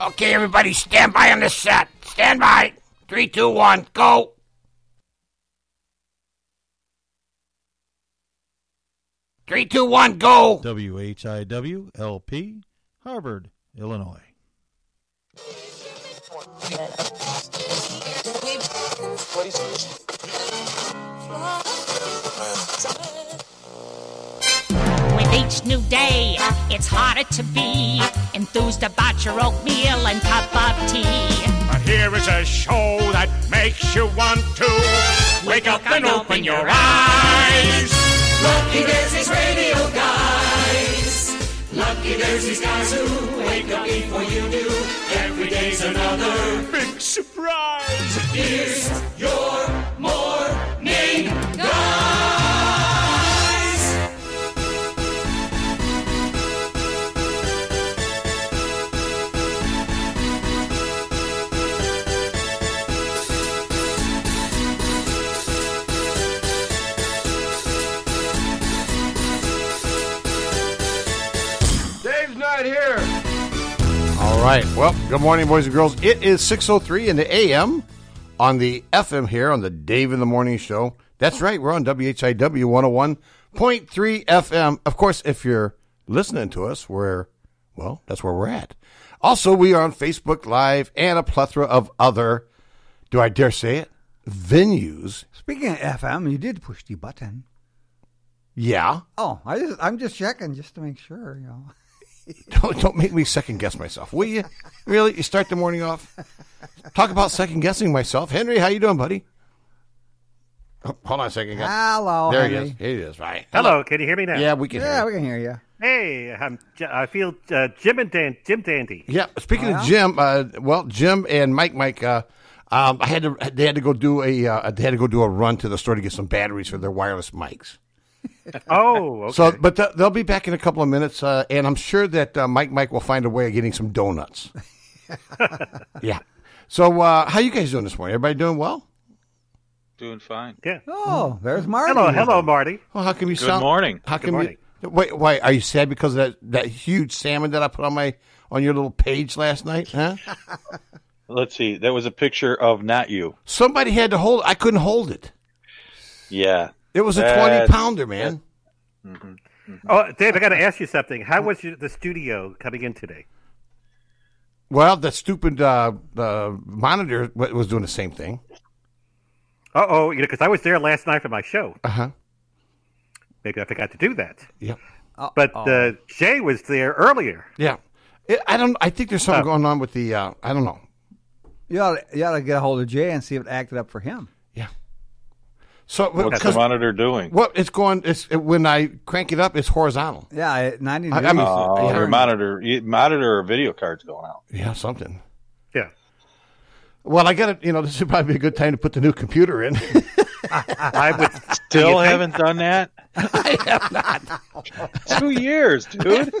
Okay, everybody, stand by on the set. Stand by. Three, two, one, go. Three, two, one, go. WHIWLP, Harvard, Illinois. With each new day, it's harder to be enthused about your oatmeal and cup of tea. But here is a show that makes you want to wake up and open your eyes. Lucky there's these radio guys. Lucky there's these guys who wake up before you do. Every day's another. Big surprise! Here's your morning guys. Dave's not here. All right. Well, good morning, boys and girls. It is 6.03 in the a.m. on the FM here on the Dave in the Morning Show. That's right. We're on WHIW 101.3 FM. Of course, if you're listening to us, we're, well, that's where we're at. Also, we are on Facebook Live and a plethora of other, do I dare say it, venues. Speaking of FM, you did push the button. Yeah. Oh, I just, I'm just checking just to make sure. You know, Don't, don't make me second guess myself, will you? Really? You start the morning off? Talk about second guessing myself. Henry, how you doing, buddy? Oh, hold on a second. guys. hello, There Henry. he is. Here he is. Right. Hello, can you hear me now? Yeah, we can. Yeah, hear we you. can hear you. Hey, I'm, I feel uh, Jim and Dan, Jim Dandy. Yeah. Speaking of Jim, uh, well, Jim and Mike, Mike, uh, um, I had to. They had to go do a. Uh, they had to go do a run to the store to get some batteries for their wireless mics. Oh, okay. So, but th- they'll be back in a couple of minutes, uh, and I'm sure that uh, Mike, Mike will find a way of getting some donuts. yeah. So, uh, how you guys doing this morning? Everybody doing well? Doing fine. yeah. Mm. Oh, there's Marty. Hello, hello, Marty. Well, how come you Good sound? morning. How come morning. you? Wait, wait. Are you sad because of that that huge salmon that I put on my on your little page last night? Huh? Let's see. That was a picture of not you. Somebody had to hold. I couldn't hold it. Yeah. It was a That's- twenty pounder, man. Oh, Dave, I got to ask you something. How was your, the studio coming in today? Well, that stupid uh, uh, monitor wa- was doing the same thing. Uh oh, you know, because I was there last night for my show. Uh huh. Maybe I forgot to do that. Yep. But uh, Oh. Jay was there earlier. Yeah. It, I don't. I think there's something Uh, going on with the. Uh, I don't know. You ought, to, you ought to get a hold of Jay and see if it acted up for him. Yeah. So What's the because monitor doing? what it's going it's it, when I crank it up, it's horizontal. Yeah, I- 90 I- I degrees. mean- Oh, Yeah. your monitor, your monitor or video card's going out. Yeah, something. Yeah. Well, I got to You know, this would probably be a good time to put the new computer in. I would. Still haven't done that. I have not. Two years, dude.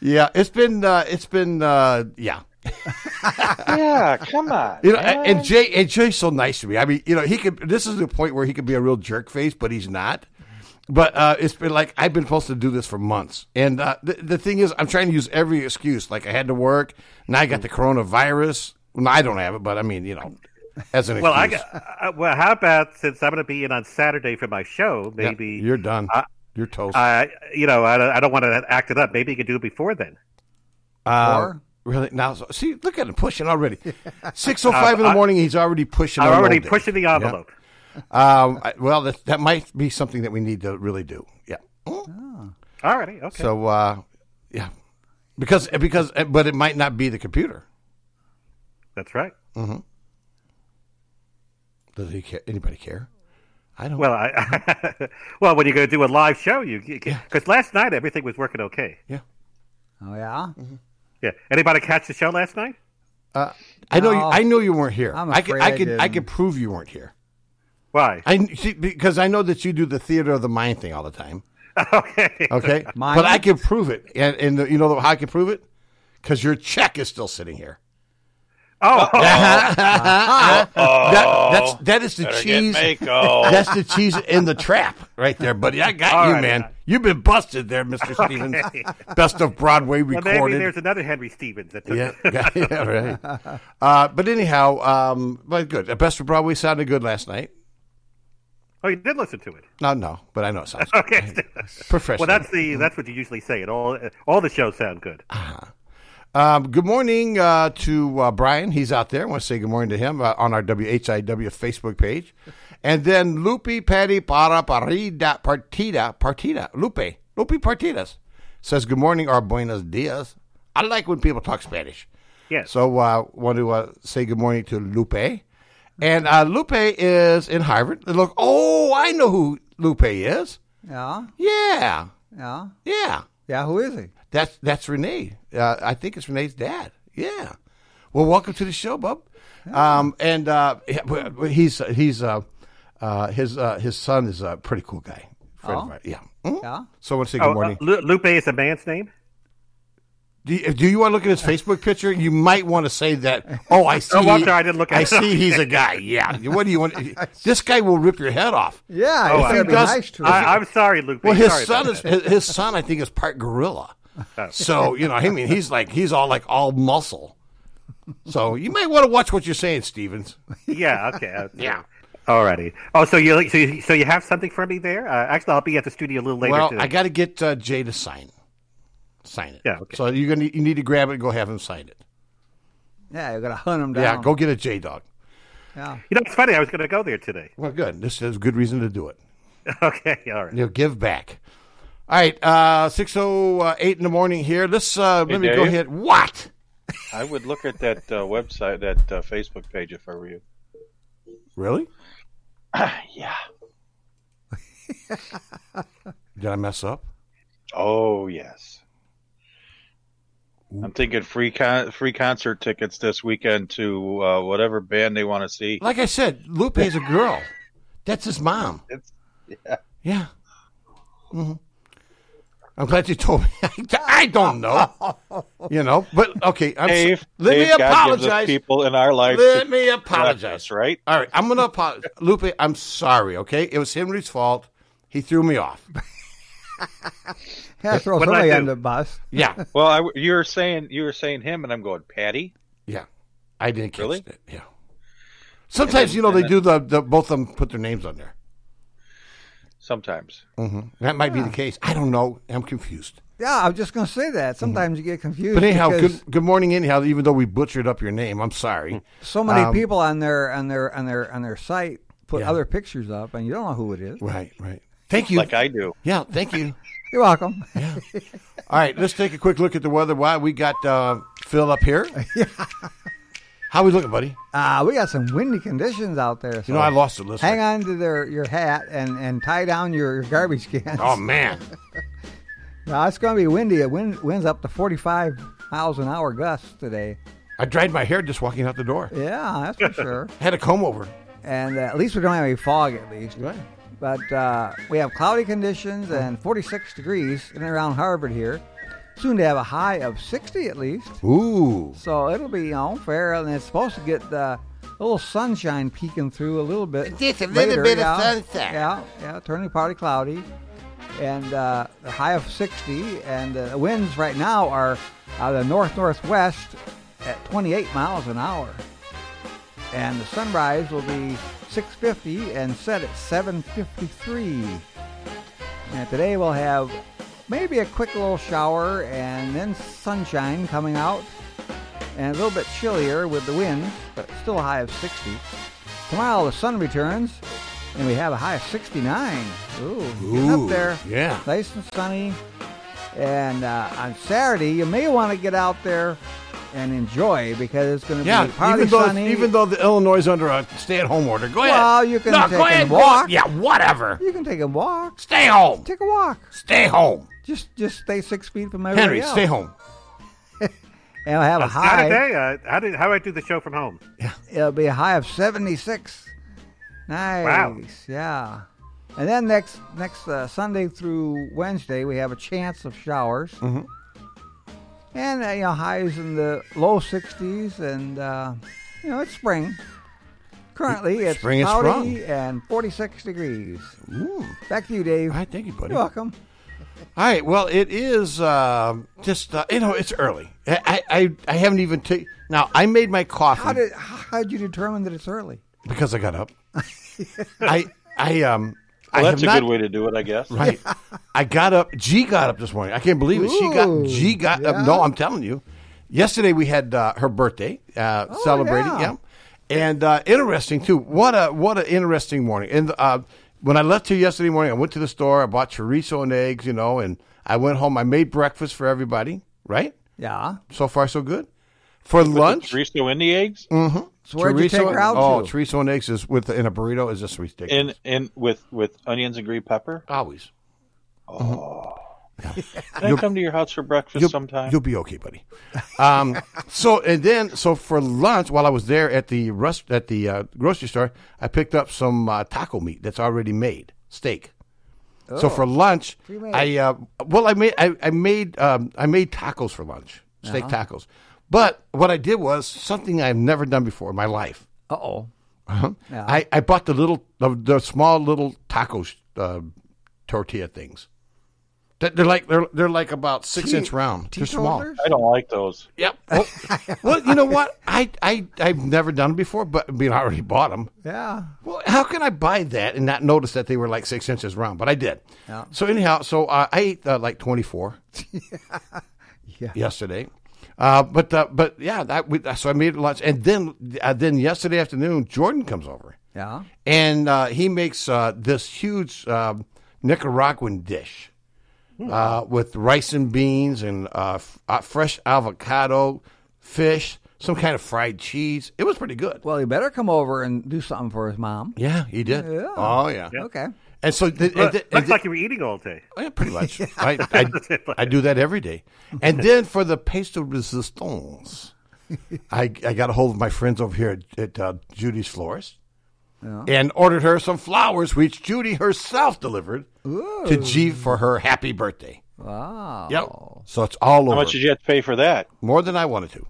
yeah, it's been. Uh, it's been. Uh, yeah. Yeah, come on. You know, and Jay and Jay's so nice to me. I mean, you know, he could. This is the point where he could be a real jerk face, but he's not. But uh, it's been like I've been supposed to do this for months, and uh, the, the thing is, I'm trying to use every excuse. Like I had to work, now I got the coronavirus. Well, I don't have it, but I mean, you know, as an Well, I, excuse. uh, well, how about since I'm going to be in on Saturday for my show, Yeah, maybe you're done. I- you're toast. I, you know, I don't, I don't want to act it up. Maybe you could do it before then. Uh, Or- really? Now, so, see, look at him pushing already. Six oh five in the morning. He's already pushing. I'm on Uh, already load day. pushing the envelope. Um, I- well, that, that might be something that we need to really do. Yeah. Alrighty, okay. So, uh, yeah, because because eh, but it might not be the computer. That's right. Does he care? Anybody care? I don't. Well, I, well, when you go do a live show, you because last night everything was working okay. yeah. oh, yeah? Mm-hmm. Yeah. Anybody catch the show last night? Uh, I know. You, No. I know you weren't here. I'm I could. afraid I I could. I didn't. could prove you weren't here. Why? I see, because I know that you do the theater of the mind thing all the time. okay. Okay, Mind? but I can prove it, and, and the, you know how I can prove it because your check is still sitting here. Oh, That, that's that is the Better get cheese. Mako. That's the cheese in the trap right there, buddy. I got All you, right. man. You've been busted there, Mr. Stevens. Best of Broadway Well, recorded. maybe there's another Henry Stevens that took Yeah, it. yeah, right. Uh, but anyhow, um, but good. The Best of Broadway sounded good last night. Oh, you did listen to it. No, no, but I know it sounds Okay. professional. well, that's Mm-hmm. the that's what you usually say. It all all the shows sound good. Um, good morning uh, to uh, Brian. He's out there. I want to say good morning to him uh, on our WHIW Facebook page. And then Lupe Patty Para Parida Partida Partida Lupe Lupe Partidas says good morning or buenos dias. I like when people talk Spanish. Yes. So uh, want to uh, say good morning to Lupe. And uh, Lupe is in Harvard. And Look, oh, I know who Lupe is. Yeah, Yeah, yeah, yeah. yeah. Who is he? That's that's Renee. Uh, I think it's Renee's dad. Yeah. Well, welcome to the show, Bub. Um, and uh, yeah, but- but he's he's uh, uh, his uh, his son is a pretty cool guy. Friend of Oh. mine. Yeah. Mhm. Yeah. So I want to say Oh, good uh, morning. Lu- Lupe is a man's name. do, you, do you want to look at his Facebook picture? You might want to say that. Oh, I see. Oh, I'm sorry, I didn't look at I it. see. He's a guy. Yeah. What do you want? This guy will rip your head off. Yeah, Oh, it's I- gonna be does- nice to him. I, I'm sorry, Lupe. Well, his Sorry about son is that. Oh. his, his son. I think is part gorilla. So you know, I mean, he's like he's all like all muscle. So you might want to watch what you're saying, Stevens. Yeah. Okay. uh, Yeah. Alrighty. Oh, so you so you, so you have something for me there? Uh, actually, I'll be at the studio a little later. Well, today. I got to get uh, Jay to sign sign it. Yeah, okay. So you're gonna you need to grab it and go have him sign it. yeah, you're gonna hunt him down. Yeah, go get a J dog. Yeah. You know, it's funny. I was going to go there today. Well, good. This is a good reason to do it. Okay. All right. You'll give back. All right, uh, six oh eight in the morning here. Let's uh, let me go Dave? ahead. What? I would look at that uh, website, that uh, Facebook page, if I were you. Really? Yeah. Did I mess up? Oh yes. I'm thinking free con- free concert tickets this weekend to uh, whatever band they want to see. Like I said, Lupe is a girl. That's his mom. It's- yeah. Yeah. hmm I'm glad you told me. I don't know. You know, but okay. I'm so- Dave, let Dave, me God gives us apologize. people in our life. Let to me correct apologize. us, right? All right. I'm going to apologize. Lupe, I'm sorry, okay? It was Henry's fault. He threw me off. Yeah, throw What'd I somebody do? under the bus. Yeah. Well, I w you were saying you were saying him, and I'm going Patty. Yeah. I didn't catch Really? it. Yeah. Sometimes, you know, they do the, the both of them put their names on there. Sometimes That might be the case. I don't know. I'm confused. Yeah, I was just gonna say that. Sometimes you get confused. Mm-hmm. But anyhow, because good, good morning. Anyhow, even though we butchered up your name, I'm sorry. so many um, people on their on their on their on their site put Yeah. other pictures up, and you don't know who it is. Right, right. Thank you. like I do. yeah, thank you. You're welcome. All right, let's take a quick look at the weather. Why we got uh, Phil up here? How we looking, buddy? Uh, we got some windy conditions out there. So You know, I lost the list. Oh. Hang on to their your hat and and tie down your, your garbage cans. Oh man, Now, it's going to be windy. It wind, winds up to 45 miles an hour gusts today. I dried my hair just walking out the door. Yeah, that's for sure. Had a comb over. And uh, at least we don't have any fog, at least. Right. But uh, we have cloudy conditions and 46 degrees in and around Harvard here. Soon to have a high of 60 at least. Ooh, So it'll be, you know, fair. And it's supposed to get uh, a little sunshine peeking through a little bit. Just a little later, bit of yeah. sunshine. Yeah, yeah, turning partly cloudy. And uh, a high of 60. And uh, the winds right now are out of the north northwest at 28 miles an hour. And the sunrise will be 6.50 and set at 7.53. And today we'll have maybe a quick little shower and then sunshine coming out and a little bit chillier with the wind, but still a high of 60. Tomorrow the sun returns and we have a high of 69. Ooh, getting Ooh, up there. yeah. Nice and sunny. And uh, on Saturday, you may want to get out there and enjoy because it's going to yeah. be partly Even though sunny. even though the Illinois is under a stay-at-home order, go ahead. well, you can No, take go ahead. a go- walk. Yeah, whatever. You can take a walk. Stay home. Take a walk. Stay home. Just just stay six feet from everybody Henry, else. stay home. And I'll have a Uh, high. Saturday. Uh, how did how do I do the show from home? It'll be a high of 76. Nice. Wow. Yeah. And then next next uh, Sunday through Wednesday, we have a chance of showers. Mm-hmm. And uh, you know, highs in the low 60s, and uh, you know it's spring. Currently, it's Spring is cloudy and 46 degrees. Ooh. Back to you, Dave. All right, thank you, buddy. You're welcome. All right. Well, it is um just uh, you know it's early. I I, I- I haven't even ta- now. I made my coffee How did how did you determine that it's early? because I got up. I I um. Well, I that's a have not, good way to do it, I guess. Right. I got up. G got up this morning. I can't believe it. she got. Ooh, G got up. No, I'm telling you. Yesterday we had uh, her birthday uh, celebrated. Oh, yeah. Yeah. And uh, interesting too. What a what an interesting morning. And uh, when I left here yesterday morning, I went to the store. I bought chorizo and eggs. You know, and I went home. I made breakfast for everybody. Right. Yeah. So far so good. For lunch. Chorizo in the eggs Mm. So where'd you chorizo take her and- out oh, to? chorizo and eggs is with in a burrito is just ridiculous. and and with with onions and green pepper. Always. Can I come to your house for breakfast you'll, sometime? You'll be okay, buddy. Um, so and then so for lunch, while I was there at the rest at the uh, grocery store, I picked up some uh, taco meat that's already made, steak. So for lunch, Pre-made. I uh, well I made I, I made um, I made tacos for lunch, steak tacos. But what I did was something I've never done before in my life. Uh oh. I, I bought the little the, the small little tacos uh, tortilla things. That- They're like they're they're like about six inch round. They're small. Teetotalers? I don't like those. Yep. Well, well, you know what? I I I've never done it before, but I mean, I already bought them. Yeah. Well, how can I buy that and not notice that they were like six inches round? But I did. Yeah. So anyhow, so uh, I ate uh, like twenty four yesterday. Uh, but uh, but yeah, that we, so I made lunch, and then uh, then yesterday afternoon, Jordan comes over, Yeah. and uh, he makes uh, this huge uh, Nicaraguan dish uh, with rice and beans and uh, f- uh, fresh avocado, fish, some kind of fried cheese. It was pretty good. Well, he better come over and do something for his mom. yeah, he did. Oh yeah. Okay. And so the, and the- and Looks the- like you were eating all day. Oh, yeah, pretty much. I, I, I do that every day. And then for the pesto resistance, I, I got a hold of my friends over here at, at uh, Judy's Florist and ordered her some flowers, which Judy herself delivered to G for her happy birthday. Wow. Yep. So it's all How over. much did you have to pay for that? More than I wanted to.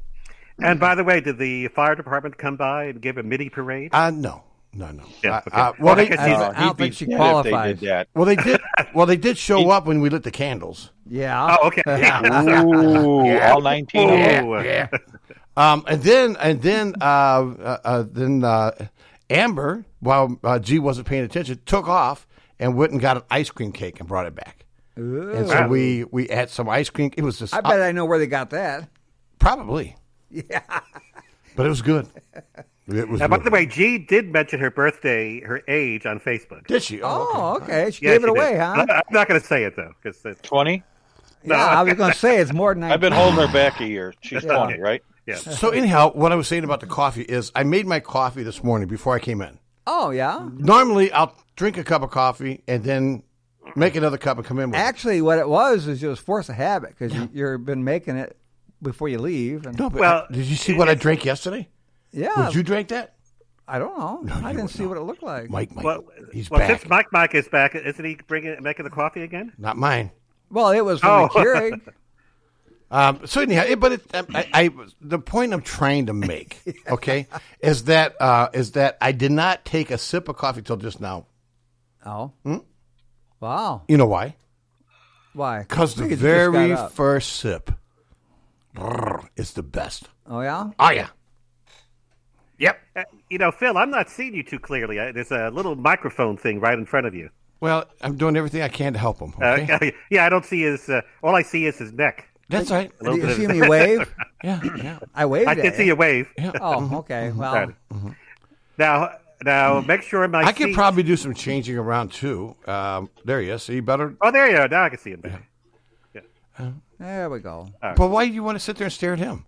And by the way, did the fire department come by and give a mini parade? Uh, no, no, no. Yeah, Uh, okay. uh, Well, well, I they, could I see don't, that. I don't He'd be think she dead if they did qualifies. that. well, they did. Well, they did show up when we lit the candles. Yeah. Oh, okay. Ooh, all 19 of them. Oh, Um, and then and then uh, uh, uh, then uh, Amber, while uh, G wasn't paying attention, took off and went and got an ice cream cake and brought it back. And so we we had some ice cream. It was just I bet I know where they got that. probably yeah, but it was good. It was. Now, by good. the way, G did mention her birthday, her age on Facebook. did she? Oh, okay. Oh, okay. She Yeah, gave it she did. away, huh? I'm not going to say it though, because 20? yeah, I was going to say it's more than I. I've been holding her back a year. She's 20, right? yeah, So anyhow, what I was saying about the coffee is, I made my coffee this morning before I came in. Oh, yeah. Mm-hmm. Normally, I'll drink a cup of coffee and then make another cup and come in with. it. Actually, what it was is it was force of habit because you, you've been making it before you leave. And No, but Well, did you see what I drank yesterday? yeah, Would you drink that? I don't know. I you didn't would see not. what it looked like. Mike, Mike, Well, he's well, back. since Mike Mike is back, isn't he bringing making the coffee again? Not mine. Well, it was from the Oh. Keurig. Um, so anyhow, it- but it, I, I, the point I'm trying to make, okay, is that uh, is that I did not take a sip of coffee till just now. Oh, Hmm? wow! You know why? Why? Because I the think it just got very up. first sip brr, is the best. oh yeah, Oh yeah. Yep. Uh, You know, Phil, I'm not seeing you too clearly. I, there's a little microphone thing right in front of you. Well, I'm doing everything I can to help him. Uh, Okay, yeah, I don't see his. Uh, all I see is his neck. that's right. A did little you bit see of- me wave? Yeah, yeah. I waved. I can at see you. a wave. Mm-hmm. Oh, okay. Well, Sorry. Now, now, make sure my. Hmm. I could seat- probably do some changing around too. Um, there he is. See, better. Oh, there you are. Now I can see him. there we go. But why do you want to sit there and stare at him?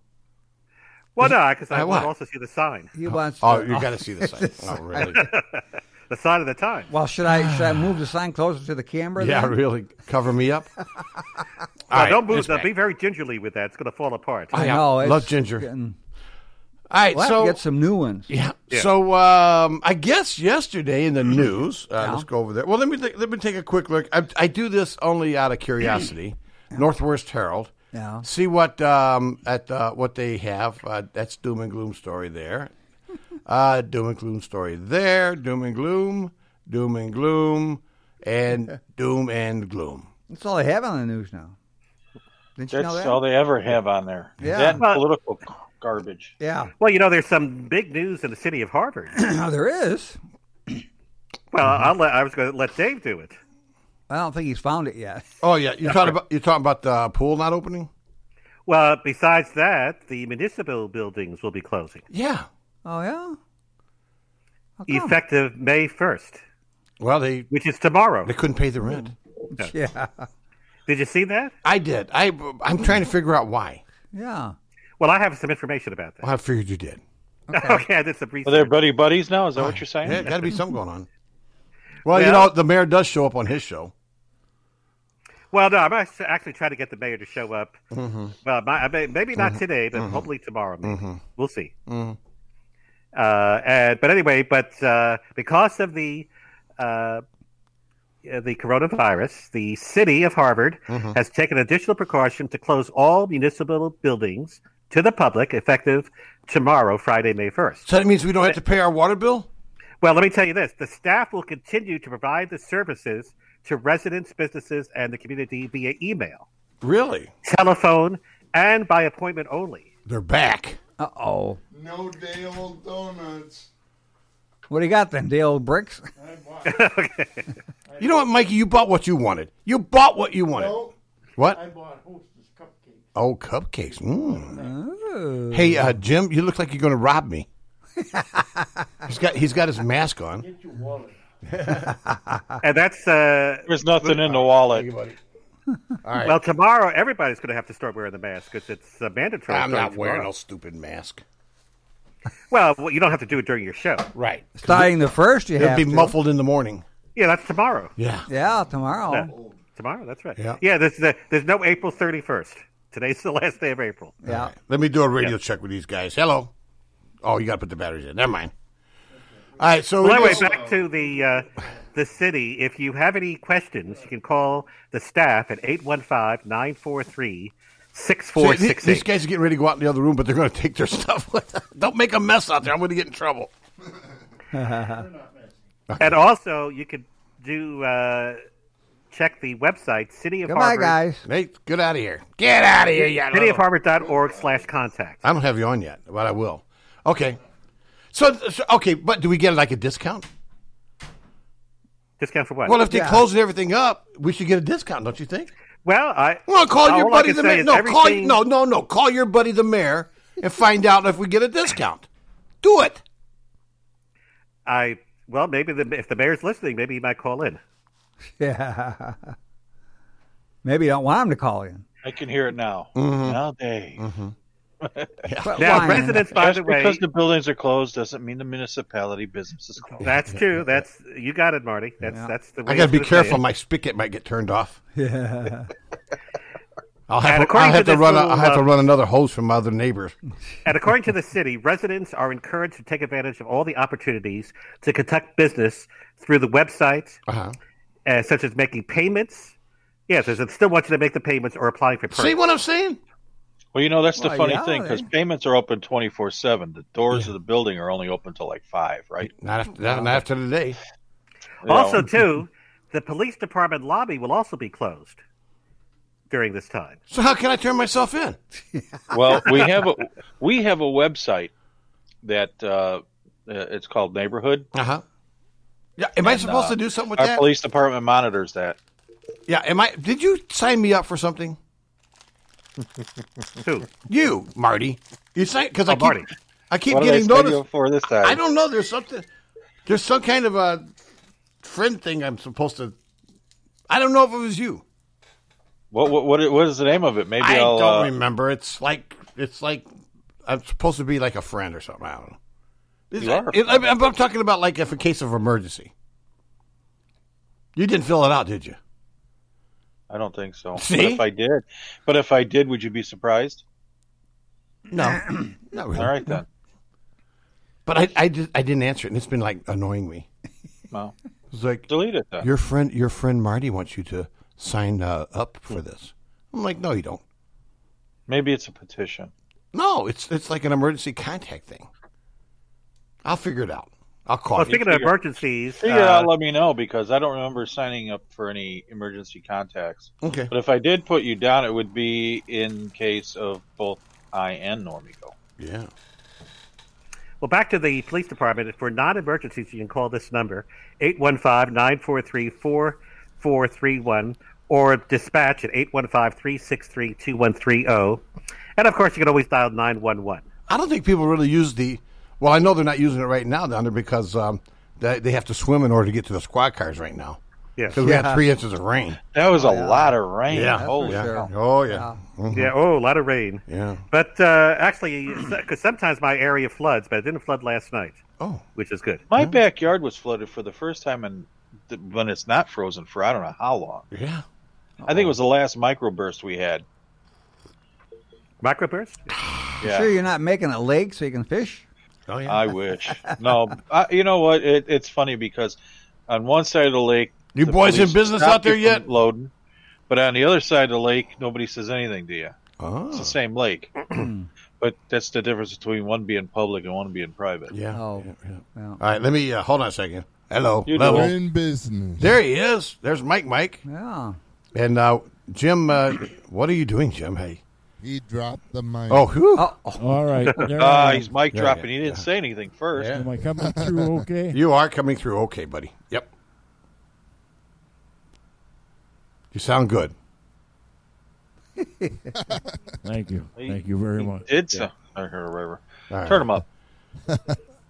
Well, no, because I Now want Uh, what? to also see the sign, He wants. Oh, to- you got to see the sign. Oh, really? the sign of the time. Well, should I should I move the sign closer to the camera? Yeah, then? really. Cover me up. All Now, right, don't move. it's Now, back. Be very gingerly with that. It's going to fall apart. Oh, yeah. No, it's Love ginger. Getting, All right, we'll have so to get some new ones. yeah. So um, I guess yesterday in the Mm-hmm. news, uh, let's go over there. Well, let me th- let me take a quick look. I, I do this only out of curiosity. Northwest Herald. Yeah. See what um, at uh, what they have. Uh, that's doom and gloom story there. Uh, doom and gloom story there. Doom and gloom. Doom and gloom, and doom and gloom. That's all they have on the news now. Didn't you That's know that? all they ever have on there. Yeah. That and Well- political garbage. yeah. Well, you know, there's some big news in the city of Harvard. Now there is. well, I'll let, I was going to let Dave do it. I don't think he's found it yet. Oh yeah, you talking about you talking about the pool not opening? Well, besides that, the municipal buildings will be closing Yeah. Oh yeah. How come? effective May 1st, Well, they which is tomorrow. they couldn't pay the rent. Yeah. Did you see that? I did. I I'm trying to figure out why. Yeah. Well, I have some information about that. Well, I figured you did. Okay, I did some Well, they're research. buddy buddies now. Is that what you're saying? Yeah, got to be something going on. Well, you Well- know, the mayor does show up on his show. Well, no, I'm act- actually trying to get the mayor to show up. Well, my, I may- maybe not today, but hopefully tomorrow. Maybe. We'll see. Uh, and, but anyway, but uh, because of the uh, uh, the coronavirus, the city of Harvard has taken additional precaution to close all municipal buildings to the public effective tomorrow, Friday, May first. So that means we don't have to pay our water bill. Well, let me tell you this the staff will continue to provide the services to residents, businesses, and the community via email, Really? telephone, and by appointment only. They're back. Uh oh. No day old donuts. What do you got then? The old bricks? You know what, Mikey? You bought what you wanted. You bought what you wanted. Oh, Nope. I What? bought Hostess cupcakes. Oh, cupcakes. Mm. Hey, uh, Jim, you look like you're going to rob me. he's got he's got his mask on. Get your wallet. Ah. And that's, uh, There's nothing in the wallet. buddy. well, tomorrow everybody's going to have to start wearing the mask because it's uh, mandatory. I'm starting not wearing tomorrow. no stupid mask. Well, well, you don't have to do it during your show. Right. Starting the first, you It'll have be to. muffled in the morning. Yeah, that's tomorrow. Yeah. Yeah, tomorrow. Tomorrow, that's right. Yeah. there's, the, there's no April 31st. Today's the last day of April. Uh, Yeah. Let me do a radio check with these guys. Hello. Oh, you got to put the batteries in. Never mind. All right. So Well, we anyway, just- back to the uh, the city. If you have any questions, you can call the staff at 815-943-6468. See, th- these guys are getting ready to go out in the other room, but they're going to take their stuff. with them. Don't make a mess out there. I'm going to get in trouble. and also, you could do uh, check the website City of Goodbye, Harvard. guys. Nate, get out of here. Get out of here, you little- Cityofharvard.org slash contact. I don't have you on yet, but I will. Okay. So, so okay, but do we get like a discount? Discount for what? Well, Well, if they close everything up, we should get a discount, don't you think? I Well, call all your I buddy can the say mayor. is No, call everything- no, no, no. Call your buddy the mayor and find out if we get a discount. Do it. I well, maybe the, if the mayor's listening, maybe he might call in. Yeah. Maybe you don't want him to call in. I can hear it now. Now they. Quit Now, whining. residents, by Just the way, because the buildings are closed doesn't mean the municipality business is closed. that's true. That's you got it, Marty. That's that's the. Way I got to be was gonna say careful. it. My spigot might get turned off. Yeah. I'll have, And to, according I'll to have to this run. a- little, I'll have to uh, run another hose from my other neighbors. And according to the city, residents are encouraged to take advantage of all the opportunities to conduct business through the website, Uh-huh. uh, such as making payments. Yes, yeah, it still wants you to make the payments or applying for permits. See what I'm saying? Well, you know that's the Well, funny yeah, thing because they- payments are open twenty four seven. The doors of the building are only open till like five, right? Not after, not after today. You also, know, too, the police department lobby will also be closed during this time. So how can I turn myself in? well, we have a we have a website that uh, uh, it's called Neighborhood. Uh huh. Yeah. Am I supposed uh, to do something with Our that? police department monitors that. Yeah. Am I? Did you sign me up for something? Who? You, Marty. You sign because I Oh, keep Marty. I keep What do they getting schedule noticed. for this time? I don't know. There's something. There's some kind of a friend thing I'm supposed to. I don't know if it was you. What what what, what is the name of it? Maybe I will don't uh, remember. It's like it's like I'm supposed to be like a friend or something. I don't know. It's- You are a it- I'm, I'm- I'm talking about like if a case of emergency. You didn't fill it out, did you? I don't think so. But See? if I did, but if I did, would you be surprised? No, not really. All right then. But I I, just, I didn't answer it, and it's been like annoying me. Well, It's like delete it then. your friend your friend Marty wants you to sign uh, up for this. I'm like, no, you don't. Maybe it's a petition. No, it's it's like an emergency contact thing. I'll figure it out. I'll call Well, you. speaking of emergencies, Figure it uh, out, let me know because I don't remember signing up for any emergency contacts. Okay. But if I did put you down, it would be in case of both I and Normie go. Yeah. well, back to the police department. For non-emergencies, you can call this number 815-943-4431 or dispatch at 815-363-2130. oh. And of course, you can always dial 911. I don't think people really use the. Well, I know they're not using it right now down there because um, they, they have to swim in order to get to the squad cars right now. Yes. Because we had three inches of rain. That was a lot of rain. Yeah. Holy yeah. sure. Oh, yeah. Mhm. Yeah, oh, a lot of rain. Yeah. But uh, actually, because sometimes my area floods, but it didn't flood last night, Oh. which is good. My backyard was flooded for the first time in th- when it's not frozen for I don't know how long. Yeah. I think it was the last microburst we had. Microburst? Yeah, Sure, you're not making a lake so you can fish. Oh, yeah. I wish. No, I, you know what? It, it's funny because on one side of the lake, You the boys in police business stop out there you from yet? Loading, but on the other side of the lake, nobody says anything to you. It's the oh. same lake, but that's the difference between one being public and one being private. Yeah. Oh. yeah, yeah. Well. All right. Let me uh, hold on a second. Hello. You Level. do. In business. Oh. There he is. There's Mike. Mike Yeah. and uh, Jim. Uh, what are you doing, Jim? Hey. He dropped the mic. Oh, whew. Oh, All right. There Ah, I am. he's mic Yeah, dropping. yeah, he didn't yeah. say anything first. Yeah. Am I coming through okay? You are coming through okay, buddy. Yep. You sound good. Thank you. Thank you very much. It's yeah. I heard a river. All right. Turn him up.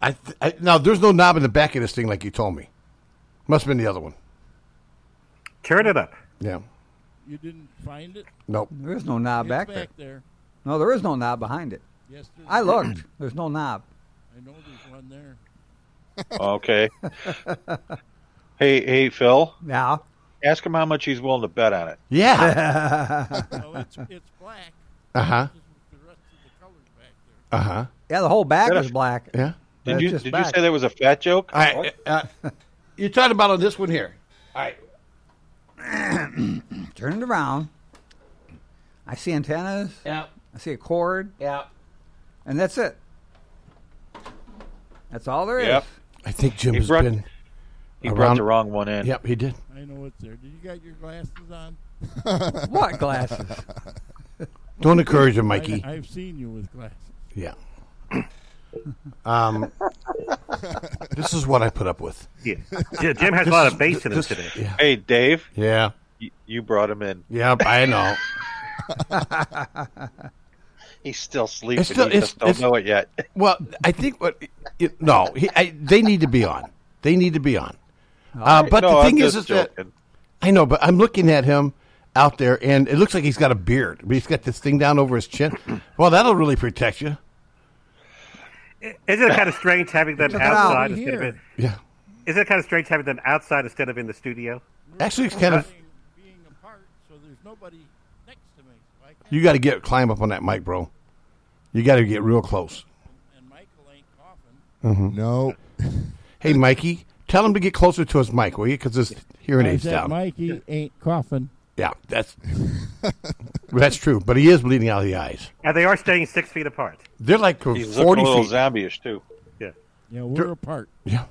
I, th- I now there's no knob in the back of this thing like you told me. Must have been the other one. Turn it up. Yeah. You didn't find it? Nope. there is no knob It's back there. there. No, there is no knob behind it. Yes, there's I looked. There's no knob. I know there's one there. Okay. hey, hey, Phil. Yeah. Ask him how much he's willing to bet on it. Yeah. Well, it's, it's black. uh huh. Just with the rest of the colors back there. Uh huh. Yeah, the whole back Gotta- is black. Yeah. Did That's you just did you back. say that was a fat joke? All right. Uh, you're talking about on this one here. All right. Turn it around. I see antennas. Yeah. I see a cord, Yeah. and that's it. That's all there is. Yep. I think Jim He has brought- been. he brought the around- wrong one in. Yep, he did. I know it's there. Did you got your glasses on? What glasses? Don't encourage him, Mikey. I, have seen you with glasses. Yeah. Um, this is what I put up with. Yeah. Jim Jim has a lot of bass in him This- today. yeah, Hey, Dave, yeah, y- you brought him in. yeah. I know. He's still sleeping. It's still- he just it's- don't it's- know it yet. Well, I think what it, no, he, I, they need to be on. They need to be on. Uh, but no, the thing I'm is, is just that joking. I know, but I'm looking at him out there, and it looks like he's got a beard. But he's got this thing down over his chin. Well, that'll really protect you. Isn't it kind of strange having them it out. outside Over instead of here. in, Yeah, Isn't it kind of strange having them outside instead of in the studio? actually, it's kind of Being, being apart, so there's nobody next to me. So I can't, you got to get climb up on that mic, bro. You got to get real close. and Michael ain't coughing. No. Hey, Mikey, tell him to get closer to his mic, will you? Because his hearing I aid's said down. Mikey ain't coughing. Yeah, that's that's true. But he is bleeding out of the eyes. And they are staying six feet apart. They're like He's forty looking a little feet. zombie-ish too. Yeah. Yeah, we're apart. Yeah.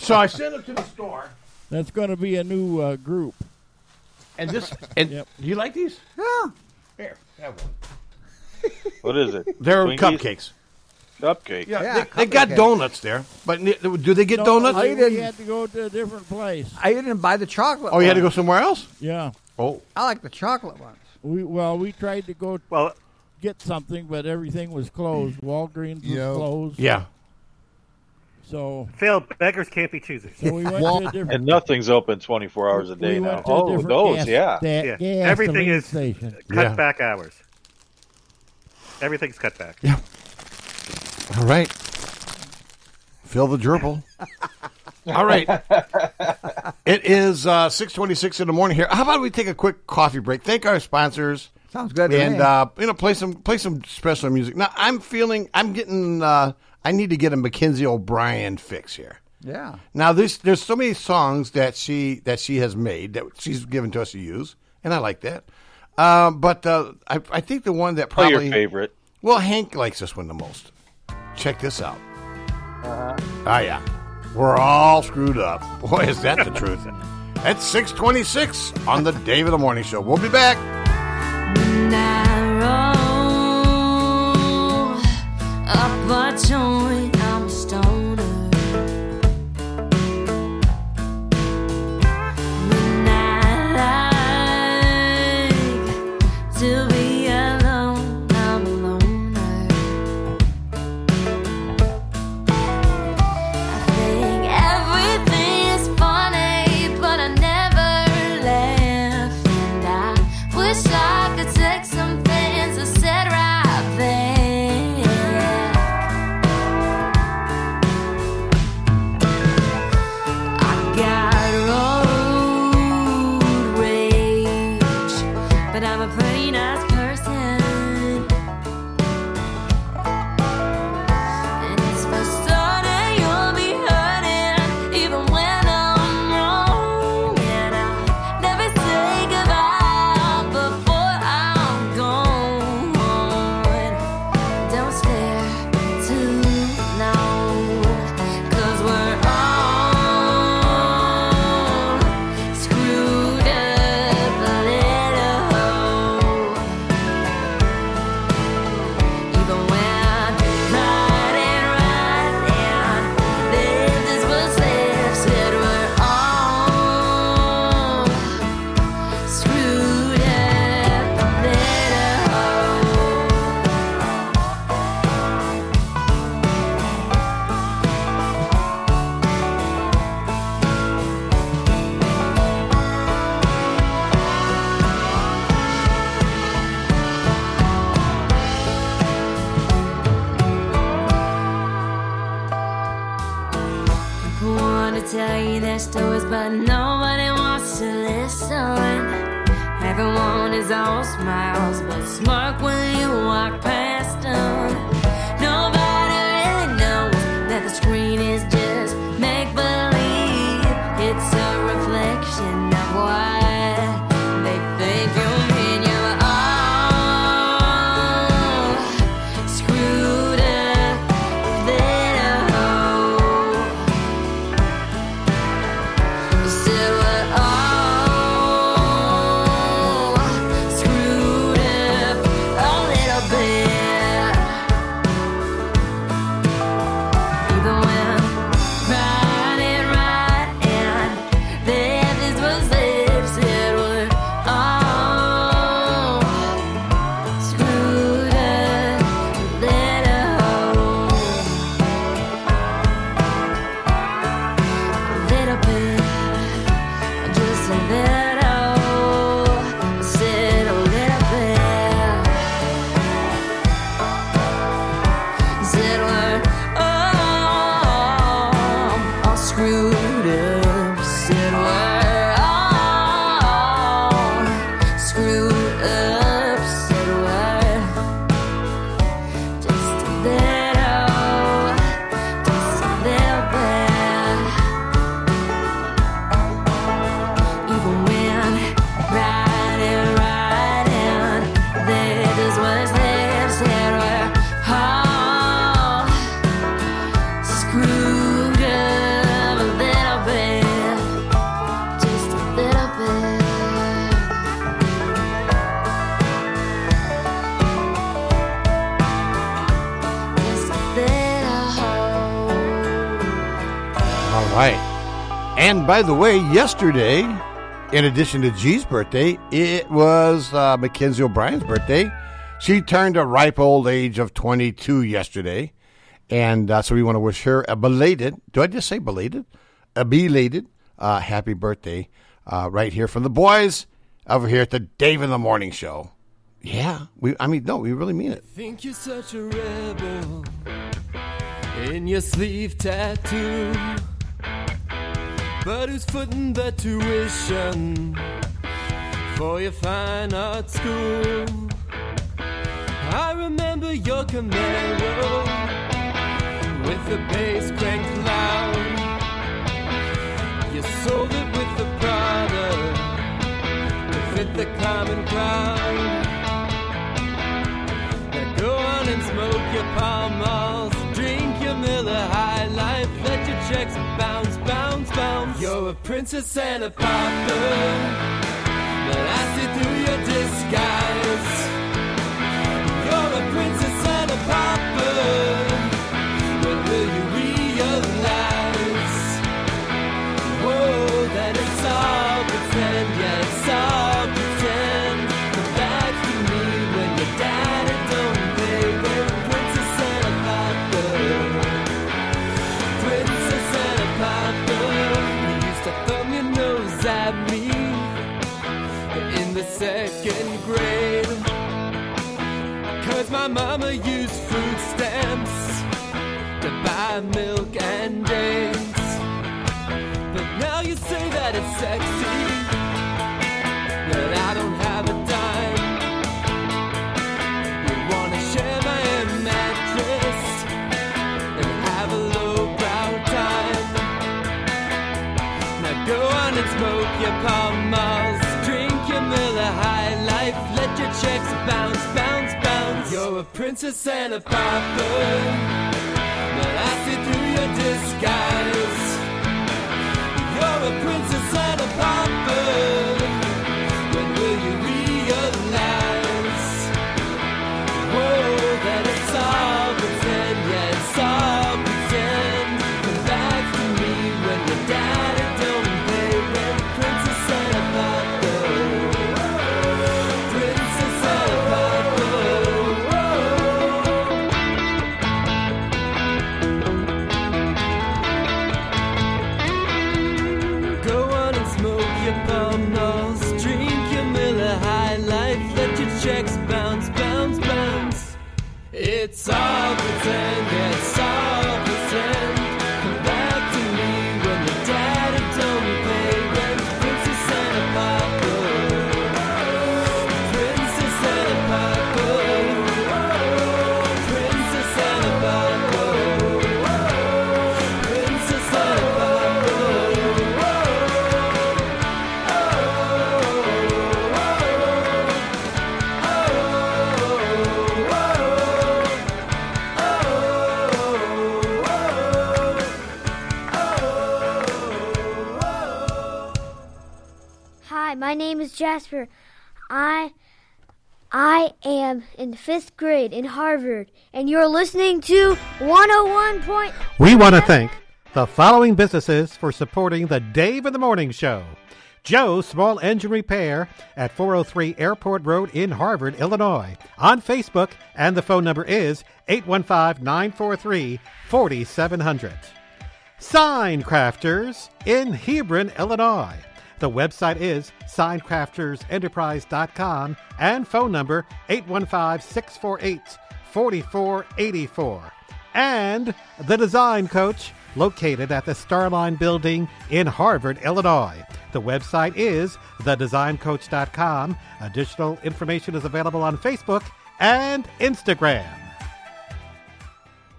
So I sent him to the store, That's going to be a new uh, group. and this and Yep. do you like these? Yeah. Here, have one. What is it? They're Twinkies? cupcakes. Cupcake. Yeah, Yeah, they, they got cupcakes. donuts there, but ne- do they get donuts? I didn't- We had to go to a different place. I didn't buy the chocolate. oh, you had to go ones. somewhere else. Yeah. Oh, I like the chocolate ones. We well, we tried to go Well, get something, but everything was closed. Mm. Walgreens was Yeah. closed. yeah. So, Phil, beggars can't be choosers. so we went Wal- to a different. And nothing. nothing's open 24 hours a day we now. went to a Oh, different those, gas, yeah. that Yeah. gas Everything filling is- station. Cut Yeah. back hours. Everything's cut back. All right. Fill the gerbil. All right. it is uh, 626 in the morning here. How about we take a quick coffee break? Thank our sponsors. Sounds good. to And me. uh, you know, play some play some special music. Now I'm feeling I'm getting uh, I need to get a Mackenzie O'Brien fix here. yeah. Now there's there's so many songs that she that she has made that she's given to us to use, and I like that. Uh, but uh, I, I think the one that Play probably your favorite. well, Hank likes this one the most. Check this out. Well, Ah, yeah. We're all screwed up. Boy, is that the truth. At 626 on the Dave of the Morning Show. We'll be back. narrow up a joint. I'm a stoner. When I like to be alone, I'm a loner. I think everything is funny, but I never laugh, and I Wish I could take some things I said right back. I got road rage, but I'm a pretty nice person. And it's frustrating you'll be hurting even when I'm wrong. And I Never say goodbye before I'm gone. Don't stare too long, cause we're all screwed up a little. Even when right and right and left is what's left, said we're all screwed up a little. People want to tell you their stories, but nobody wants to listen. Everyone is all smiles, but smirk when you walk past them. Nobody really knows that the screen is just make believe. It's a reflection of what they think you mean. You're all screwed up, little. Oh, Screwed up, little little bit, just a little, just a oh, little bit. Said we're all, Oh, all screwed up. Said we're all Oh, screwed up. Said we're just a little, just a little bit. Even when riding, riding, that is what's left. Said we're all screwed up a little bit, just a little bit. Just a little. All right. And by the way, yesterday, in addition to G's birthday, it was uh, Mackenzie O'Brien's birthday. She turned a ripe old age of 22 yesterday. And uh, so we want to wish her a belated, do I just say belated? A belated uh, happy birthday uh, right here from the boys over here at the Dave in the Morning Show. Yeah. we. I mean, no, we really mean it. Think you're such a rebel in your sleeve tattoo. But who's footing the tuition for your fine art school? I remember your Camaro with the bass cranked loud. You sold it with the product to fit the common ground. Now go on and smoke your Pall Malls, drink your Miller High Life, let checks bounce, bounce, bounce. You're a princess and a pauper, but I see through your disguise. You're a princess and a pauper, but will you realize? Whoa, that it's all pretend, yeah, it's all pretend. Come back to me when your daddy don't pay. We're a princess and a pauper. Princess and a Papa. You used to thumb your nose at me in the second grade. Cause my mama used food stamps to buy milk and dates. But now you say that it's sexy. That I don't have a dime. You wanna share my air mattress and have a lowbrow time. Now go on and smoke your Pall Malls, drink your Miller High Life, let your checks bounce, bounce, bounce. You're a princess and a pauper, but I see through your disguise. You're a princess and a pauper. When will you realize? Whoa, that it's all pretend, yeah, it's all pretend. Come back to me when your daddy don't pay rent. Princess and a papa. Princess and a papa. Go on and smoke your palm malls, drink your Miller High Life, let your checks bounce, bounce, bounce. It's all pretend, it's all pretend. Come back to me when your daddy don't pay rent. Princess and a papa. Princess and a papa. Princess and a papa. Princess and a Hi, my name is Jasper. I I am in fifth grade in Harvard, and you're listening to 101 point. We want to thank the following businesses for supporting the Dave in the Morning Show. Joe's Small Engine Repair at 403 Airport Road in Harvard, Illinois. On Facebook, and the phone number is 815 943 4700. Sign Crafters in Hebron, Illinois. The website is signcraftersenterprise.com and phone number 815 648 4484. And The Design Coach, located at the Starline Building in Harvard, Illinois. The website is thedesigncoach.com. Additional information is available on Facebook and Instagram.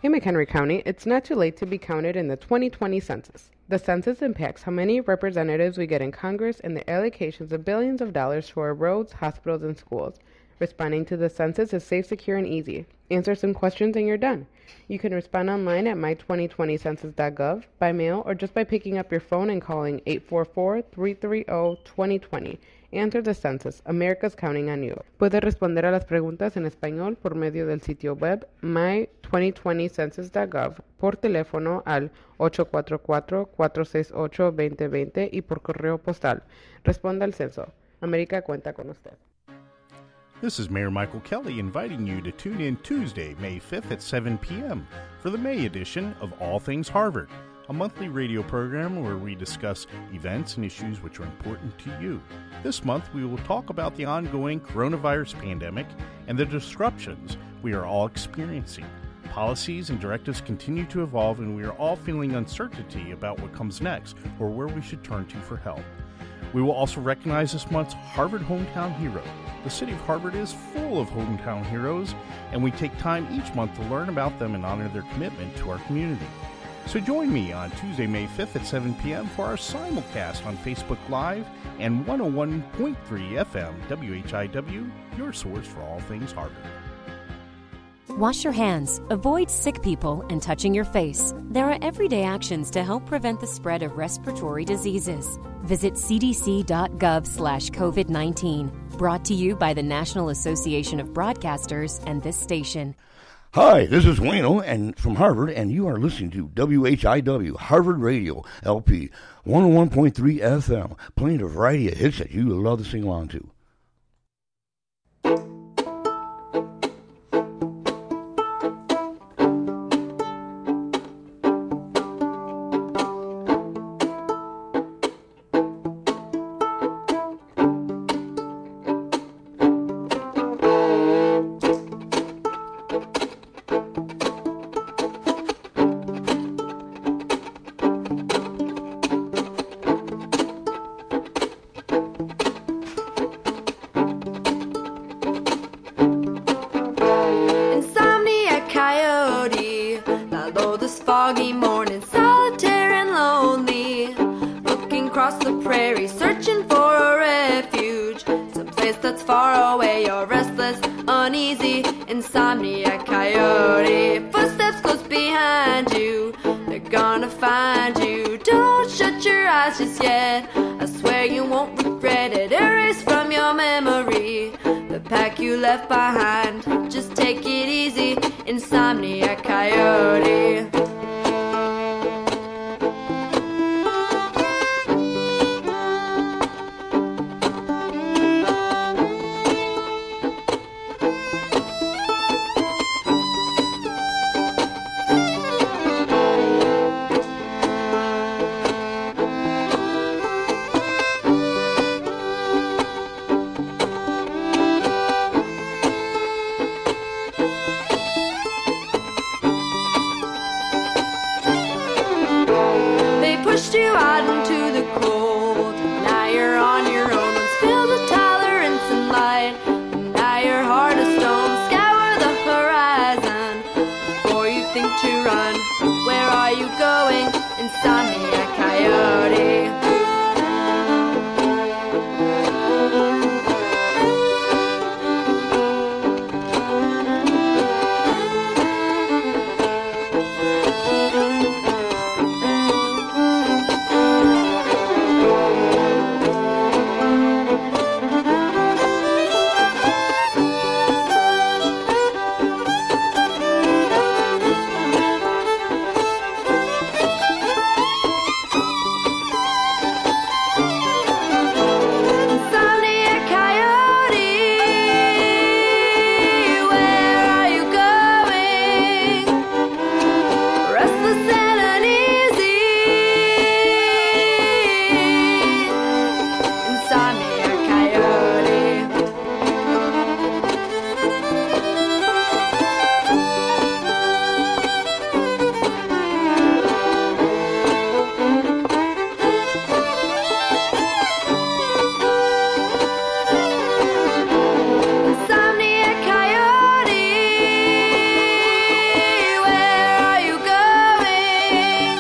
In McHenry County, it's not too late to be counted in the 2020 census. The census impacts how many representatives we get in Congress and the allocations of billions of dollars to our roads, hospitals, and schools. Responding to the census is safe, secure, and easy. Answer some questions and you're done. You can respond online at my2020census.gov, by mail, or just by picking up your phone and calling 844 330 2020. Answer the census. America's counting on you. Puedes responder a las preguntas en español por medio del sitio web my2020census.gov, por teléfono al 844-468-2020 y por correo postal. Responda al censo. América cuenta con usted. This is Mayor Michael Kelly inviting you to tune in Tuesday, May 5th at 7 p.m. for the May edition of All Things Harvard, a monthly radio program where we discuss events and issues which are important to you. This month, we will talk about the ongoing coronavirus pandemic and the disruptions we are all experiencing. Policies and directives continue to evolve, and we are all feeling uncertainty about what comes next or where we should turn to for help. We will also recognize this month's Harvard Hometown Hero. The city of Harvard is full of hometown heroes, and we take time each month to learn about them and honor their commitment to our community. So join me on Tuesday, May 5th at 7 p.m. for our simulcast on Facebook Live and 101.3 FM WHIW, your source for all things Harvard. Wash your hands, avoid sick people, and touching your face. There are everyday actions to help prevent the spread of respiratory diseases. Visit cdc.gov slash COVID-19. Brought to you by the National Association of Broadcasters and this station. Hi, this is Wayno and from Harvard, and you are listening to WHIW Harvard Radio LP 101.3 FM, playing a variety of hits that you will love to sing along to. Insomniac coyote, follow this foggy morning, solitary and lonely. Looking across the prairie, searching for a refuge, someplace that's far away. You're restless, uneasy, insomniac coyote. Footsteps close behind you, they're gonna find you. Don't shut your eyes just yet. I swear you won't regret it. Erase from your memory the pack you left behind. Just take it easy, insomniac coyote. They pushed you out into the cold. Now you're on your own. It's filled with tolerance and light. Now your heart is stone. Scour the horizon before you think to run. Where are you going? Insomniac coyote. Insomniac coyote, where are you going? Restless and uneasy. Insomniac coyote. Insomniac coyote, where are you going?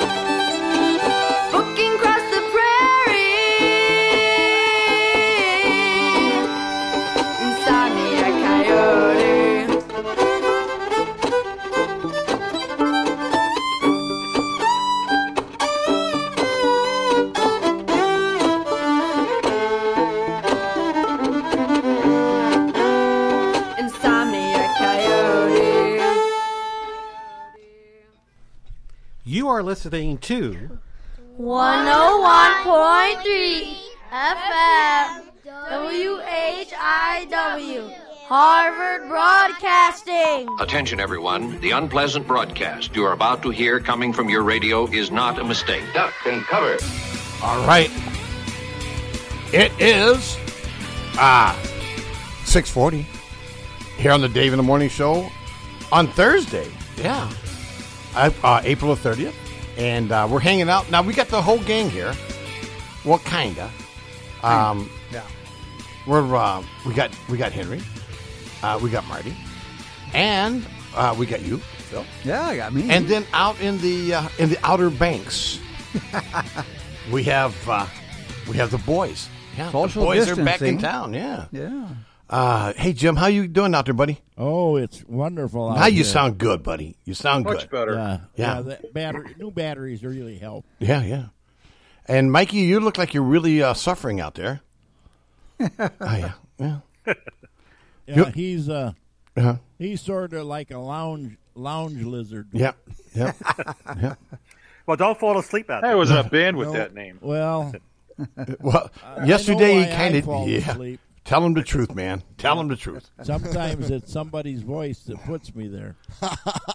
Booking across the prairie. Insomniac coyote. Insomniac coyote. You are listening to 101.3 FM WHIW Harvard Broadcasting. Attention, everyone. The unpleasant broadcast you are about to hear coming from your radio is not a mistake. Duck and cover. All right. It is ah 640 here on the Dave in the Morning Show on Thursday. Yeah. I, uh, April the 30th. And uh, we're hanging out. Now, we got the whole gang here. Well, kind of. Um, Yeah. We're uh, we got we got Henry, uh, we got Marty, and uh, we got you, Phil. Yeah, I got me. And then out in the uh, in the Outer Banks, we have uh, we have the boys. Yeah, the Social boys are back in distancing. town. Yeah, Yeah. Uh, hey Jim, how you doing out there, buddy? Oh, it's wonderful. Now out you here. sound good, buddy. You sound good. Yeah, yeah, that battery, new batteries really help. yeah, yeah. And Mikey, you look like you're really uh, suffering out there. oh, yeah, yeah. Yeah, You- he's uh, Uh-huh. he's sort of like a lounge lounge lizard. Yeah, yeah, yeah. Well, don't fall asleep out there. There was a band with that name. Well, Well, I know yesterday he why I kind of fall yeah. asleep. Tell him the truth, man. Tell him the truth. Sometimes it's somebody's voice that puts me there.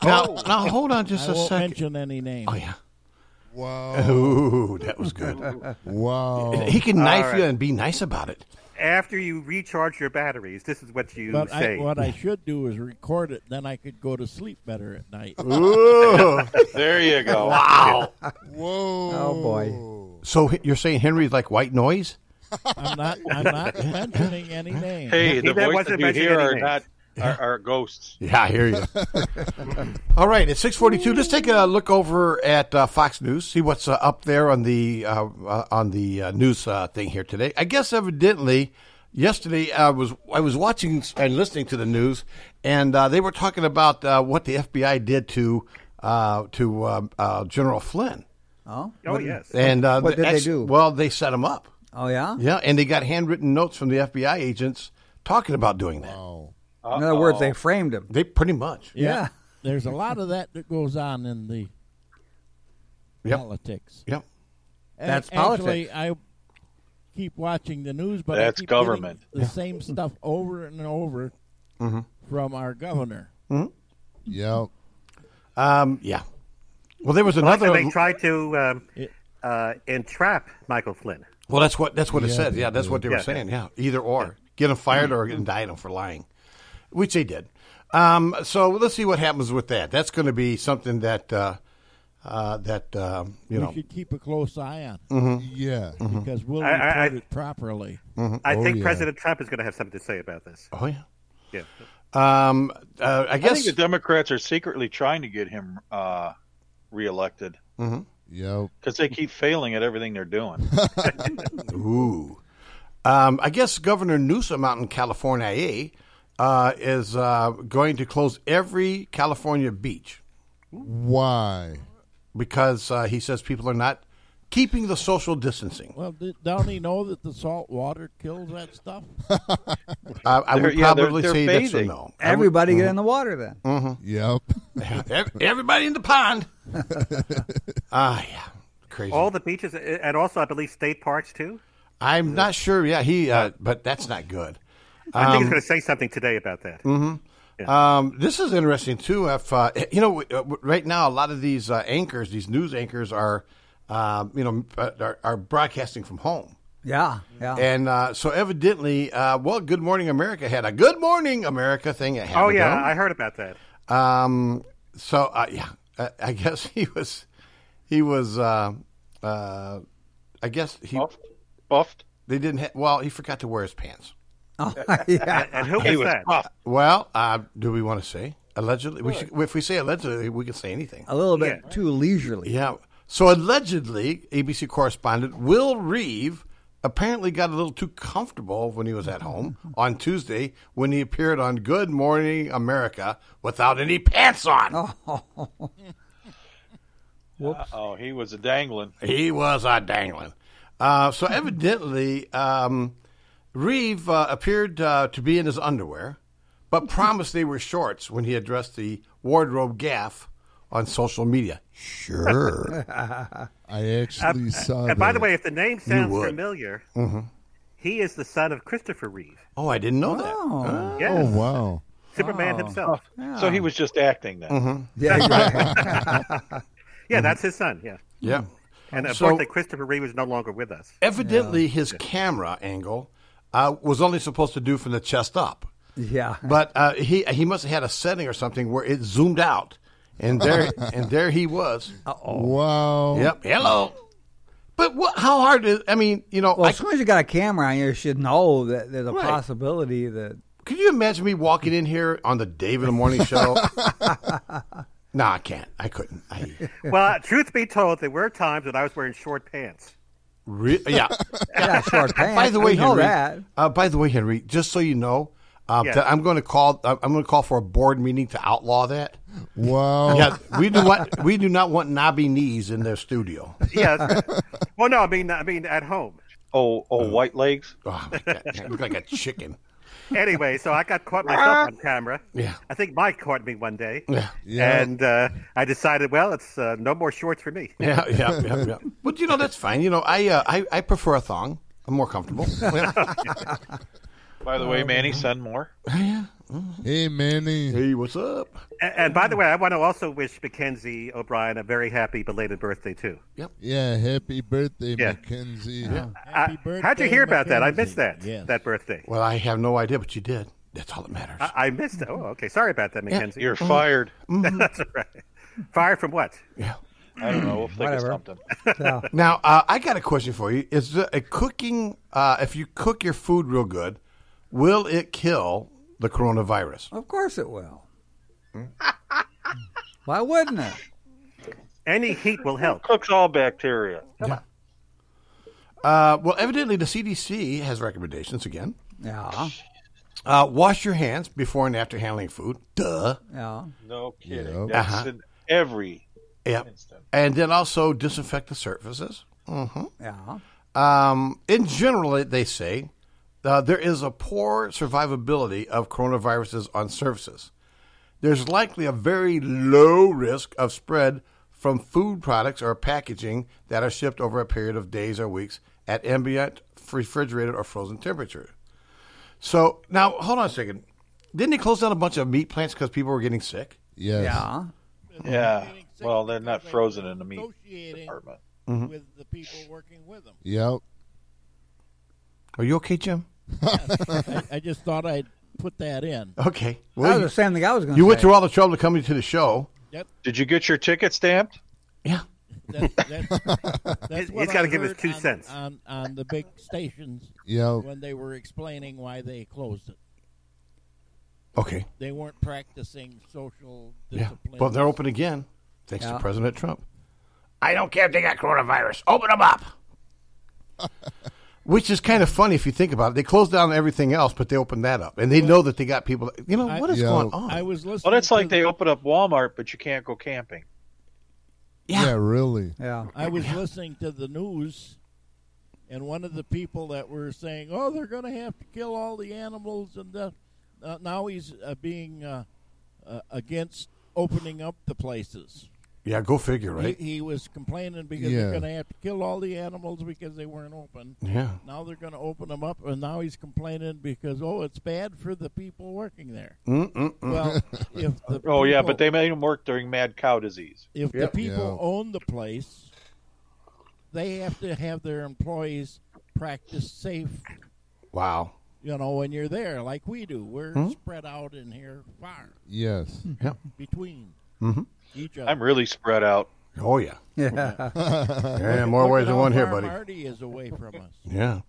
Now- now, hold on just Oh. I a won't second. Mention any name. Oh yeah. Wow. Ooh, that was good. Wow. He can All knife right. you and be nice about it. After you recharge your batteries, this is what you But I, say. what I should do is record it, then I could go to sleep better at night. Ooh. There you go. Wow. Whoa. Oh boy. So h- you're saying Henry's like white noise? I'm not. I'm not mentioning any name. Hey, the voices you hear are not are, are ghosts. Yeah, I hear you. All right, it's six forty-two. Let's take a look over at uh, Fox News, see what's uh, up there on the uh, uh, on the uh, news uh, thing here today. I guess evidently, yesterday I was I was watching and listening to the news, and uh, they were talking about uh, what the FBI did to uh, to uh, uh, General Flynn. Oh. Oh, yes. And uh, what the did ex- they do? Well, they set him up. Oh yeah. Yeah, and they got handwritten notes from the FBI agents talking about doing that. In other words, they framed him. They pretty much. Yeah. There's a lot of that that goes on in the Yep. politics. Yep. A- That's actually, I keep watching the news, but I That's keep getting government. The same stuff over and over Mhm. from our governor. Yep. Um, yeah. Well, there was Well, that's another. how they tried to um, uh, entrap Michael Flynn. Well, that's what that's what it Yeah, said. they Yeah, that's what they were did. Yeah. saying. Yeah, either or, get them fired or indict them for lying, which they did. Um, so let's see what happens with that. That's going to be something that uh, uh, that um, you we know. should keep a close eye on. Mhm. Yeah, because we'll I- I- report I- it properly. Mhm. I Oh, think yeah. President Trump is going to have something to say about this. Oh yeah. Yeah. Um, uh, I I, guess. think the Democrats are secretly trying to get him uh, reelected Mhm. Yep. because they keep failing at everything they're doing. Ooh. Um, I guess Governor Newsom out in California uh, is uh, going to close every California beach. Why? Because uh, he says people are not keeping the social distancing. Well, d- don't he know that the salt water kills that stuff? Uh, I They're- would yeah, they're- probably they're say that's a bathing. no. I would- Everybody get Mhm. in the water then. Yep. Ev- Everybody in the pond. ah, yeah, crazy. All the beaches, a- and also, I believe, state parks, too. I'm not sure. Yeah, he. Uh, but that's not good. I think he's Um, going to say something today about that. hmm Um, this is interesting too. If uh, you know, uh, right now a lot of these uh, anchors, these news anchors, are um, you know are, are broadcasting from home, Yeah. Yeah. and uh, so evidently, uh, well, Good Morning America had a Good Morning America thing. At Oh, yeah, Hamilton. I heard about that. Um. So uh, yeah, I, I guess he was, he was. Uh, uh, I guess he buffed. They didn't. Ha- well, he forgot to wear his pants. Oh, yeah. And, and who He was was that? buffed. Well, uh, do we want to say allegedly? We should, if we say allegedly, we can say anything. A little bit too leisurely. Yeah. So allegedly, ABC correspondent Will Reeve apparently got a little too comfortable when he was at home on Tuesday when he appeared on Good Morning America without any pants on. Oh, he was a dangling. He was a dangling. Uh, so evidently, um, Reeve uh, appeared uh, to be in his underwear, but promised they were shorts when he addressed the wardrobe gaffe on social media. Sure. I actually saw. And by the that. way, if the name sounds would. familiar, hmm he is the son of Christopher Reeve. Oh, I didn't know that. Oh. Yes. Oh wow. Superman Oh. himself. So he was just acting Mm-hmm. then. Yeah. Right. Yeah, that's his son. Yeah. Yeah. And So- unfortunately, Christopher Reeve is no longer with us. Evidently, his camera angle uh, was only supposed to do from the chest up, yeah. but uh, he he must have had a setting or something where it zoomed out, and there and there he was. Wow. Yep. Hello. But what? How hard is? I mean, you know, Well, I, as soon as you got a camera on you, you should know that there's a Right. possibility that could you imagine me walking in here on the Dave in the Morning Show? no, I can't. I couldn't. I well, truth be told, there were times that I was wearing short pants. re- yeah. yeah, short pants. By the way, we know Henry. that. Uh, by the way, Henry. Just so you know, Um, Yes. to- I'm going to call. I'm going to call for a board meeting to outlaw that. Wow. Yeah, we do what we do not want knobby knees in their studio. Yeah. that's right. well, no, I mean, I mean, at home. Oh, Uh-huh. oh, white legs. Oh my god, you look like a chicken. Anyway, so I got caught myself on camera. Yeah. I think Mike caught me one day. Yeah. Yeah. And uh, I decided, well, it's uh, no more shorts for me. Yeah, yeah, yeah, yeah. But you know that's fine. You know, I uh, I, I prefer a thong. I'm more comfortable. By the Uh-huh. way, Manny Sunmore. Hey, Manny. Hey, what's up? And, and by the way, I want to also wish Mackenzie O'Brien a very happy belated birthday too. Yep. Yeah, happy birthday, Yeah. Mackenzie. I- how'd you hear about that? I missed that. That birthday. Well, I have no idea, but you did. That's all that matters. Uh, I, I missed it. Oh, okay. Sorry about that, Yeah. Mackenzie. You're fired. That's all right. Fired from what? Yeah. I don't know. We'll think of Whatever. something. Now, uh, I got a question for you. Is the, a cooking, uh, if you cook your food real good, will it kill the coronavirus? Of course it will. Why wouldn't it? Any heat will help. Cooks all bacteria. Uh, well, evidently, the CDC has recommendations again. Yeah. Uh, wash your hands before and after handling food. Duh. Yeah. No kidding. Yep. That's Uh-huh. in every. Yep. And then also disinfect the surfaces. Mm-hmm. Yeah. Um, in general, they say uh, there is a poor survivability of coronaviruses on surfaces. There's likely a very low risk of spread from food products or packaging that are shipped over a period of days or weeks at ambient, refrigerated, or frozen temperature. So now, hold on a second. Didn't they close down a bunch of meat plants because people were getting sick? Yes. Yeah. Yeah. Well, they're not frozen in the meat department. Mhm. with the people working with them. Yep. Are you okay, Jim? I, I just thought I'd put that in. Okay. That was the same thing I was gonna You went say. through all the trouble to come to the show. Did you get your ticket stamped? That, that, that's He's what gotta I give us heard two on, cents. on on the big stations. Yeah. When they were explaining why they closed it, Okay. they weren't practicing social Yeah. discipline. Well, they're open again, thanks Yeah. to President Trump. I don't care if they got coronavirus. Open them up. Which is kind of funny if you think about it. They closed down everything else, but they opened that up, and they know that they got people. You know what is going on? I was listening. Well, that's like they open up Walmart, but you can't go camping. Yeah. really. Yeah. I was listening to the news, and one of the people that were saying, "Oh, they're going to have to kill all the animals," and the, uh, now he's uh, being uh, uh, against opening up the places. Yeah, go figure, right? He, he was complaining because Yeah. they're going to have to kill all the animals because they weren't open. Yeah. Now they're going to open them up, and now he's complaining because oh, it's bad for the people working there. Mm-mm-mm. Well, if the oh yeah, people- but they made them work during mad cow disease. if the people own the place, they have to have their employees practice safe. Wow. You know, when you're there, like we do, we're Hmm? spread out in here far Yes. Yep. between Mm-hmm. each other. I'm really spread out. Oh yeah. Yeah. yeah, more Look ways at than how one here, far buddy. Marty is away from us. Yeah.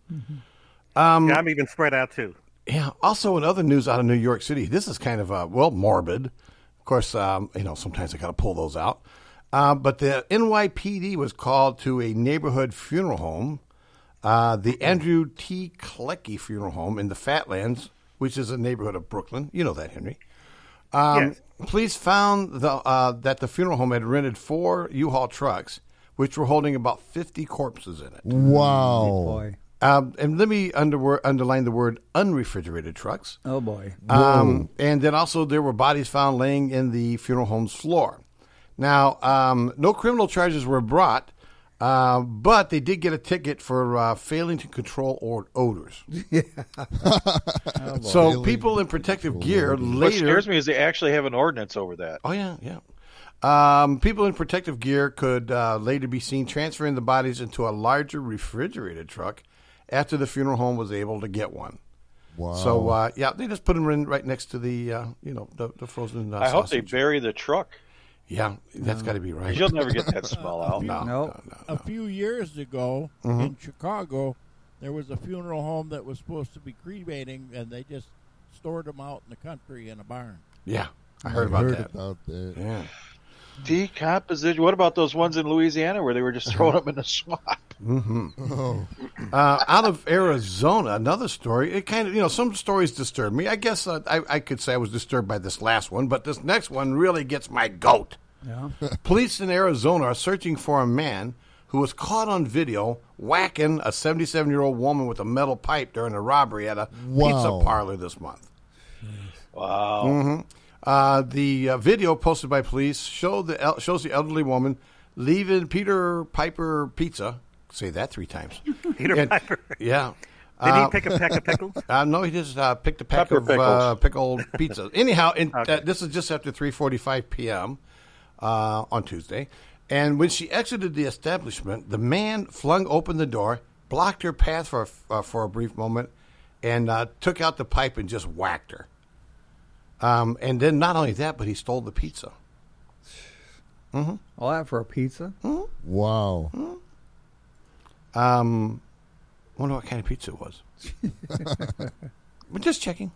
Um, yeah, I'm even spread out too. Yeah. Also, in other news out of New York City, this is kind of uh, well morbid. Of course, um, you know sometimes I got to pull those out. Uh, but the NYPD was called to a neighborhood funeral home, uh, the Andrew T. Klecky Funeral Home in the Fatlands, which is a neighborhood of Brooklyn. You know that, Henry. Um, Yes. Police found the, uh, that the funeral home had rented four U-Haul trucks, which were holding about 50 corpses in it. Wow. Um, and let me under, underline the word unrefrigerated trucks. Oh boy. Um, and then also there were bodies found laying in the funeral home's floor. Now, um, no criminal charges were brought, uh, but they did get a ticket for uh, failing to control or- odors. so people in protective gear Oh, What later. scares me is they actually have an ordinance over that. Oh yeah, yeah. Um, people in protective gear could uh, later be seen transferring the bodies into a larger refrigerated truck after the funeral home was able to get one. Wow. So uh, yeah, they just put them in right next to the uh, you know the, the frozen. Uh, I hope they sausage. bury the truck. Yeah, that's got to be right. You'll never get that smell out. No, no, Oh. A few years ago Mhm. in Chicago, there was a funeral home that was supposed to be cremating, and they just stored them out in the country in a barn. Yeah, I heard about heard that. about that. Yeah. Decomposition. What about those ones in Louisiana where they were just throwing them in the swamp? Mm-hmm. Oh. Uh, out of Arizona, another story. It kind of, you know, some stories disturb me. I guess uh, I, I could say I was disturbed by this last one, but this next one really gets my goat. Yeah. Police in Arizona are searching for a man who was caught on video whacking a 77 year old woman with a metal pipe during a robbery at a Wow. pizza parlor this month. Wow. Mhm. Uh, the uh, video posted by police showed the el- shows the elderly woman leaving Peter Piper Pizza. Say that three times. Peter Piper. Yeah. Did he pick a peck of pickles? Uh, no, he just uh, picked a pack Pepper of uh, pickles. pickled pizza. Anyhow, in, Okay. uh, this is just after 3:45 p.m. Uh, on Tuesday, and when she exited the establishment, the man flung open the door, blocked her path for a, f- uh, for a brief moment, and uh, took out the pipe and just whacked her. Um, and then not only that, but he stole the pizza. Mm-hmm. All that for a pizza? Hmm? Wow. Um, wonder what kind of pizza it was. We're just checking.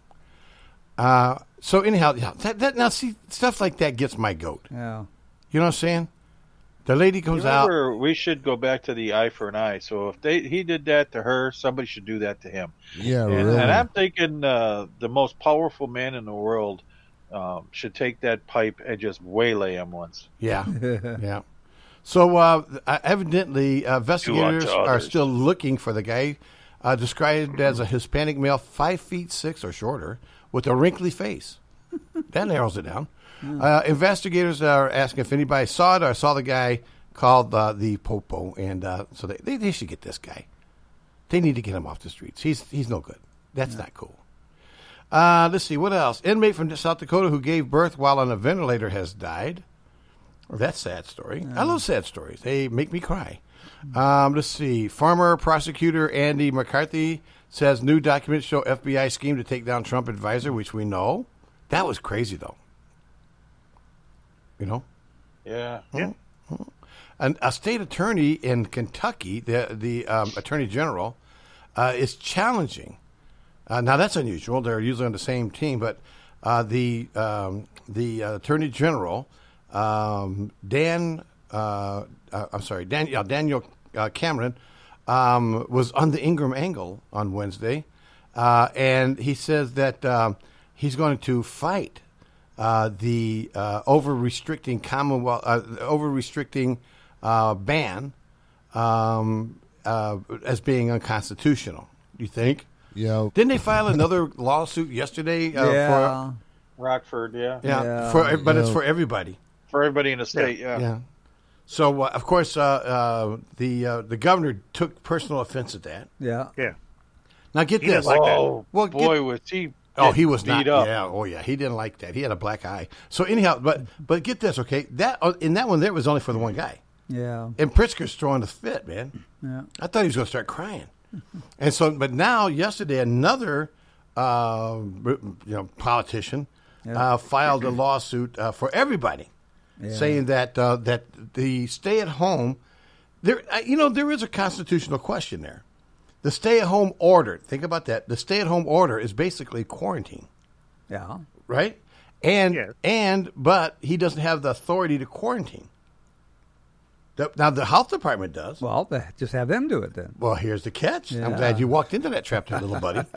Uh, so anyhow, yeah, that, that now see stuff like that gets my goat. Yeah. You know what I'm saying? The lady comes You out. remember, we should go back to the eye for an eye. So if they he did that to her, somebody should do that to him. Yeah, and, really. and I'm thinking uh, the most powerful man in the world um, should take that pipe and just waylay him once. Yeah, yeah. So uh, uh, evidently, uh, investigators to are others. still looking for the guy uh, described as a Hispanic male, five feet six or shorter, with a wrinkly face. that narrows it down. Uh, investigators are asking if anybody saw it or saw the guy called uh, the Popo, and uh, so they, they they should get this guy. They need to get him off the streets. He's he's no good. That's not cool. Uh, let's see what else. Inmate from South Dakota who gave birth while on a ventilator has died. That's a sad story. I love sad stories. They make me cry. Um, let's see. Former prosecutor Andy McCarthy says new documents show FBI scheme to take down Trump advisor, which we know. That was crazy though. You know. Yeah. Yeah. An, a state attorney in Kentucky, the the um, attorney general, uh, is challenging. Uh, now that's unusual. They're usually on the same team, but uh, the um, the uh, attorney general um, Dan, uh, uh, I'm sorry, Dan, yeah, Daniel uh, Cameron um, was on the Ingram angle on Wednesday, uh, and he says that um, he's going to fight uh, the uh, over restricting Commonwealth uh, over restricting uh, ban um, uh, as being unconstitutional. You think? Yeah. Didn't they file another lawsuit yesterday? Uh, Rockford, yeah. For, yeah, For, eh, but it's for everybody. For everybody in the state, yeah. So uh, of course, uh, uh, the uh, the governor took personal offense at that. Yeah. Yeah. Now get He this. doesn't like that. Whoa, Well, get- Oh, boy, was he Oh, he was beat not. up. Yeah. Oh, yeah. He didn't like that. He had a black eye. So anyhow, but but get this. Okay, that uh, in that one there was only for the one guy. Yeah. And Pritzker's throwing a fit, man. Yeah. I thought he was going to start crying. And so, but now yesterday, another uh, you know politician uh, filed a lawsuit uh, for everybody, Yeah. saying that uh, that the stay at home there, uh, you know, there is a constitutional question there. The stay at home order. Think about that. The stay at home order is basically quarantine Yeah. right? And and but he doesn't have the authority to quarantine. The- now the health department does. Well, they just have them do it then. Well, here's the catch. I'm Yeah. glad you walked into that trap, there, little buddy.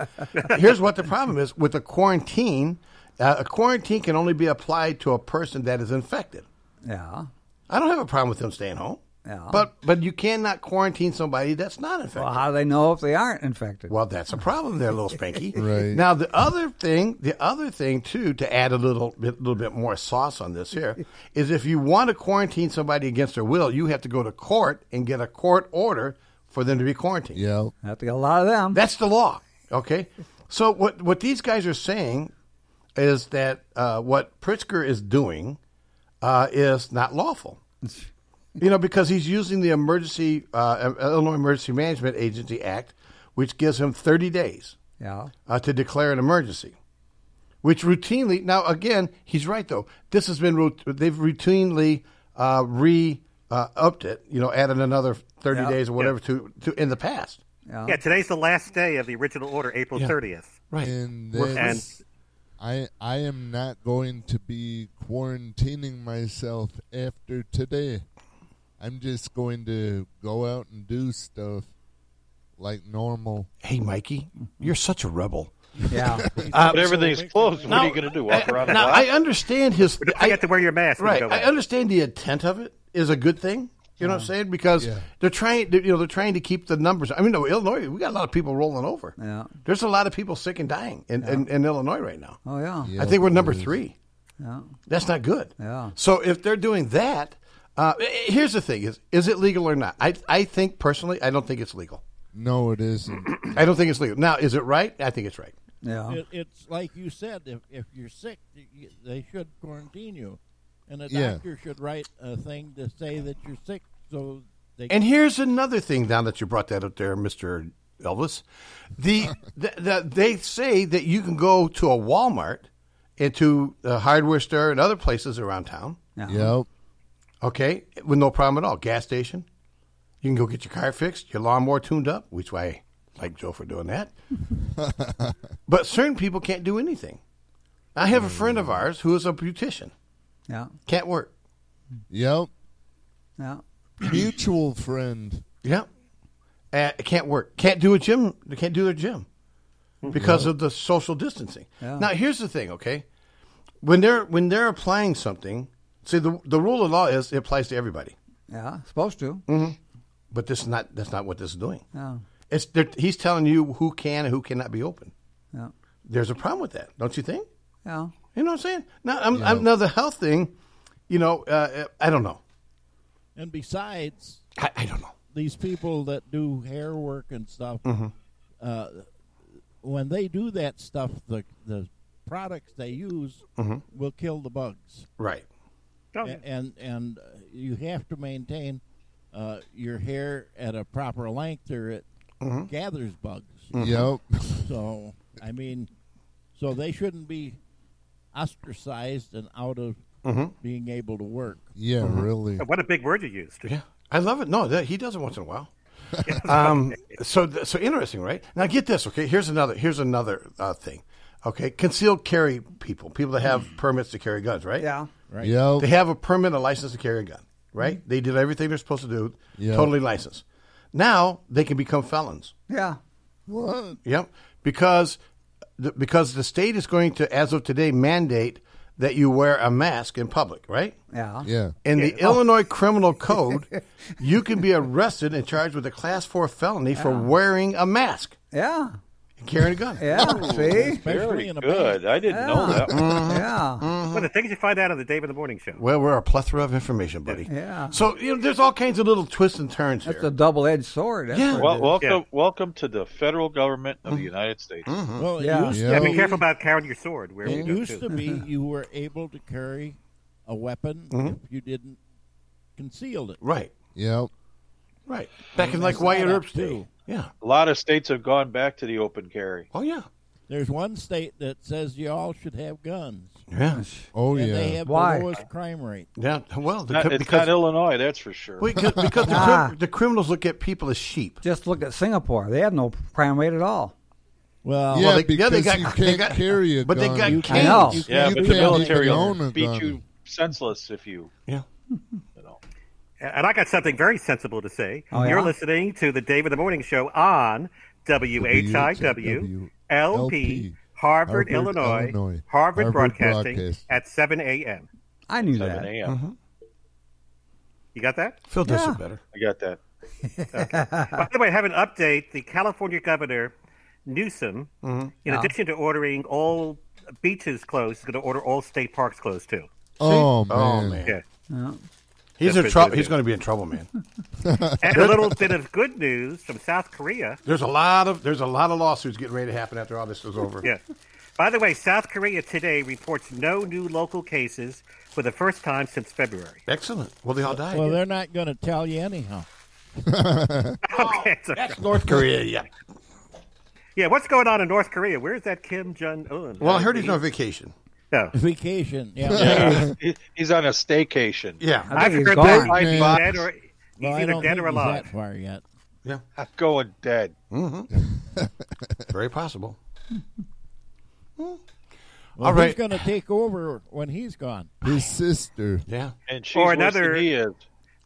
here's what the problem is with a quarantine. Uh, a quarantine can only be applied to a person that is infected. Yeah. I don't have a problem with them staying home. Yeah. But but you cannot quarantine somebody that's not infected. Well, how do they know if they aren't infected? Well, that's a problem there, little Spanky. Right. Now, the other thing, the other thing too, to add a little bit, little bit more sauce on this here, is if you want to quarantine somebody against their will, you have to go to court and get a court order for them to be quarantined. Yeah, have to get a lot of them. That's the law. Okay. So what what these guys are saying is that uh, what Pritzker is doing uh, is not lawful. You know, because he's using the emergency uh, Illinois Emergency Management Agency Act, which gives him thirty days Yeah. uh, to declare an emergency, which routinely. Now, again, he's right though. This has been rout- they've routinely uh, re uh, upped it. You know, added another thirty Yeah. days or whatever to, to in the past. Yeah, today's the last day of the original order, April Yeah. 30th. Right. And We're- then and- I I am not going to be quarantining myself after today. I'm just going to go out and do stuff. like normal. Hey, Mikey, you're such a rebel. Yeah. Uh, but everything's closed. What are you going to do? Walk I- around? now, and I understand his. But don't forget to wear your mask. when you Right. go I out. understand the intent of it is a good thing. You know what I'm saying? Because they're trying, you know, they're trying to keep the numbers. I mean, no, Illinois, we got a lot of people rolling over. Yeah. There's a lot of people sick and dying in, in, in Illinois right now. Oh yeah. I think we're number three. That's not good. Yeah. So if they're doing that, uh, eh, eh, here's the thing: is is it legal or not? I I think personally, I don't think it's legal. No, it isn't. I don't think it's legal. Now, is it right? I think it's right. It, it's like you said, if, if you're sick, you- they should quarantine you. And a Yeah. doctor should write a thing to say that you're sick so they And here's another thing now that you brought that up there, Mr. Elvis. The, the, the they say that you can go to a Walmart and to a hardware store and other places around town. Yep. Okay, with no problem at all. Gas station. You can go get your car fixed, your lawnmower tuned up, which I like Joe for doing that. but certain people can't do anything. I have a friend of ours who is a beautician. Yeah. Can't work. Yep. Yeah. Mutual friend. Yeah. Uh, it can't work. Can't do a gym. They can't do their gym because Yeah. of the social distancing. Yeah. Now, here's the thing, okay? When they're when they're applying something, see the the rule of law is it applies to everybody. Yeah, supposed to. hmm But this is not that's not what this is doing. No. It's they're- he's telling you who can and who cannot be open. Yeah. There's a problem with that, don't you think? Yeah. You know what I'm saying? Now, I'm, I'm, now the health thing, you know, uh, I don't know. And besides, I, I don't know these people that do hair work and stuff. Mhm. Uh, when they do that stuff, the the products they use Mhm. will kill the bugs. Right. A- And and uh, you have to maintain uh, your hair at a proper length, or it Mhm. gathers bugs. Mm-hmm. Mhm. So I mean, so they shouldn't be ostracized and out of Mhm. being able to work. Yeah, Mm-hmm. really. What a big word you used. Yeah, I love it. No, that, he does it once in a while. um, so, th- so interesting, right? Now, get this. Okay, here's another. Here's another uh, thing. Okay, concealed carry people, people that have permits to carry guns, right? Yeah. Right. Yeah. They have a permit, a license to carry a gun, right? Mm-hmm. They did everything they're supposed to do. Yeah. Totally licensed. Now they can become felons. Yeah. What? Yep, because the, because the state is going to, as of today, mandate that you wear a mask in public, right? Yeah. Yeah. In the Yeah. Oh. Illinois Criminal Code, you can be arrested and charged with a Class Four felony for wearing a mask Yeah. and carrying a gun. Yeah. See. Very good. I didn't know Yeah. that. One. Yeah. Well, the things you find out on the Dave in the Morning Show. Well, we're a plethora of information, buddy. Yeah. So you know, there's all kinds of little twists and turns That's here. a double-edged sword. That's Oh, Yeah. Mm. what it Well, is. welcome, welcome to the federal government of the United States. Well, it Yeah. used Yeah. to be be- careful about carrying your sword. Where It you go used to be you were able to carry a weapon Mhm. if you didn't conceal it. Right, Yep. right. Back in like Wyatt Earp's day. Yeah. A lot of states have gone back to the open carry. Oh yeah. There's one state that says you all should have guns. Yeah. Oh and yeah. They have Why? the lowest crime rate. Yeah. Well, the, Not- cri- it's not Illinois, that's for sure. Wait, 'cause- because the, Ah. crim- the criminals look at people as sheep. Just look at Singapore. They have no crime rate at all. Well, yeah, well, they- because yeah, they got- you they can't got- carry a but they gun. got You canes. know. can't- yeah, you but the can't even military own a will beat gun. you senseless if you. Yeah. And I got something very sensible to say. Oh, yeah? You're listening to the Dave in the Morning Show on WHIW LP, Harvard, Harvard, Illinois, Illinois. Harvard, Harvard Broadcasting Broadcast. at 7 a.m. I knew that. 7 a.m. You got that? Phil does Yeah. it better. I got that. By the way, I have an update. The California governor, Newsom, in Yeah. addition to ordering all beaches closed, is going to order all state parks closed too. Oh man. Oh man. Yeah. Yeah. He's That's in what trouble. they He's do. going to be in trouble, man. And a little bit of good news from South Korea. There's a lot of there's a lot of lawsuits getting ready to happen after all this is over. Yeah. By the way, South Korea today reports no new local cases for the first time since February. Excellent. Well, they all died. Well, they're not going to tell you anyhow. Okay, so- That's North Korea. Yeah. yeah, what's going on in North Korea? Where's that Kim Jong Un? Well, I heard he's on vacation. No. Vacation. Yeah. He- He's on a staycation. Yeah. I, think heard he's that gone. he's Man. dead or he's Well, I either don't dead think or he's alive. that far yet. Yeah. I'm going dead. Mm-hmm. Very possible. Well, All right. Who's going to take over when he's gone? His sister. Yeah. And she's Or worse than another- he is.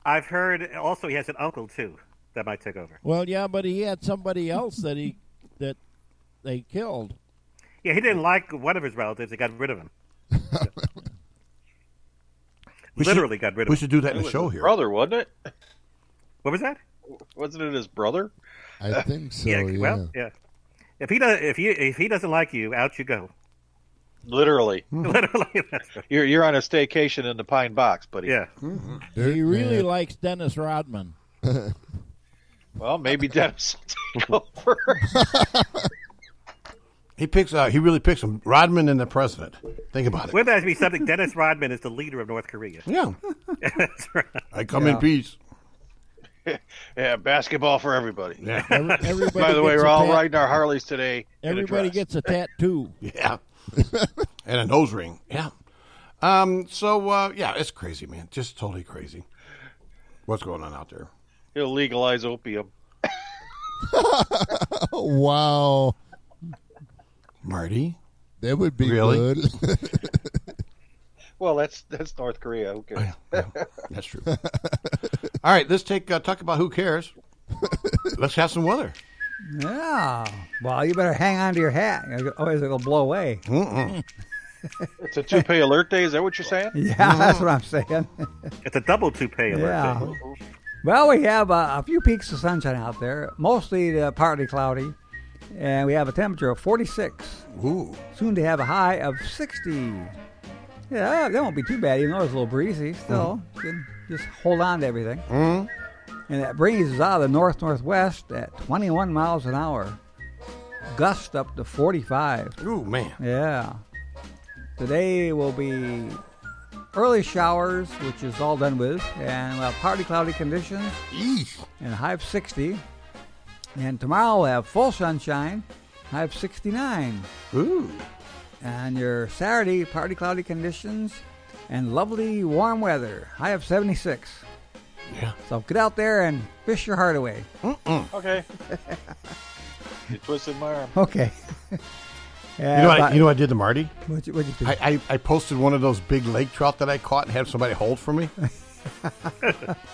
I've heard also he has an uncle too. that might take over. Well, yeah, but he had somebody else that he that they killed. Yeah, he didn't like one of his relatives. He got rid of him. We Literally should, got rid of We him. should do that It in the was show his here. Brother, wasn't it? What was that? Wasn't it his brother? I think so. Uh, yeah, Well, yeah. If he does, if you if he doesn't like you, out you go. Literally. Literally. You're you're on a staycation in the pine box, buddy. Yeah. He really likes Dennis Rodman. Well, maybe Dennis will take over. He picks. Uh, he really picks him. Rodman and the president. Think about it. Wouldn't that be something? Dennis Rodman is the leader of North Korea. Yeah. That's right. I come in peace. yeah, basketball for everybody. Yeah. Every- everybody By the way, gets we're a all pat- riding our Harleys today. in a Everybody dress. gets a tattoo. Yeah. and a nose ring. Yeah. Um. So uh, yeah, it's crazy, man. Just totally crazy. What's going on out there? He'll legalize opium. Oh, wow. Marty? That would be Really? good. Well, that's that's North Korea. Who Oh, cares? Oh, That's true. All right, let's take uh, talk about who cares. let's have some weather. Yeah. Well, you better hang on to your hat. Oh, Otherwise, it'll blow away. Mm-mm. it's a toupee alert day. Is that what you're saying? Yeah, that's what I'm saying. It's a double toupee alert. Yeah. thing. Mm-hmm. Well, we have uh, a few peaks of sunshine out there, mostly uh, partly cloudy, and we have a temperature of 46. Ooh. Soon to have a high of 60. Yeah, that won't be too bad, even though it's a little breezy. Still, Can just hold on to everything. Mm. And that breeze is out of the north northwest at 21 miles an hour, gust up to 45. Ooh, man. Yeah. Today will be early showers, which is all done with, and uh, partly cloudy conditions. And a high of 60. And tomorrow we'll have full sunshine, high of 69. Ooh. And your Saturday, partly cloudy conditions and lovely warm weather, high of 76. Yeah. So get out there and fish your heart away. Okay. you twisted my arm. Okay. you know, what but- I, you know what I did to Marty? What'd you, what'd you do? I, I, I posted one of those big lake trout that I caught and had somebody hold for me.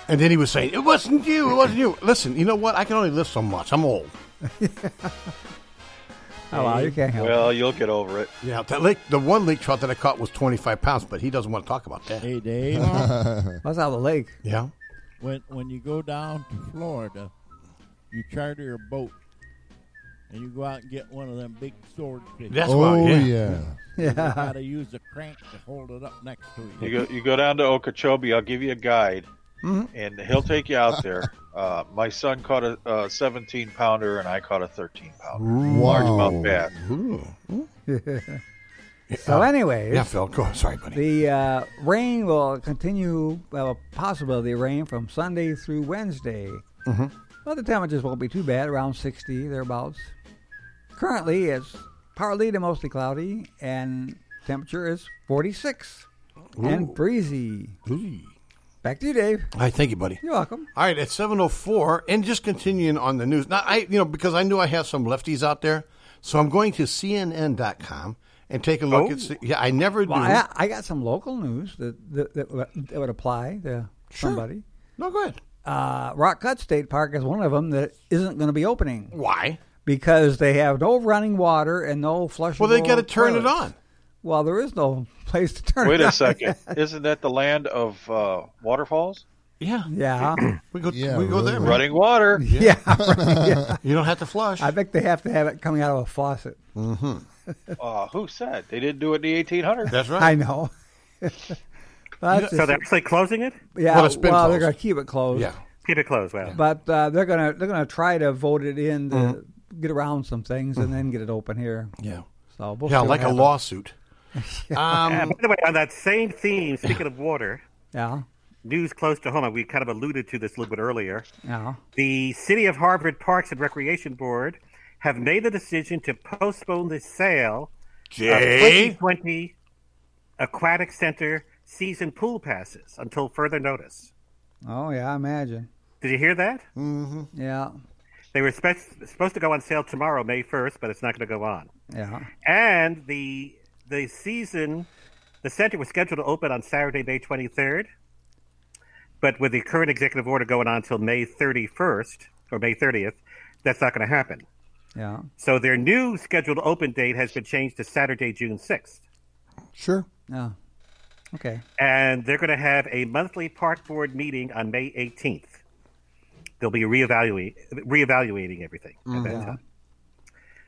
and then he was saying, It wasn't you. It wasn't you. Listen, you know what? I can only live so much. I'm old. oh, wow, you can't help it. Well, you'll get over it. Yeah, that lake, the one lake trout that I caught was 25 pounds, but he doesn't want to talk about that. Hey, Dave. That's out of the lake. yeah. when when you go down to Florida, you charter a boat and you go out and get one of them big swordfish. That's what- Oh, yeah. yeah. You Yeah. got to use a crank to hold it up next to you. You go you go down to Okeechobee. I'll give you a guide, and he'll take you out there. Uh, my son caught a, a 17 pounder, and I caught a 13 pounder. Largemouth bass. so, anyways, Yeah, Phil. Go. Sorry, buddy. the uh, rain will continue, well, a possibility of rain from Sunday through Wednesday. Mhm. Well, the temperatures won't be too bad, around 60 thereabouts. Currently, it's partly to mostly cloudy, and temperature is 46 Ooh. and breezy. Back to you, Dave. All right, thank you, buddy. You're welcome. All right, at 7:04 and just continuing on the news. Now I, you know, because I knew I have some lefties out there, so I'm going to cnn.com and take a look at at yeah, Oh. I never Well, do. I, I got some local news that, that, that, would- that would apply to somebody. No, go ahead. Uh, Rock Cut State Park is one of them that isn't going to be opening. Why? Because they have no running water and no flushable. Well, they got to turn it toilets. on. Well, there is no place to turn Wait it on. a second. Isn't that the land of uh, waterfalls? Yeah. Yeah. We go Yeah, we go there. man. Running water. yeah. right, yeah. You don't have to flush. I think they have to have it coming out of a faucet. mm-hmm. Uh, who said they didn't do it in the 1800s? That's right. I know. That's So just- they're actually closing it. yeah. Well, it's been they're closed. going to keep it closed. Yeah. Keep it closed. Wow. But uh, they're going to they're going to try to vote it in to Mm-hmm. get around some things and then get it open here. Yeah. So we'll yeah, see what like a happens. lawsuit. Uh, Um, by the way, on that same theme, speaking of water, Yeah. news close to home, and we kind of alluded to this a little bit earlier. Yeah. The City of Harvard Parks and Recreation Board have made the decision to postpone the sale Jay? of 2020 Aquatic Center season pool passes until further notice. Oh yeah, I imagine. Did you hear that? Yeah. They were spe- supposed to go on sale tomorrow, May 1st, but it's not going to go on. Yeah. And the the season, the center was scheduled to open on Saturday, May 23rd. But with the current executive order going on until May 31st or May 30th, that's not going to happen. Yeah. So their new scheduled open date has been changed to Saturday, June 6th. Sure. Yeah. Okay. And they're going to have a monthly park board meeting on May 18th. They'll be reevaluating, reevaluating everything at that Mhm. time.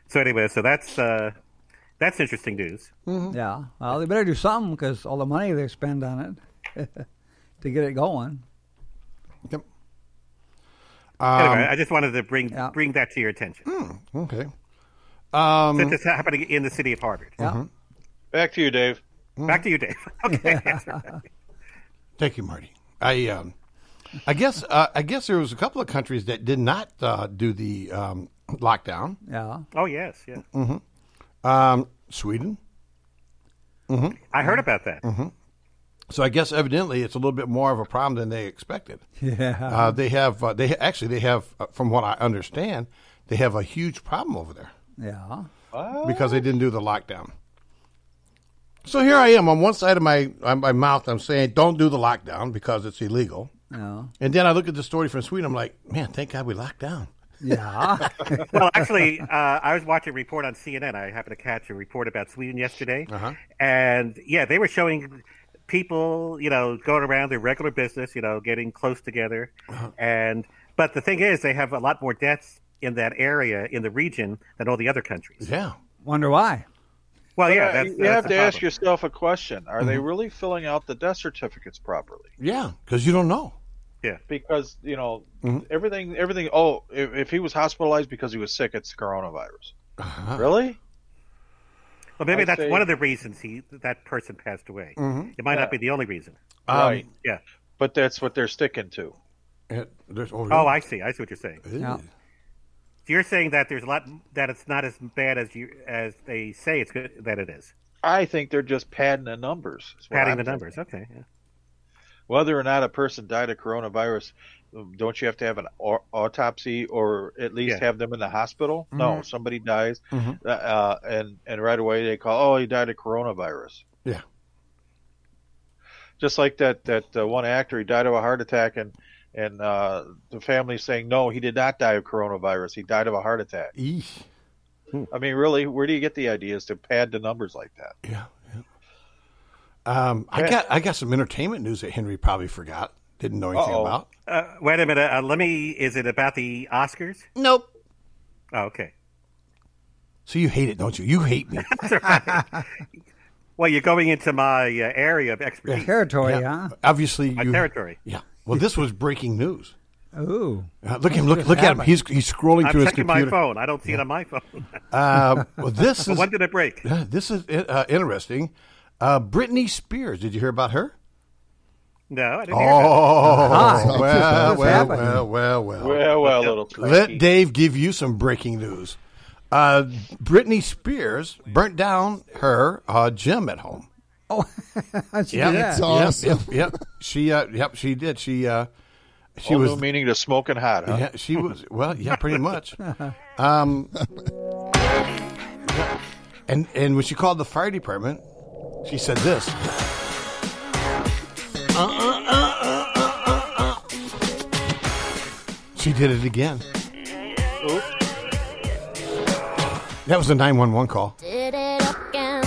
So anyway, so that's uh, that's interesting news. Yeah. Well, they better do something because all the money they spend on it to get it going. Yep. anyway, I just wanted to bring bring that to your attention. Okay. Um, Um, Since it's happening in the city of Harvard. Back to you, Dave. Back to you, Dave. Okay. that's right. Thank you, Marty. I um, I guess uh, I guess there was a couple of countries that did not uh, do the um, lockdown. Yeah. Oh yes, yeah. hmm Um, Sweden. hmm I heard about that. hmm So I guess evidently it's a little bit more of a problem than they expected. Yeah. Uh, they have uh, they actually they have uh, from what I understand they have a huge problem over there Yeah. because they didn't do the lockdown. So here I am on one side of my on my mouth. I'm saying don't do the lockdown because it's illegal. Yeah. And then I look at the story from Sweden. I'm like, man, thank God we locked down. Yeah. well, actually, uh, I was watching a report on CNN. I happened to catch a report about Sweden yesterday, Uh-huh. and yeah, they were showing people, you know, going around their regular business, you know, getting close together, and but the thing is, they have a lot more deaths in that area in the region than all the other countries. Yeah. Wonder why. Well, But, yeah, uh, that's, you that's have the to problem. Mm-hmm. ask yourself a question: Are they Mhm. really filling out the death certificates properly? Yeah, because you don't know. Yeah, because you know Mm-hmm. Mhm. everything. Everything. Oh, if, if he was hospitalized because he was sick, it's coronavirus. Uh-huh. Really? Well, maybe I'd that's say- one of the reasons he that person passed away. Mhm. It might Yeah. not be the only reason. Um, Right. Yeah. But that's what they're sticking to. oh, Oh, I see. I see what you're saying. Yeah. So you're saying that there's a lot that it's not as bad as you as they say it's good that it is. I think they're just padding the numbers. is what Padding I'm the thinking. numbers. Okay. Yeah. Whether or not a person died of coronavirus, um, don't you have to have an au- autopsy or at least Yeah. have them in the hospital? No, Mhm. somebody dies, Mhm. uh, uh, and and right away they call, oh, he died of coronavirus. Yeah. Just like that that uh, one actor, he died of a heart attack, and and uh, the family saying, no, he did not die of coronavirus. He died of a heart attack. Eesh. Hmm. I mean, really, where do you get the ideas to pad the numbers like that? Yeah. Um, I got I got some entertainment news that Henry probably forgot, didn't know anything Uh-oh. about. Uh, wait a minute. Uh, let me. Is it about the Oscars? Nope. Oh, okay. So you hate it, don't you? You hate me. Well, you're going into my uh, area of expertise. Oh, Yeah. Obviously, My you, territory. Yeah. Well, this was breaking news. Ooh. Uh, look at him! Look, look at him! He's he's scrolling I'm through his checking computer. my phone. I don't see it on my phone. Uh, well, this is When did it break? Yeah, This is uh, interesting. Uh, Britney Spears. Did you hear about her? No, I didn't Oh, hear Ah, well, well, well, that. well, well, well, Well, well, little Oh, Let Dave give you some breaking news. Uh, Britney Spears burnt down her uh, gym at home. That's Yep, yeah. yep, Yep, yep, She, uh, yep, she did. She, uh, she All was no meaning to smoking hot. Huh? Yeah, she was. Well, yeah, pretty much. Um, and and when she called the fire department, she said this. She did it again. That was a nine one one call. Did it again.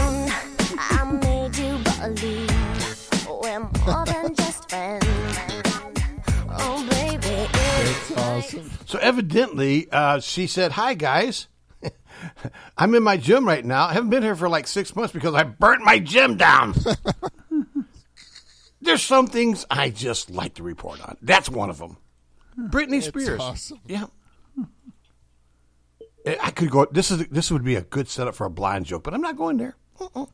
I made you believe we're more than just friends. Oh, baby, it's Awesome. So evidently, uh, she said, "Hi guys, I'm in my gym right now. I haven't been here for like six months because I burnt my gym down." There's some things I just like to report on. That's one of them. Britney It's Spears. awesome. Yeah. I I could go. This is this would be a good setup for a blind joke, but I'm not going there. Mm-mm.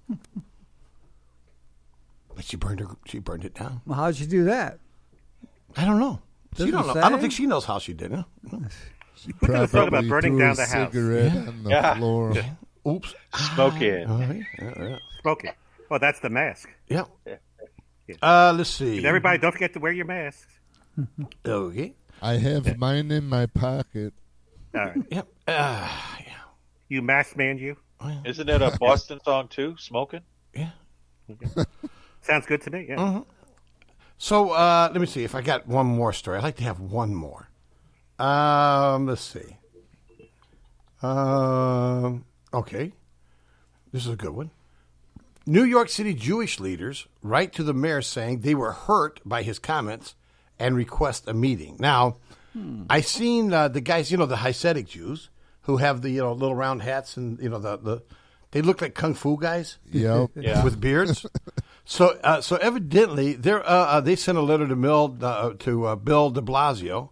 But she burned her. She burned it down. Well, how'd she do that? I don't know. she Doesn't don't know. I don't say? think she knows how she did it. She Look at the song about probably burning threw down a the house. cigarette Yeah. on the Yeah. floor. Yeah. Oops. Smoke it. Uh-huh. Smoking. Well, that's the mask. Yeah. Uh, let's see. Oh, And everybody, don't forget to wear your masks. Okay. I have mine in my pocket. All right. Yep. Uh, You mask man, you. Isn't that a Boston song too? Smoking. Sounds good to me. Yeah. Mhm. So uh, let me see if I got one more story. I'd like to have one more. Um, let's see. Um, okay. This is a good one. New York City Jewish leaders write to the mayor saying they were hurt by his comments and request a meeting. Now, I seen uh, the guys, you know, the Hasidic Jews who have the you know little round hats and you know the, the they look like kung fu guys, Yep. Yeah. with beards. so uh, so evidently they uh, uh, they sent a letter to Bill uh, to uh, Bill De Blasio,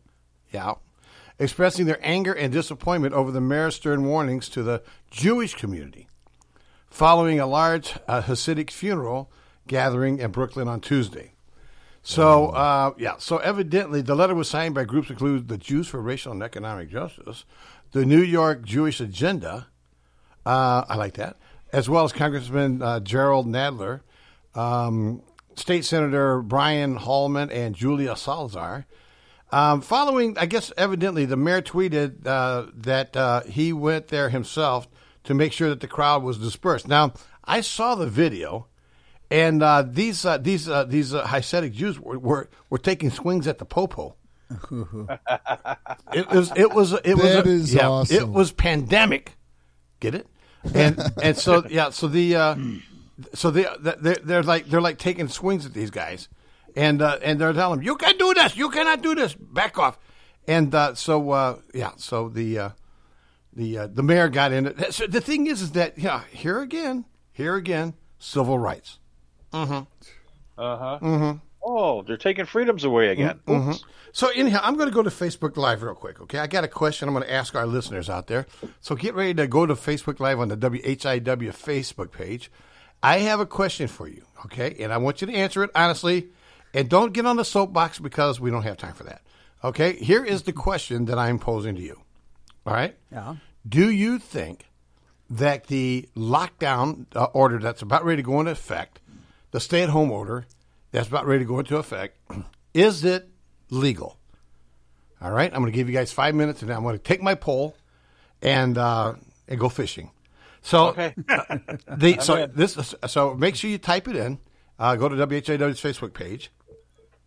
yeah, expressing their anger and disappointment over the mayor's stern warnings to the Jewish community following a large uh, Hasidic funeral gathering in Brooklyn on Tuesday. So, uh, yeah, so evidently the letter was signed by groups including the Jews for Racial and Economic Justice, the New York Jewish Agenda, uh, I like that, as well as Congressman uh, Gerald Nadler, um, State Senator Brian Hallman, and Julia Salazar. Um, following, I guess, evidently, the mayor tweeted uh, that uh, he went there himself to make sure that the crowd was dispersed. Now, I saw the video, and uh, these uh, these uh, these uh, Hasidic Jews were, were were taking swings at the popo. It was it was it was That is yeah, awesome. it was pandemic. Get it? And and so yeah, so the uh, so they they're, they're like they're like taking swings at these guys, and uh, and they're telling them you can do this, you cannot do this, back off. And uh, so uh, yeah, so the uh, the uh, the mayor got in it. So the thing is, is that yeah, here again, here again, civil rights. Mm-hmm. Uh huh. Mhm. Oh, they're taking freedoms away again. Mhm. So anyhow, I'm going to go to Facebook Live real quick. Okay, I got a question. I'm going to ask our listeners out there. So get ready to go to Facebook Live on the WHIW Facebook page. I have a question for you. Okay, and I want you to answer it honestly, and don't get on the soapbox because we don't have time for that. Okay, here is the question that I'm posing to you. All right. Yeah. Do you think that the lockdown uh, order that's about ready to go into effect, the stay at home order that's about ready to go into effect, is it legal? All right, I'm going to give you guys five minutes and I'm going to take my pole and uh, and go fishing. So, the, I'm so in. this is- so make sure you type it in. Uh, go to WHAW's Facebook page.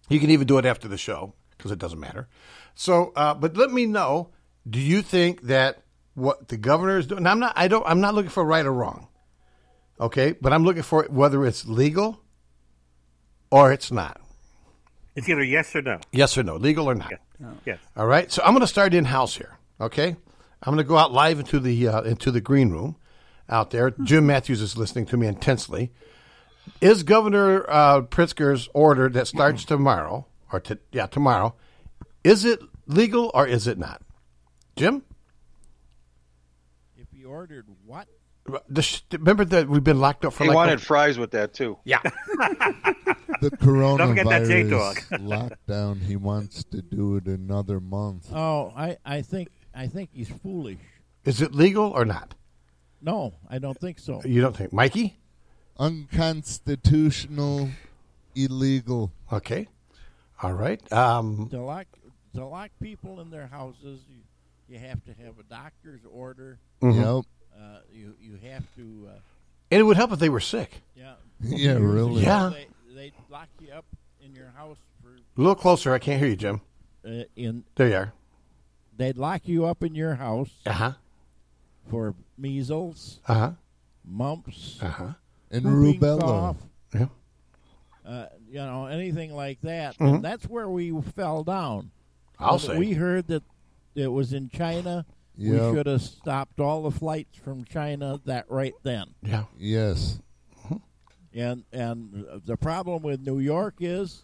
You can even do it after the show because it doesn't matter. So, uh, but let me know. Do you think that what the governor is doing? And I'm not. I don't. I'm not looking for right or wrong. Okay, but I'm looking for whether it's legal or it's not. It's either yes or no. Yes or no, legal or not. Yes. All right. So I'm going to start in house here. Okay. I'm going to go out live into the uh, into the green room out there. Jim Matthews is listening to me intensely. Is Governor uh, Pritzker's order that starts tomorrow or to, yeah tomorrow? Is it legal or is it not? Jim, If you ordered what? the, sh- remember that we've been locked up for He like wanted fries with that too. Yeah. The Don't forget that J coronavirus dog. lockdown. He wants to do it another month. Oh, I, I think I think he's foolish. Is it legal or not? No, I don't think so. You don't think, Mikey? Unconstitutional, illegal. Okay. All right. Um, to lock to lock people in their houses, you, you have to have a doctor's order. Mhm. Mm-hmm. Uh, you you have to. Uh, and it would help if they were sick. yeah. Yeah, really. Yeah. They, they lock you up in your house for. A little closer. I can't hear you, Jim. Uh, in there you are. They'd lock you up in your house. Uh Uh-huh. huh. For measles. Uh huh. Mumps. Uh huh. And whooping rubella. cough, Yeah. Uh, you know anything like that? Mhm. And that's where we fell down. I'll When say. we heard that it was in China. Yeah. We should have stopped all the flights from China that right then. Yeah. Yes. And and the problem with New York is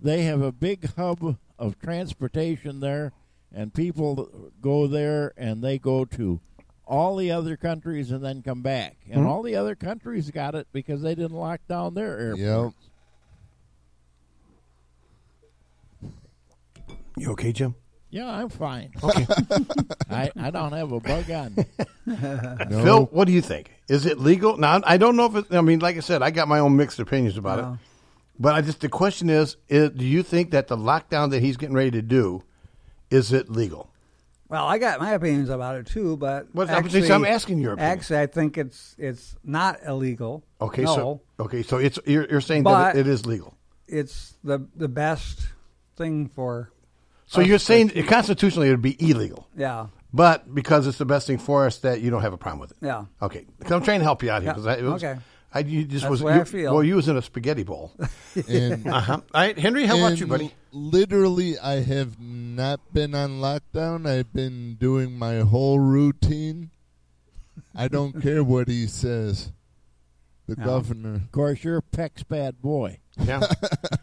they have a big hub of transportation there, and people go there and they go to all the other countries and then come back. And Mm-hmm. Mhm. all the other countries got it because they didn't lock down their Yep. airports. You okay, Jim? Yeah, I'm fine. Okay. I, I don't have a bug on me. Phil, what do you think? Is it legal? Now, I don't know if it, I mean, like I said, I got my own mixed opinions about Yeah. it. But I just, the question is, is do you think that the lockdown that he's getting ready to do, is it legal? Well, I got my opinions about it too, but Well, I'm just- actually, I'm asking your opinion. Actually, I think it's it's not illegal. Okay, no, so okay, so it's you're, you're saying But- that it, it is legal. it's the the best thing for. So us you're to saying keep- constitutionally it would be illegal. Yeah. But because it's the best thing for us, that you don't have a problem with it. Yeah. Okay. 'Cause I'm trying to help you out here. Yeah. 'cause I, it was- Okay. I you just That's was the way you, I feel. Well, you was in a spaghetti bowl. And- uh-huh. All right, Henry, how about and you, buddy? Literally, I have not been on lockdown. I've been doing my whole routine. I don't care what he says. The No. governor. Of course, you're a Peck's bad boy. Yeah.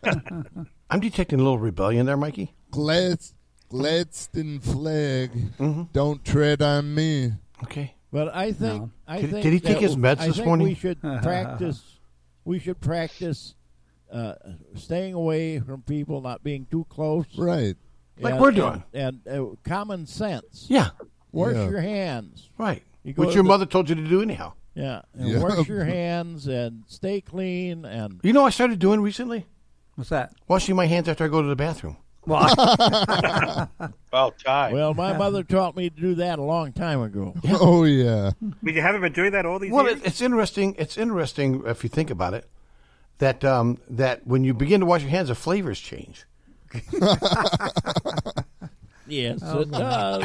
I'm detecting a little rebellion there, Mikey. Glads- Gladstone flag. Mm-hmm. Don't tread on me. Okay. But I think I Did- think did he take that his meds I this think morning? We should practice. We should practice uh, staying away from people, not being too close. Right. Like we're doing. and, uh, common sense. Yeah. wash Yeah. your hands. Right. You go Which to your the- mother told you to do anyhow. Yeah, and Yeah. wash your hands and stay clean and You know, what I started doing recently. What's that? Washing my hands after I go to the bathroom. About time. Well, my mother taught me to do that a long time ago. Oh yeah. But you haven't been doing that all these Well, years. it, it's interesting. It's interesting if you think about it that um, that when you begin to wash your hands, the flavors change. Yes, Oh, it does.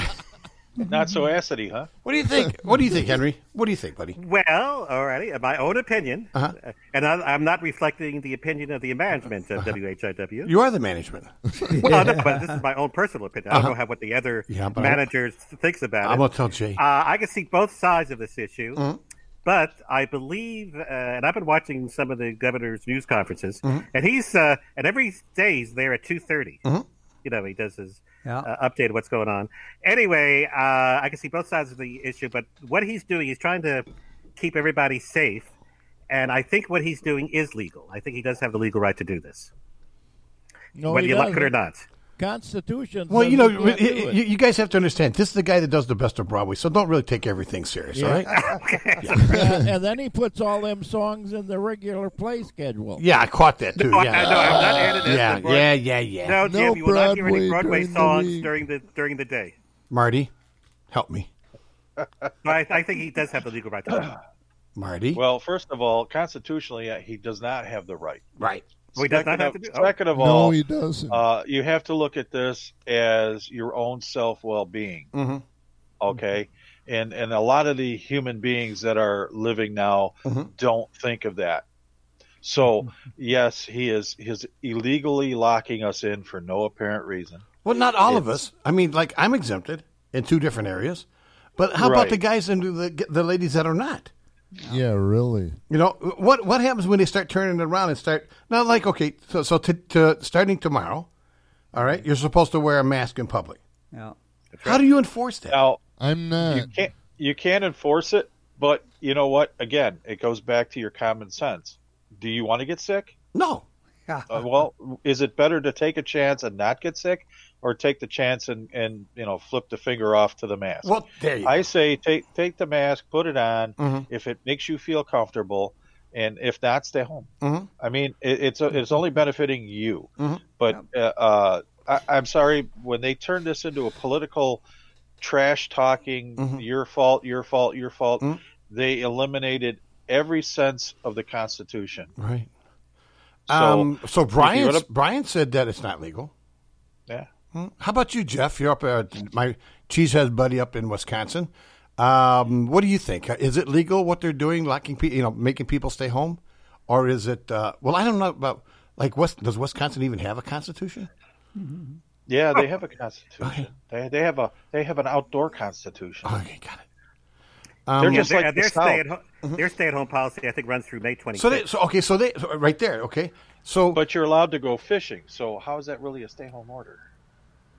Not so acidy, huh? What do you think? What do you think, Henry? What do you think, buddy? Well, alrighty. In my own opinion, Uh-huh. uh and I, I'm not reflecting the opinion of the management of WHIW. Uh-huh. You are the management. well, no, but this is my own personal opinion. I Uh-huh. don't know how, what the other Yeah, but I- managers thinks about I'm it. gonna tell Jay. Uh, I can see both sides of this issue, Mhm. but I believe, uh, and I've been watching some of the governor's news conferences, Mm-hmm. and he's uh, and every day he's there at two Mhm. You know, he does his Yeah. uh, update of what's going on. Anyway, uh, I can see both sides of the issue, but what he's doing, he's trying to keep everybody safe, and I think what he's doing is legal. I think he does have the legal right to do this, No, whether he you like it or doesn't. not. Constitution. Well, says you know, we can't do you, it. you you guys have to understand. This is the guy that does the best of Broadway, so don't really take everything serious. All right? Uh, and, and then he puts all them songs in the regular play schedule. Yeah, I caught that too. No, I- yeah. no, I'm not adding that yeah, to Broadway. yeah, yeah, yeah. No, Jim, you will not hear any Broadway songs during the during the day. Marty, help me, So I, I think he does have the legal right to do it. Marty. Well, first of all, constitutionally, uh, he does not have the right. Right. Well, he does not have to do- oh. Second of No, all, he doesn't. Uh, you have to look at this as your own self well-being. Mhm. Okay, and and a lot of the human beings that are living now don't think of that. So yes, he is he is illegally locking us in for no apparent reason. Well, not all of us. I mean, like I'm exempted in two different areas, but how about Right. the guys and the the ladies that are not? Yeah, really. You know what what happens when they start turning it around and start now? Like okay, so so t- to starting tomorrow, all right, you're supposed to wear a mask in public. Yeah. How do you enforce that? Now I'm not. you can't you can't enforce it, but you know what? Again, it goes back to your common sense. Do you want to get sick? No. Uh, well, is it better to take a chance and not get sick, or take the chance and, and you know flip the finger off to the mask? Well, there you I say take take the mask, put it on Mm-hmm. if it makes you feel comfortable, and if not, stay home. Mhm. I mean, it, it's it's only benefiting you. Mm-hmm. But uh, uh, I, I'm sorry when they turn this into a political trash talking, Mm-hmm. your fault, your fault, your fault. They eliminated every sense of the Constitution. Right. So, um, so if you Brian wanna- Brian said that it's not legal. Yeah. Hmm. How about you, Jeff? You're up uh, my cheesehead buddy up in Wisconsin. Um, what do you think? Is it legal what they're doing, locking people, you know, making people stay home, or is it? Uh, well, I don't know about like West. Does Wisconsin even have a constitution? Yeah, they have a constitution. They, they have a they have an outdoor constitution. Okay, got it. They're yeah, just their, like the their South. stay at home, their stay at home policy. I think runs through May 26th. Mm-hmm. So they, so okay, so they so right there. Okay, so but you're allowed to go fishing. So how is that really a stay home order?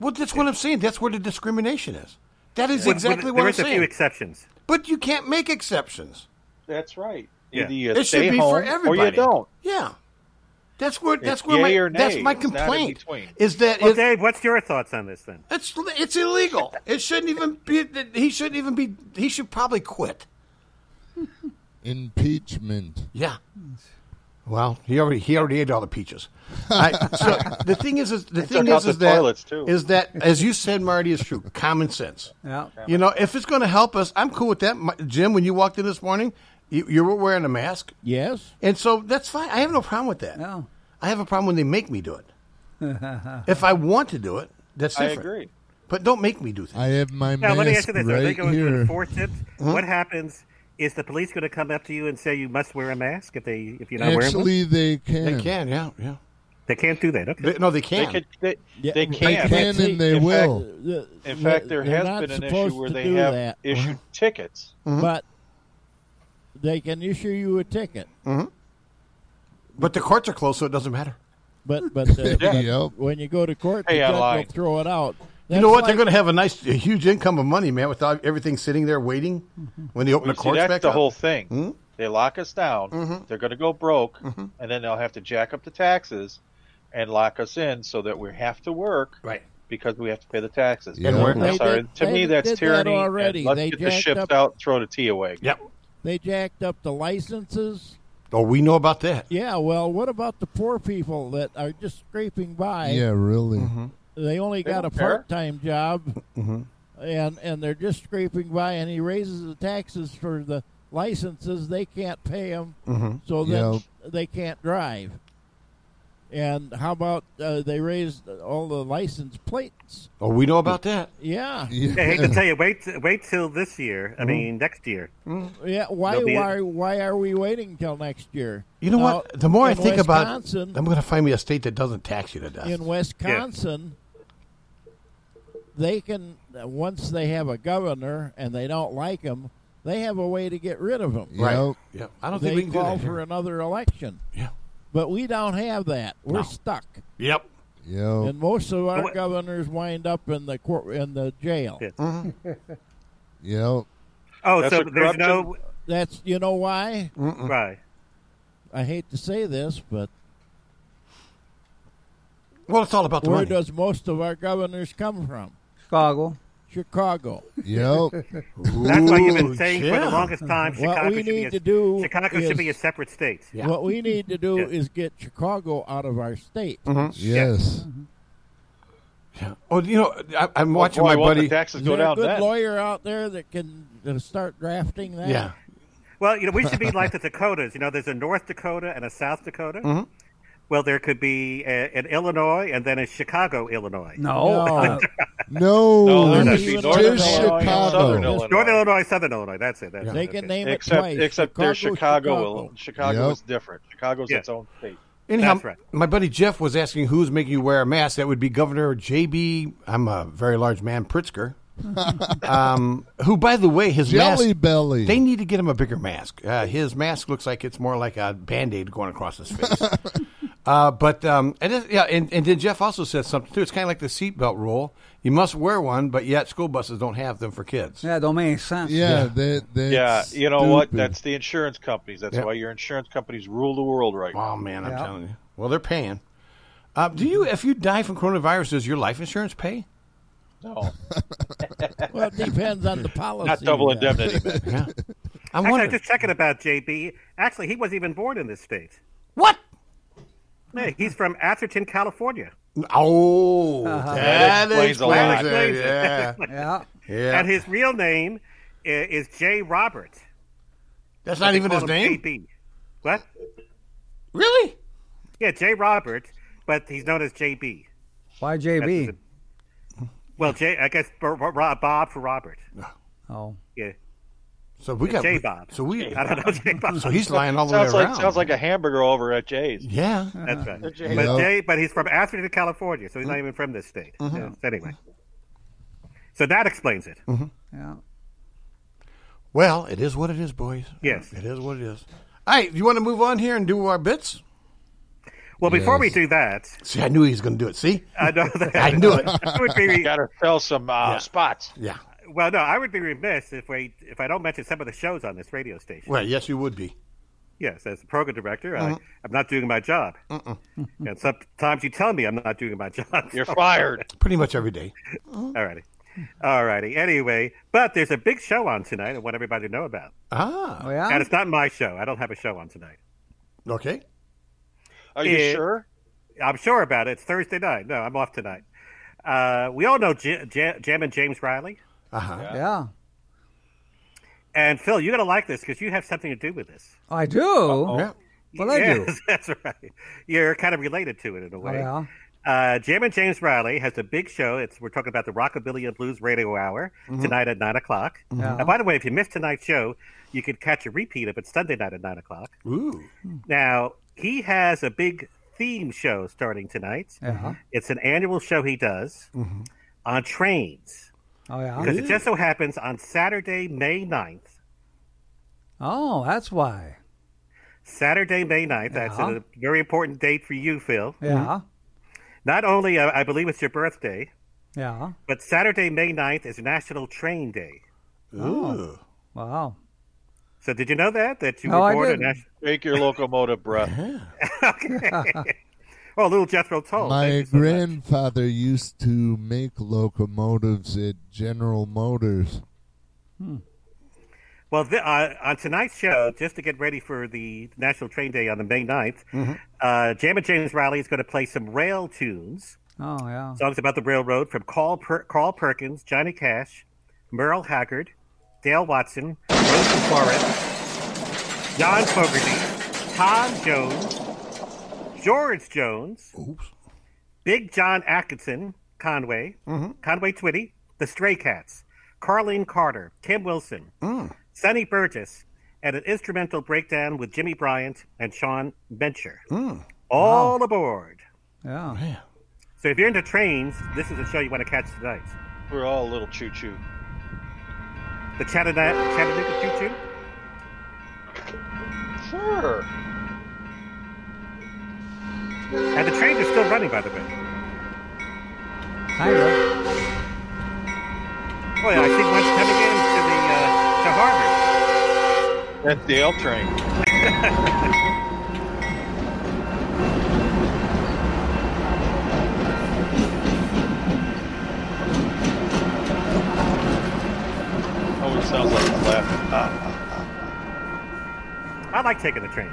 well, that's what I'm saying. That's where the discrimination is. That is Well, exactly well, what there I'm is a few saying. exceptions. But you can't make exceptions. That's right. Yeah. Either you It should stay be for home or you everybody. don't. Yeah. That's where It's that's where yay my or nay. that's my It's not in complaint between. is that Well, it- Dave, what's your thoughts on this then? it's it's illegal. it shouldn't even be. He shouldn't even be. He should probably quit. Impeachment. Yeah. Well, he already he already ate all the peaches. I, so the thing is, is the It thing took out is, is the that toilets, too. is that as you said, Marty, is true. Common sense. Yeah. You know, if it's going to help us, I'm cool with that. My, Jim, when you walked in this morning, you, you were wearing a mask. Yes. And so that's fine. I have no problem with that. No. I have a problem when they make me do it. if I want to do it, that's I different. agree. But don't make me do things. I have my Now, mask let me ask you this: Are they right going to here. enforce it? Mm-hmm. Huh? What happens? Is the police going to come up to you and say you must wear a mask if they if you're not wearing Actually, one? they can. They can, yeah, yeah. They can't do that. Okay. They- no, they can. They, could, they, Yeah, they they can. can and they in will. Fact, The- in fact, there they're has not been an issue supposed where to they do have Mm-hmm. that. issued tickets. But they can issue you a ticket. Mhm. But the courts are closed, so it doesn't matter. But but, uh, Yeah. but Yep. when you go to court, Hey, the I judge will lied. throw it out. you know what? That's They're like- going to have a nice, a huge income of money, man, without everything sitting there waiting when they Well, open the Mm-hmm. see, courts that's back the up. whole thing. Hmm? They lock us down. They're going to go broke, and then they'll have to jack up the taxes and lock us in so that we have to work. Right. Because we have to pay the taxes. And Yeah. work. I'm They sorry. did- to they me, that's did that tyranny. and already. let's They get the jacked ships up- out, throw the tea away. Yep. They jacked up the licenses. Oh, we know about that. Yeah, well, what about the poor people that are just scraping by? Yeah, really. They only They got a don't care. part time job Mhm. and, and they're just scraping by, and he raises the taxes for the licenses. They can't pay them, Mhm. so then Yep. they can't drive. And how about uh, they raised all the license plates? Oh, we know about that. Yeah. I hate to tell you, wait, wait till this year. Hmm? I mean, next year. Yeah, why They'll be- why why are we waiting till next year? You know Now, what? The more I in think about it, Wisconsin, I'm going to find me a state that doesn't tax you to death. in Wisconsin, they can once they have a governor and they don't like him, they have a way to get rid of him. Right. Yep. Yep. I don't they think we can do call that here. for another election. Yeah, but we don't have that. We're No. stuck, Yep. Yo. and most of our governors wind up in the court in the jail. Yep. Oh, That's so what there's corruption- no That's you know why. right. I hate to say this, but well, it's all about the where money. does most of our governors come from? Chicago. Chicago. Yep. That's why you've been saying for the longest time What Chicago we should need be to a, do Chicago is- should be a separate state. What we need to do Yeah. is get Chicago out of our state. Mm-hmm. Yes. Mm-hmm. Oh, you know, I, I'm watching my buddy. Is there a good lawyer out there that can uh, start drafting that? Yeah. Well, you know, we should be like the Dakotas. You know, there's a North Dakota and a South Dakota. Mhm. Well, there could be a, an Illinois and then a Chicago, Illinois. No. No. No, no there's just actually Northern Illinois and Chicago. Southern Illinois. Northern Illinois, Southern Illinois. That's it. That's it. They can Okay. name Except, it twice. except there's Chicago. Illinois. Chicago Yep. is different. Chicago's its own state. Anyhow, my buddy Jeff was asking who's making you wear a mask. That would be Governor J.B. I'm a very large man, Pritzker. um, who, by the way, his Jelly mask, belly. They need to get him a bigger mask. Uh, his mask looks like it's more like a band aid going across his face. uh, but um, and it, yeah, and, and then Jeff also said something too. It's kind of like the seatbelt rule. You must wear one, but yet school buses don't have them for kids. Yeah, don't make any sense. Yeah, They, they, yeah, you know what? stupid. That's the insurance companies. That's Yep. why your insurance companies rule the world right now. Oh man, I'm telling you. Well, they're paying. Uh, do you? If you die from coronavirus, does your life insurance pay? No. well, it depends on the policy. Not double you have. indemnity. man. Yeah. I'm Actually, wondering. I'm just checking about JB. Actually, he wasn't even born in this state. What? Oh. Yeah, he's from Atherton, California. Oh, that explains, it. That Uh-huh. explains it. Yeah. Yeah. And his real name i- is Jay Robert. That's But not they even call his him name? JB. What? Really? Yeah, Jay Robert, but he's known as JB. Why JB? Well, Jay, I guess Bo- Bo- Ro- Bob for Robert. Oh. Yeah. So we got J Bob. So we I don't know J Bob. So he's lying all the sounds way like around. sounds like a hamburger over at Jay's. Yeah. That's right. Uh, But Jay- Jay, but he's from Atherton, California, so he's Uh-huh. not even from this state. Mhm. So, anyway, so that explains it. Uh-huh. Yeah. Well, it is what it is, boys. Yes. It is what it is. All right, you want to move on here and do our bits? Well, before we do that, See, I knew he was going to do it. See? I know that. I knew it. would be- Got to sell some uh, spots. Yeah. well, no, I would be remiss if we if I don't mention some of the shows on this radio station. Well, yes, you would be. Yes, as the program director, I, Mhm. I'm not doing my job, Uh-uh. and sometimes you tell me I'm not doing my job. You're fired. Pretty much every day. All righty. All righty. Anyway, but there's a big show on tonight I want everybody to know about. Ah. Oh, Oh, And it's not my show. I don't have a show on tonight. Okay. Are you It- sure? I'm sure about it. It's Thursday night. No, I'm off tonight. Uh, we all know J- J- Jam and James Riley. Uh huh. Yeah. And Phil, you're going to like this because you have something to do with this. Oh, I do. Uh-oh. Well, I do. Oh, Yes, That's right. You're kind of related to it in a way. yeah? Uh, Jim and James Riley has a big show. It's we're talking about the Rockabilly and Blues Radio Hour Mhm. tonight at nine o'clock. Mm-hmm. Yeah. And by the way, if you missed tonight's show, you could catch a repeat of it Sunday night at nine o'clock. Ooh. Now he has a big theme show starting tonight. Yeah. It's an annual show he does Mm-hmm. on trains Oh yeah. because it just so happens on Saturday, May 9th, Oh, that's why. Saturday, May 9th. That's Uh-huh. a very important date for you, Phil. Yeah. Mm-hmm. Not only, uh, I believe it's your birthday, Yeah. but Saturday, May 9th is National Train Day. Oh. Wow. So did you know that? That you No, were I born a didn't. national... Take your locomotive breath. okay. oh, little Jethro Tull. My Thank grandfather used to make locomotives at General Motors. you. Well, th- uh, on tonight's show, just to get ready for the National Train Day on the May 9th, uh, Jamma James Riley is going to play some rail tunes, Oh yeah. songs about the railroad from Carl, per- Carl Perkins, Johnny Cash, Merle Haggard, Dale Watson, Rosa Suarez, John Fogerty, Tom Jones, George Jones, Big John Atkinson, Conway, Conway Twitty, The Stray Cats, Carlene Carter, Tim Wilson, Sonny Burgess, and an instrumental breakdown with Jimmy Bryant and Sean Bencher. All aboard. Yeah. So if you're into trains, this is a show you want to catch tonight. We're all a little choo choo. The Chattanooga, Chattanooga Choo Choo? Sure. And the trains are still running, by the way. Boy, I think one's coming in to That's the uh, to Harvard. the L train. Always sounds like it's laughing. Ah, I like taking the train.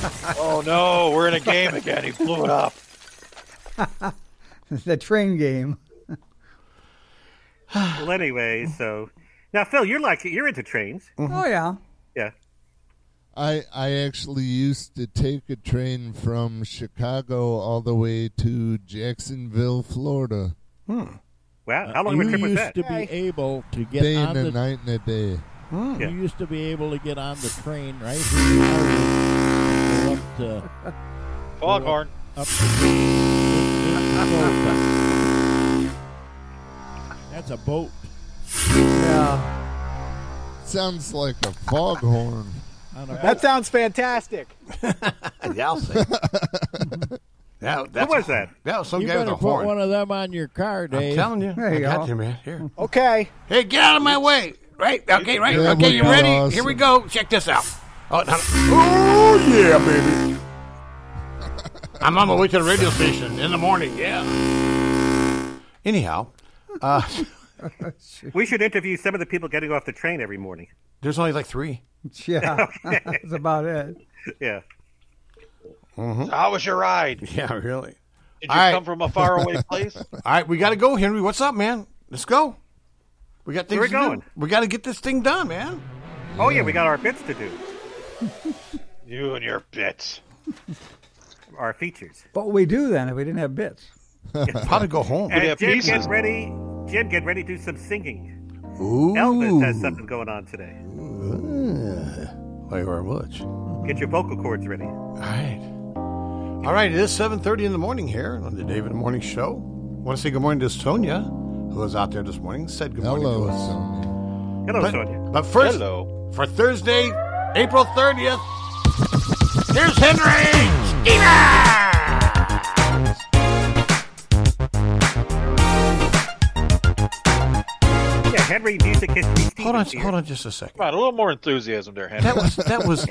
ah. oh no, we're in a game again. He blew it up. the train game. well, anyway, so now Phil, you're like you're into trains. Mm-hmm. Oh yeah. Yeah. I I actually used to take a train from Chicago all the way to Jacksonville, Florida. Hmm. Wow, how long you of a trip was used that? to Hey. be able to get day on and a the- night and a day. You used to be able to get on the train right here. Now you go up to- Foghorn. go Up, up to- That's a boat. Yeah. Sounds like a foghorn. That sounds fantastic. I'll say. that, that's, was that? That was some you guy with better a put horn. one of them on your car, Dave. telling you. I got you, man. Here. Okay. Hey, get out of my way. Right? Okay, right. Yeah, okay, we you got ready? awesome. Here we go. Check this out. Oh, no. oh yeah, baby. I'm on my way to the radio station in the morning. Yeah. Anyhow, uh, We should interview some of the people getting off the train every morning. there's only like three. Yeah. That's about it. Yeah. Mhm. How was your ride? Yeah, really. Did you All right. come from a faraway place? All right, we got to go, Henry. What's up, man? Let's go. We got things Where we to do. going? We got to get this thing done, man. Oh yeah, we got our bits to do, You and your bits. our features. What would we do then if we didn't have bits? Probably go home. And Jim, get ready. Jim, get ready to do some singing. Ooh. Elvis has something going on today. Thank you very much. Get your vocal cords ready. All right. All right, it is 7.30 in the morning here on the David Morning Show. want to say good morning to Sonia, who was out there this morning, said good morning Hello, to us. Hello, but, Sonia. But first, Hello. for Thursday, April 30th, here's Henry! Yeah, Henry Music History. Hold on, hold on just a second. Come on, a little more enthusiasm there, Henry. That was, that was,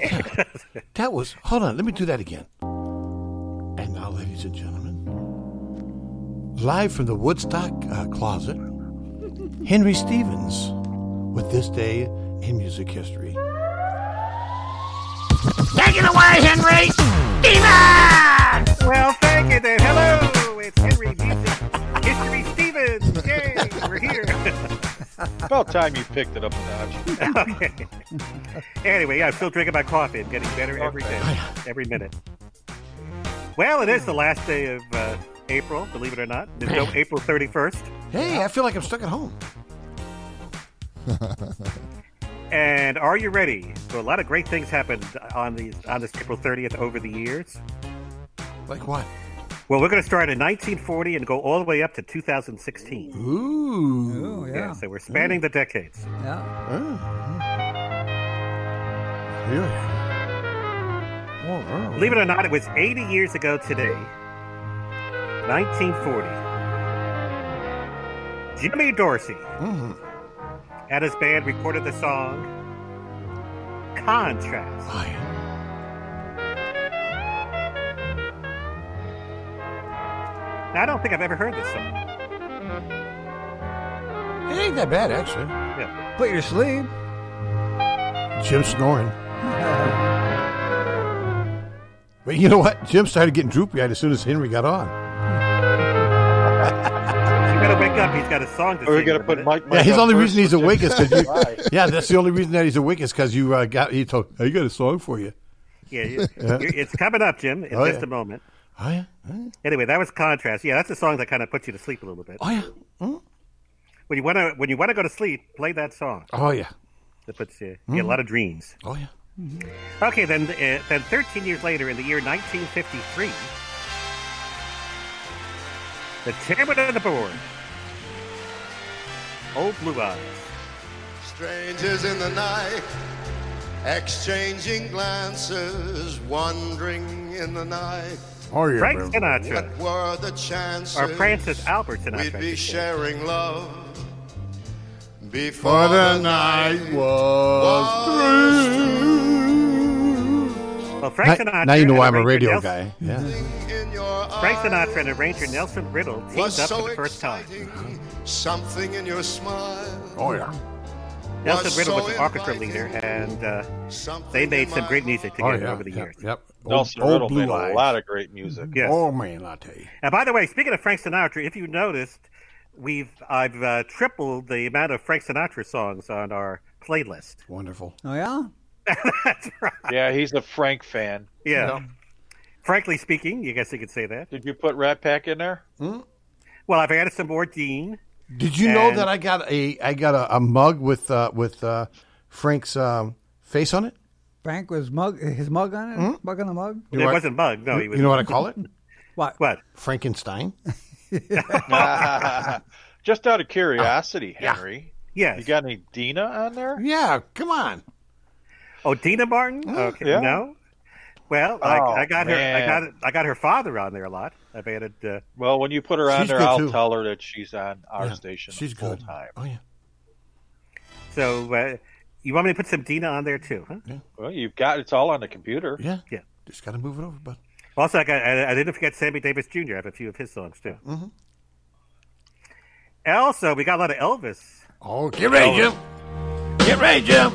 that was, hold on, let me do that again. And now, ladies and gentlemen, live from the Woodstock uh, closet, Henry Stevens with This Day in Music History. Take it away, Henry! Stevens! Well, thank you, then. Hello, it's Henry Music History Stevens. Yay, we're here. About time you picked it up a notch. Anyway, yeah, I'm still drinking my coffee. I'm getting better every day, every minute. Well, it is the last day of uh, April, believe it or not. There's no April 31st. Hey, I feel like I'm stuck at home. And are you ready? So a lot of great things happened on these on this April 30th over the years. Like what? Well, we're going to start in 1940 and go all the way up to 2016. Ooh. Oh, hmm. yeah. So we're spanning the decades. Oh, Yeah. Believe it or not, it was 80 years ago today, 1940. Jimmy Dorsey and his band recorded the song Contrast. Now, I don't think I've ever heard this song. It ain't that bad, actually. Yeah. Put your sleeve. Jim snoring. But you know what? Jim started getting droopy eyed as soon as Henry got on. You better wake up. He's got a song to sing. We're going to put Mike. Yeah, his only reason he's awake is because you. Yeah, that's the only reason that he's awake is because you uh, got. He told, "I got a song for you." Yeah, you- Yeah. you- it's coming up, Jim, in Oh, just yeah. a moment. Oh yeah. Anyway, that was contrast. Yeah, that's a song that kind of puts you to sleep a little bit. Oh yeah. When you want to when you want to go to sleep, play that song. Oh yeah. That puts you you get a lot of dreams. Oh yeah. Okay, then uh, then 13 years later, in the year 1953, the chairman of the board, Old Blue Eyes, Strangers in the night, exchanging glances, wandering in the night. Oh, yeah, Frank bro. Sinatra. What were the chances? or Francis Albert Sinatra. We'd be sharing love For before the night was Well, Frank Now- Sinatra. now you know why I'm a and arranger radio Nelson- guy. Yeah. Frank Sinatra and arranger Nelson Riddle teamed up was for so the first time. exciting. Something in your smile. Oh yeah. Nelson was Riddle was so an orchestra leader, and uh, they made some great music Oh, together yeah, over the yep, years. Yep. Nelson Riddle made a lot of great music. Yes. Oh man, I tell you. And by the way, speaking of Frank Sinatra, if you noticed, we've I've uh, tripled the amount of Frank Sinatra songs on our playlist. Wonderful. Oh yeah. Yeah, he's a Frank fan. Yeah. Frankly speaking, you guess you could say that. Did you put Rat Pack in there? Well, I've added some more Dean. Did you know And- that I got a I got a, a mug with uh, with uh, Frank's um, face on it? Frank was mug. His mug on it. Mug on the mug. You know what- you, you know what I call it? What? What? Frankenstein. Just out of curiosity, Henry. Yes. You got any Dina on there? Yeah, come on. Oh, Dina Martin. Okay, Yeah. no. Well, I, Oh, I got her. I man. got I got her father on there a lot. I've added. Uh, Well, when you put her on She's there, good, I'll too. tell her that she's on our station she's full good. time. Oh yeah. so uh, you want me to put some Dina on there too? Huh? Well, you've got it's all on the computer. Yeah. Yeah. Just got to move it over, bud. Also, I, got, I, I didn't forget Sammy Davis Jr. I have a few of his songs too. Mhm. Also, we got a lot of Elvis. Oh, get ready, Jim. Get ready, Jim.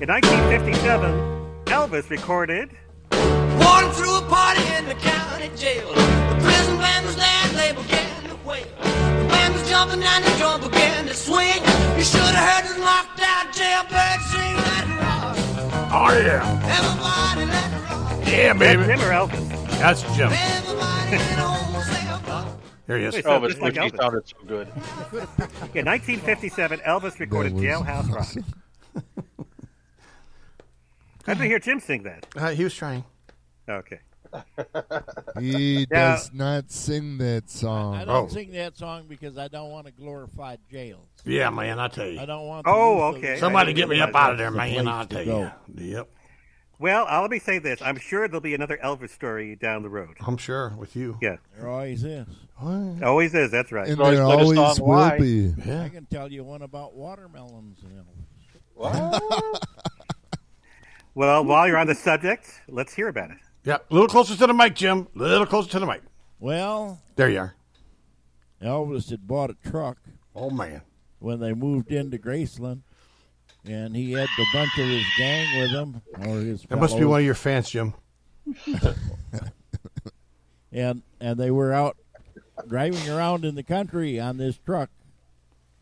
In 1957, Elvis recorded. Warden threw a party in the county jail. The prison band was there and they began to wail. The band was jumping and the drum began to swing. You should have heard the locked out jailbird sing that rock. Oh yeah. Everybody let it rock. Yeah, baby. Jim or Elvis? That's Jim. Everybody in old cell block. There he is. Wait, so Elvis, just like he Elvis. Oh, sounded so good. In 1957, Elvis recorded Jailhouse Rock. I didn't hear Jim sing that. Uh, he was trying. Okay. He Now- does not sing that song. I Oh. don't sing that song because I don't want to glorify jails. Yeah, man, I tell you. I don't want. Oh, the youth of- okay. Somebody I get didn't me up realize out of there, that's the man. place I to tell you. go. Yep. Well, I'll- let me say this. I'm sure there'll be another Elvis story down the road. I'm sure with you. Yeah. There always is. Always is. That's right. And there always will be. I can tell you one about watermelons. You Well, while you're on the subject, let's hear about it. Yeah. A little closer to the mic, Jim. A little closer to the mic. Well, There you are. Elvis had bought a truck. Oh man! When they moved into Graceland, and he had a bunch of his gang with him, or his. That must be fellows. one of your fans, Jim. and and they were out driving around in the country on this truck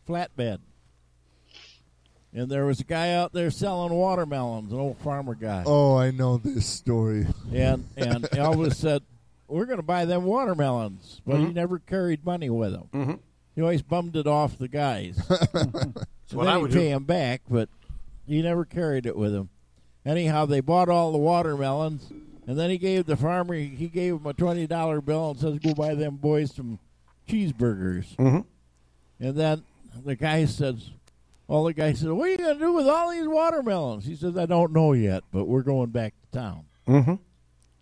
flatbed and there was a guy out there selling watermelons, an old farmer guy. Oh, I know this story. And and Elvis said, "We're going to buy them watermelons," but Mm-hmm. he Mhm. never carried money with him. Mhm. He always bummed it off the guys. so What then I he'd would pay do. him back, but he never carried it with him. Anyhow, they bought all the watermelons, and then he gave the farmer he gave him a twenty dollar bill and says, "Go buy them boys some cheeseburgers." Mhm. And then the guy says, "Well, the guy said, what are you going to do with all these watermelons?" He says, "I don't know yet, but we're going back to town." Mm-hmm.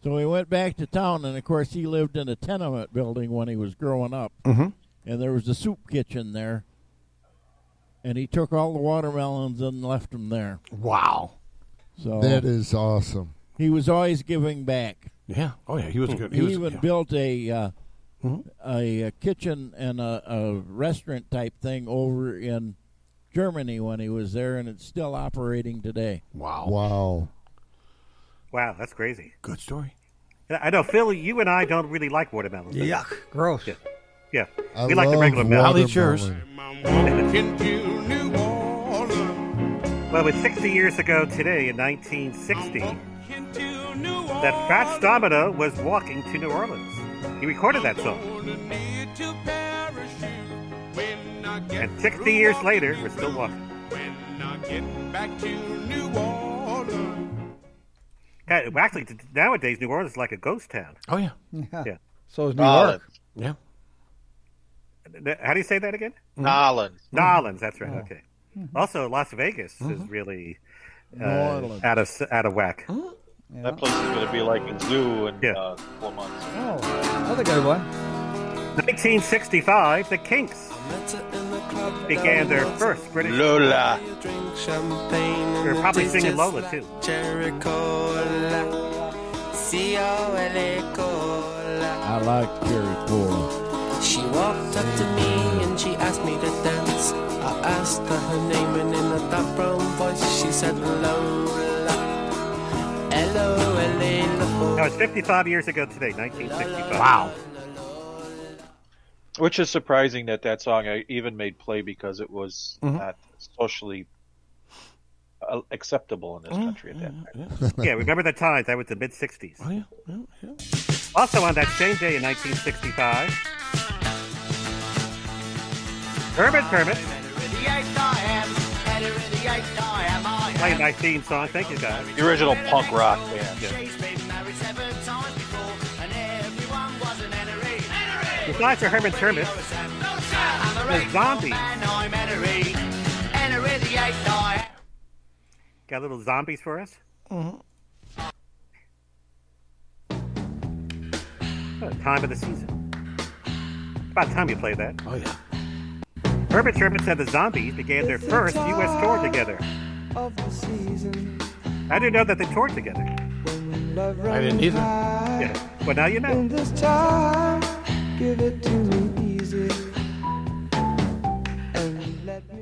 So he went back to town, and of course, he lived in a tenement building when he was growing up. Mhm. And there was a soup kitchen there. And he took all the watermelons and left them there. Wow. Oh. So That is awesome. he was always giving back. Yeah. Oh, yeah. He was a good- he was- even yeah. built a, uh, a uh kitchen and a, a restaurant type thing over in Germany when he was there, and it's still operating today. Wow. Wow. Wow, that's crazy. Good story. I know, Phil. You and I don't really like watermelons. do we? Yuck. Gross. Yeah, yeah. I we like the love regular melon. I'll eat yours. Well, it was 60 years ago today, in 1960, that Fats Domino was walking to New Orleans. He recorded that song, and 60 years later, we're still walking. God, well, Uh, actually, t- nowadays New Orleans is like a ghost town. Oh yeah. Yeah. Yeah. So is New Darling. York. Yeah. How do you say that again? Mm-hmm. Nolans. Nolans, that's right. Oh. Okay. Also, Las Vegas is really New uh, Orleans. out of out of whack. That place is going to be like a zoo in uh, a couple of months. Another good one. 1965, the Kinks began their first British. Lola. They're probably singing Lola too. I like Jerry Cola. She walked up to me and she asked me to dance. I asked her her name and in a dark brown voice she said Lola. Hello, hello. That was 55 years ago today, 1965. Wow. Which is surprising that that song I even made play because it was not socially uh, acceptable in this country at that time. yeah, remember the times? That was the mid 60s. Oh, yeah. yeah. Also, on that same day in 1965, Hermit Kermit played my theme song. Thank you, guys. The original punk rock band. Besides for Hermit Kermit, the zombie got little zombies for us. Uh, time of the season. About time you play that. Oh yeah. Hermit Sherman said the zombies began their first U.S. tour together. Of the season. I didn't know that they toured together. I didn't either. Yeah. Well, now you know. In this time, give it to me easy. And let me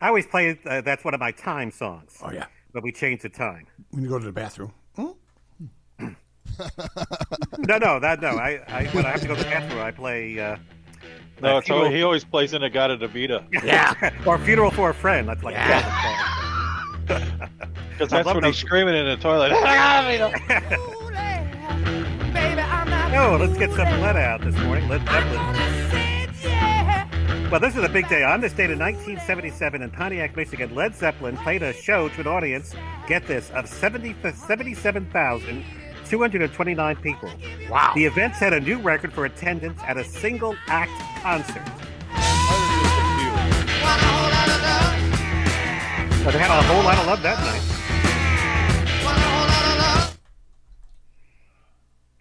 I always play uh, that's one of my time songs. Oh yeah. Hmm? But we changed the time. When you go to the bathroom. no, no, that no. I, I when I have to go to the bathroom, I play. Uh, No, uh, it's always, he always plays in a Gata de Vida. or funeral for a friend. That's like Because I that's love when those- he's screaming in the toilet. Ah, Oh, let's get some lead out this morning. Led Zeppelin. Well, this is a big day. On this date in 1977 in Pontiac, Michigan, Led Zeppelin played a show to an audience, get this, of 70, 77,229 people. Wow. The event set a new record for attendance at a single act concert. So they had a whole lot of love that night.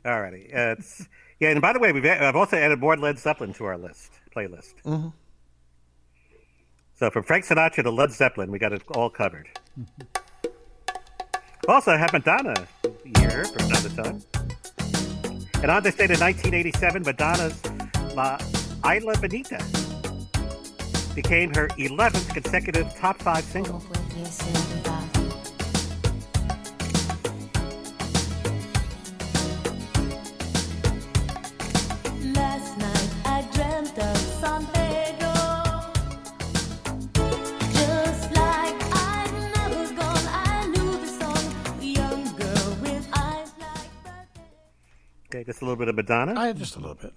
Alrighty. Uh, it's, yeah, and by the way, we've a- I've also added more Led Zeppelin to our list playlist. Mhm. So from Frank Sinatra to Led Zeppelin, we got it all covered. also, I have Madonna here from time to time. And on this date in 1987, Madonna's La Isla Bonita became her 11th consecutive top five single. Last night I dreamt of San Pedro. Just a little bit of Madonna? I just a little bit.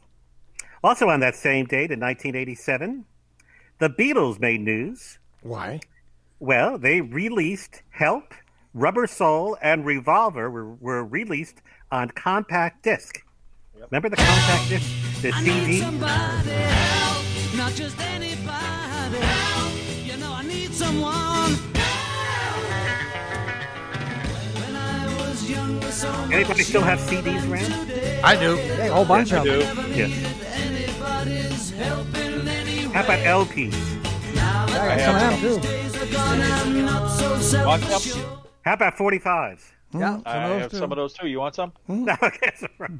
Also on that same date in 1987, the Beatles made news. Why? Well, they released Help, Rubber Soul, and Revolver were, were released on compact disc. Remember the compact disc, the I need CD. somebody help, not just anybody help. You know I need someone. When I was younger, so Anybody much still have younger CDs than around? today. I do. Hey, a whole bunch Yes, of I them. do. Anybody's Yes. help in any How about LPs? Now I that have these days are gone, I'm not so selfish. How about 45s? Yeah, I some of those have too. some of those too. You want some? No, okay, that's all right.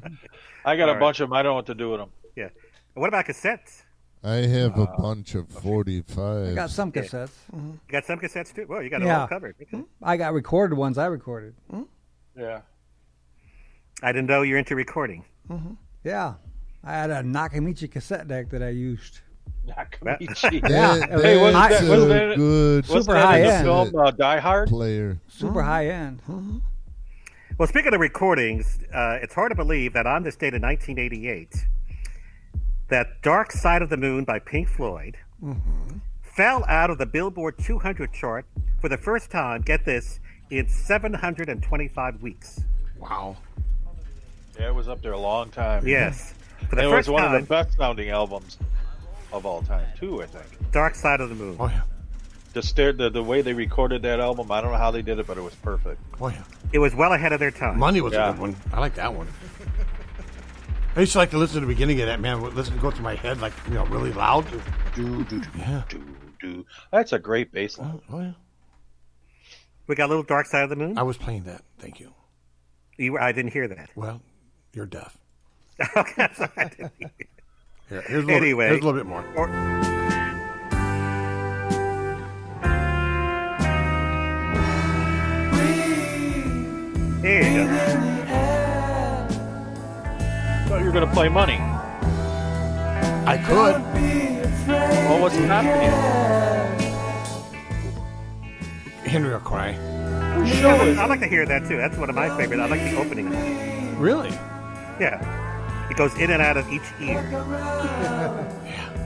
I got All a right. bunch of them. I don't know what to do with them. Yeah. What about cassettes? I have a bunch of 45. Yeah. You got some cassettes too. Well, you got it all covered. Okay. I got recorded ones I recorded. Yeah. I didn't know you're into recording. Yeah. I had a Nakamichi cassette deck that I used. Nakamichi. yeah. That- it was- Hey, wasn't I- that- wasn't that in- good- super wasn't that high in the end. film, uh, Die Hard? Player. Super high end. Well, speaking of recordings, uh, it's hard to believe that on this date in 1988, that "Dark Side of the Moon" by Pink Floyd fell out of the Billboard 200 chart for the first time. Get this, in 725 weeks. Wow. Yeah, it was up there a long time. Yes. For the And it first was one time, of the best sounding albums of all time too. I think. "Dark Side of the Moon." Oh yeah. The, stair, the the way they recorded that album, I don't know how they did it, but it was perfect. Oh yeah. It was well ahead of their time. Money was a good one. I like that one. I used to like to listen to the beginning of that man. Listen, go through my head like you know, really loud. Do, do, do, do, do. That's a great bass line. Oh yeah. We got a little "Dark Side of the Moon." I was playing that. Thank you. You, I didn't hear that. Well, you're deaf. okay, sorry, I didn't hear. Here, here's a little, anyway, here's a little bit more. Or- There you go. thought you were going to play money. I could. Well, what's happening? Henry will cry. I like to hear that too. That's one of my favorite. I like the opening. Really? Yeah, it goes in and out of each ear.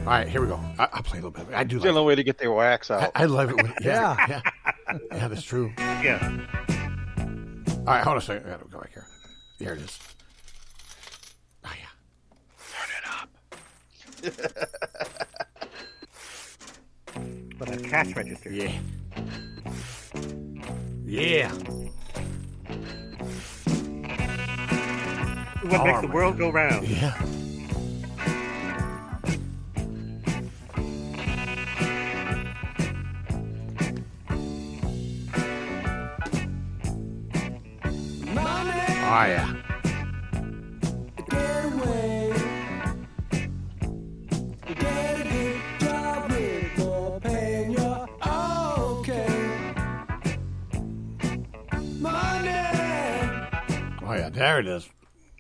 All right, here we go. I, I'll play a little bit. I do It's the like. only way to get their wax I, out. I love it. When, yeah, yeah, yeah, That's true. All Yeah. right, hold on a second. I gotta go back here. Here it is. Oh yeah. But a cash register. Yeah. Yeah. What makes the Arm. world go round? Yeah. Oh yeah. Oh yeah. There it is.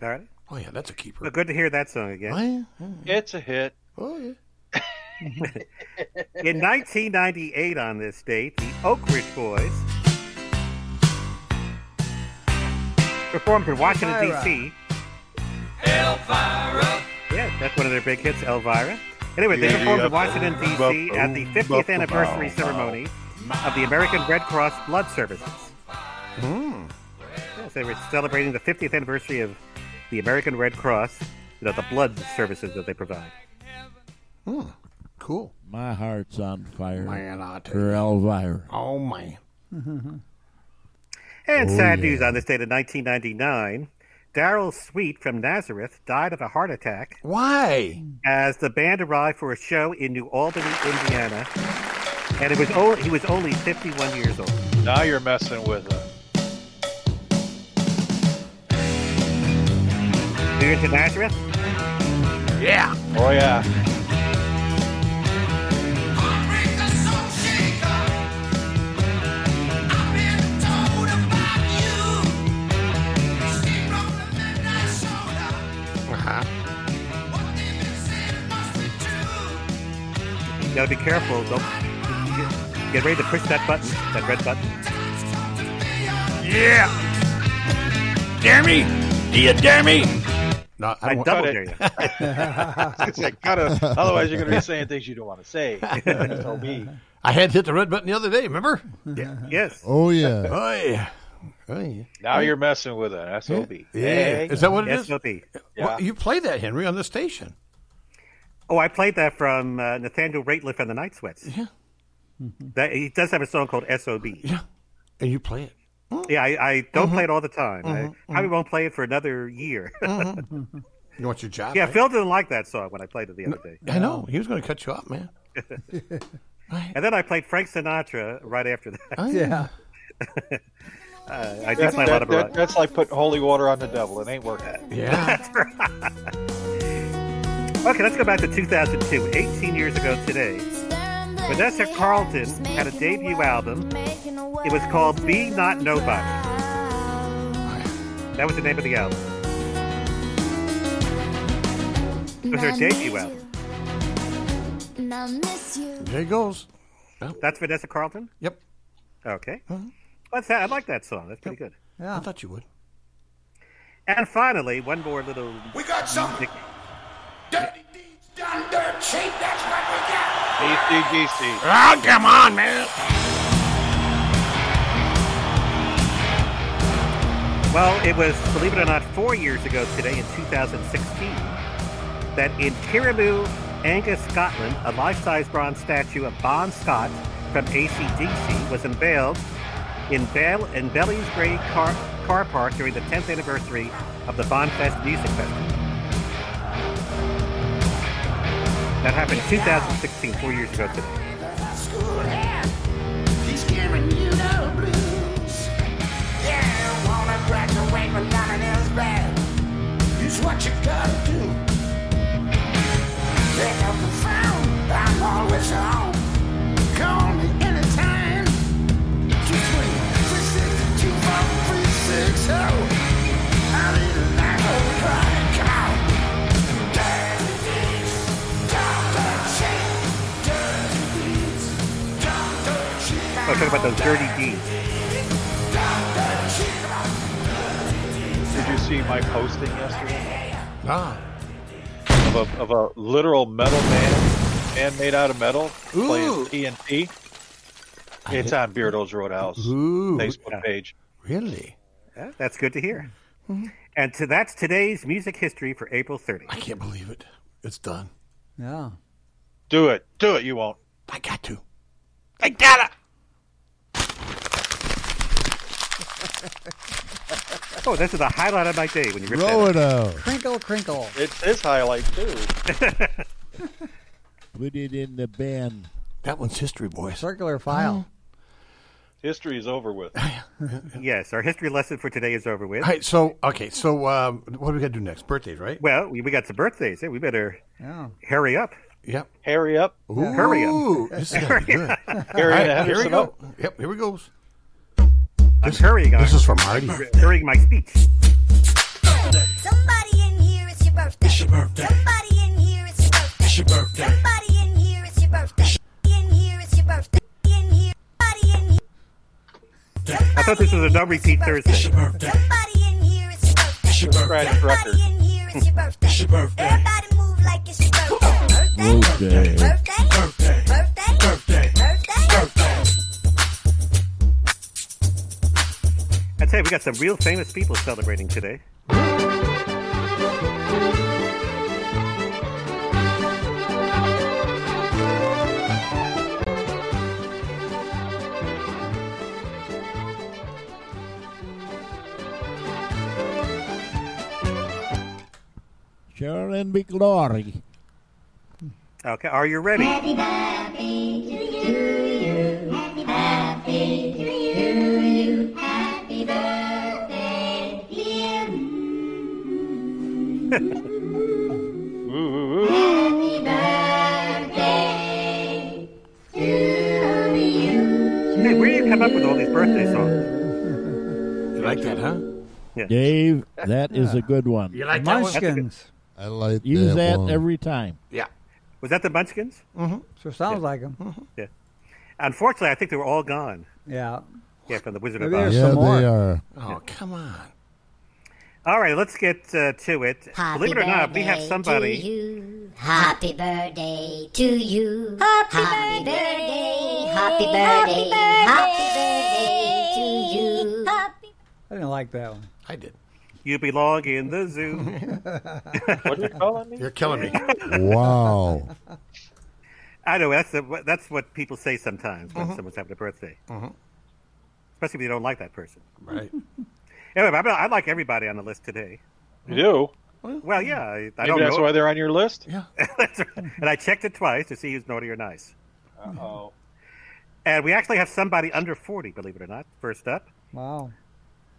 All right. Oh yeah, that's a keeper. Well, good to hear that song again. Oh yeah. It's a hit. Oh yeah. In 1998, on this date, the Oak Ridge Boys performed in Washington, Elvira. D.C. Elvira. Yeah, that's one of their big hits, Elvira. Anyway, they performed in Washington, D.C. at the 50th anniversary ceremony of the American Red Cross Blood Services. Yes, they were celebrating the 50th anniversary of the American Red Cross, you know, the blood services that they provide. Cool. My heart's on fire Man, I tell for you. Elvira. Oh man. And Oh, sad yeah. news on this date in 1999, Daryl Sweet from Nazareth died of a heart attack Why? as the band arrived for a show in New Albany, Indiana. And it was only, he was only 51 years old. Now you're messing with us. You're into Nazareth? Yeah. Oh yeah. Uh-huh. You gotta be careful. Don't get- get ready to push that button, that red button. Yeah. Dare me? Do you dare me? No, I don't double want- dare you. It's like, gotta- otherwise, you're going to be saying things you don't want to say. so be. I had hit the red button the other day. Remember? Yeah. Yes. Oh yeah. Oh yeah. Oh, yeah. Now you're messing with an SOB. Yeah. Is that what it is? SOB. Well, you play that, Henry, on the station. Oh, I played that from uh, Nathaniel Rateliff and the Night Sweats. Yeah. That, he does have a song called SOB. Yeah. And you play it. Yeah, I, I don't Mhm. play it all the time. I Mhm, probably won't play it for another year. Mhm. You want your job? yeah, right? Phil didn't like that song when I played it the other day. I know. He was going to cut you off, man. and then I played Frank Sinatra right after that. Oh, yeah. uh, I do play a lot of rock. That's like putting holy water on the devil. It ain't working. That's right. Okay, let's go back to 2002, 18 years ago today. Vanessa Carlton had a debut album. It was called Be Not Nobody. That was the name of the album. It was her debut album. And I miss you. There goes. That's Vanessa Carlton? Yep. Okay. That's that. I like that song. That's pretty good. Yeah. I thought you would. And finally, one more little. We got something. cheap, that's what we got. DC. Oh, come on, man. Well, it was, believe it or not, four years ago today in 2016 that in Kirimu, Angus, Scotland, a life-size bronze statue of Bon Scott from ACDC was unveiled in, Bell, in Belly's Grey car, car Park during the 10th anniversary of the Bonfest Music Festival. That happened in 2016, four years ago today. School hand. He's giving you the blues. Yeah, wanna graduate, but nothing is bad. It's what you gotta do. Pick up the phone, I'm always on. Call me anytime. 223 24360. oh. I need a night over crying. Come on. Dirty deeds, Dr. Cheap. Dirty deeds, Dr. Cheap. I was talking Oh, about those dirty deeds. Did you see my posting yesterday? Ah. Of a, of a literal metal man, man made out of metal, Ooh. playing TNT. It's on Beardo's Roadhouse Ooh. Facebook page. Really? Yeah, that's good to hear. And to, that's today's music history for April 30th. I can't believe it. It's done. Yeah. Do it. Do it. You won't. I got to. I got it. Oh, this is the highlight of my day when you rip Throw that it out. Crinkle, crinkle. It's his highlight, too. Put it in the bin. That one's history, boys. Circular file. History is over with. yes, our history lesson for today is over with. All right. So, okay. So, um, what do we got to do next? Birthdays, right? Well, we, we got some birthdays. Yeah, we better hurry up. Yep. Hurry up. Hurry up. Ooh, this is gonna be good. Hurry All right, up. here we Henderson go. up. Yep, here we goes. I'm hurrying. This I'm is from Marty. Hurrying my speech. Somebody in here, it's your birthday. It's your birthday. Somebody in here, it's your birthday. It's your birthday. Somebody in here, it's your birthday. In here, it's your birthday. In here, somebody in here. I thought this was a no repeat Thursday. Somebody in here, it's your birthday. It's your birthday. Right, record. Somebody in here, it's your birthday. It's your birthday. Everybody move like it's your birthday. Birthday. Birthday. Birthday. Birthday. Birthday. Birthday. I tell you, we got some real famous people celebrating today. Sharon McLaurie. Okay, are you ready? Happy to you. Happy birthday, dear Happy birthday to you. Hey, where do you come up with all these birthday songs? You like that, huh? Dave, that is a good one. You like that one? Munchkins. I like that Use that one. every time. Yeah. Was that the Munchkins? Mm-hmm. Sure sounds like them. Yeah. Unfortunately, I think they were all gone. Yeah. Yeah, from the Wizard Maybe of Oz. there's some Yeah, they more. are. Oh, come on. All right, let's get uh, to it. Happy Believe it or not, we have birthday to somebody. you. Happy birthday to you. Happy, birthday. Happy happy birthday. Happy birthday to you. I didn't like that one. I did. You belong in the zoo. what are you calling me? You're killing me. Wow. I know that's the, that's what people say sometimes Mm-hmm. when someone's having a birthday, especially if you don't like that person. Right. Anyway, I, I like everybody on the list today. You do? Well, yeah. I, I Maybe don't that's know. why they're on your list? Yeah. and I checked it twice to see who's naughty or nice. oh. And we actually have somebody under forty, believe it or not. First up, Wow.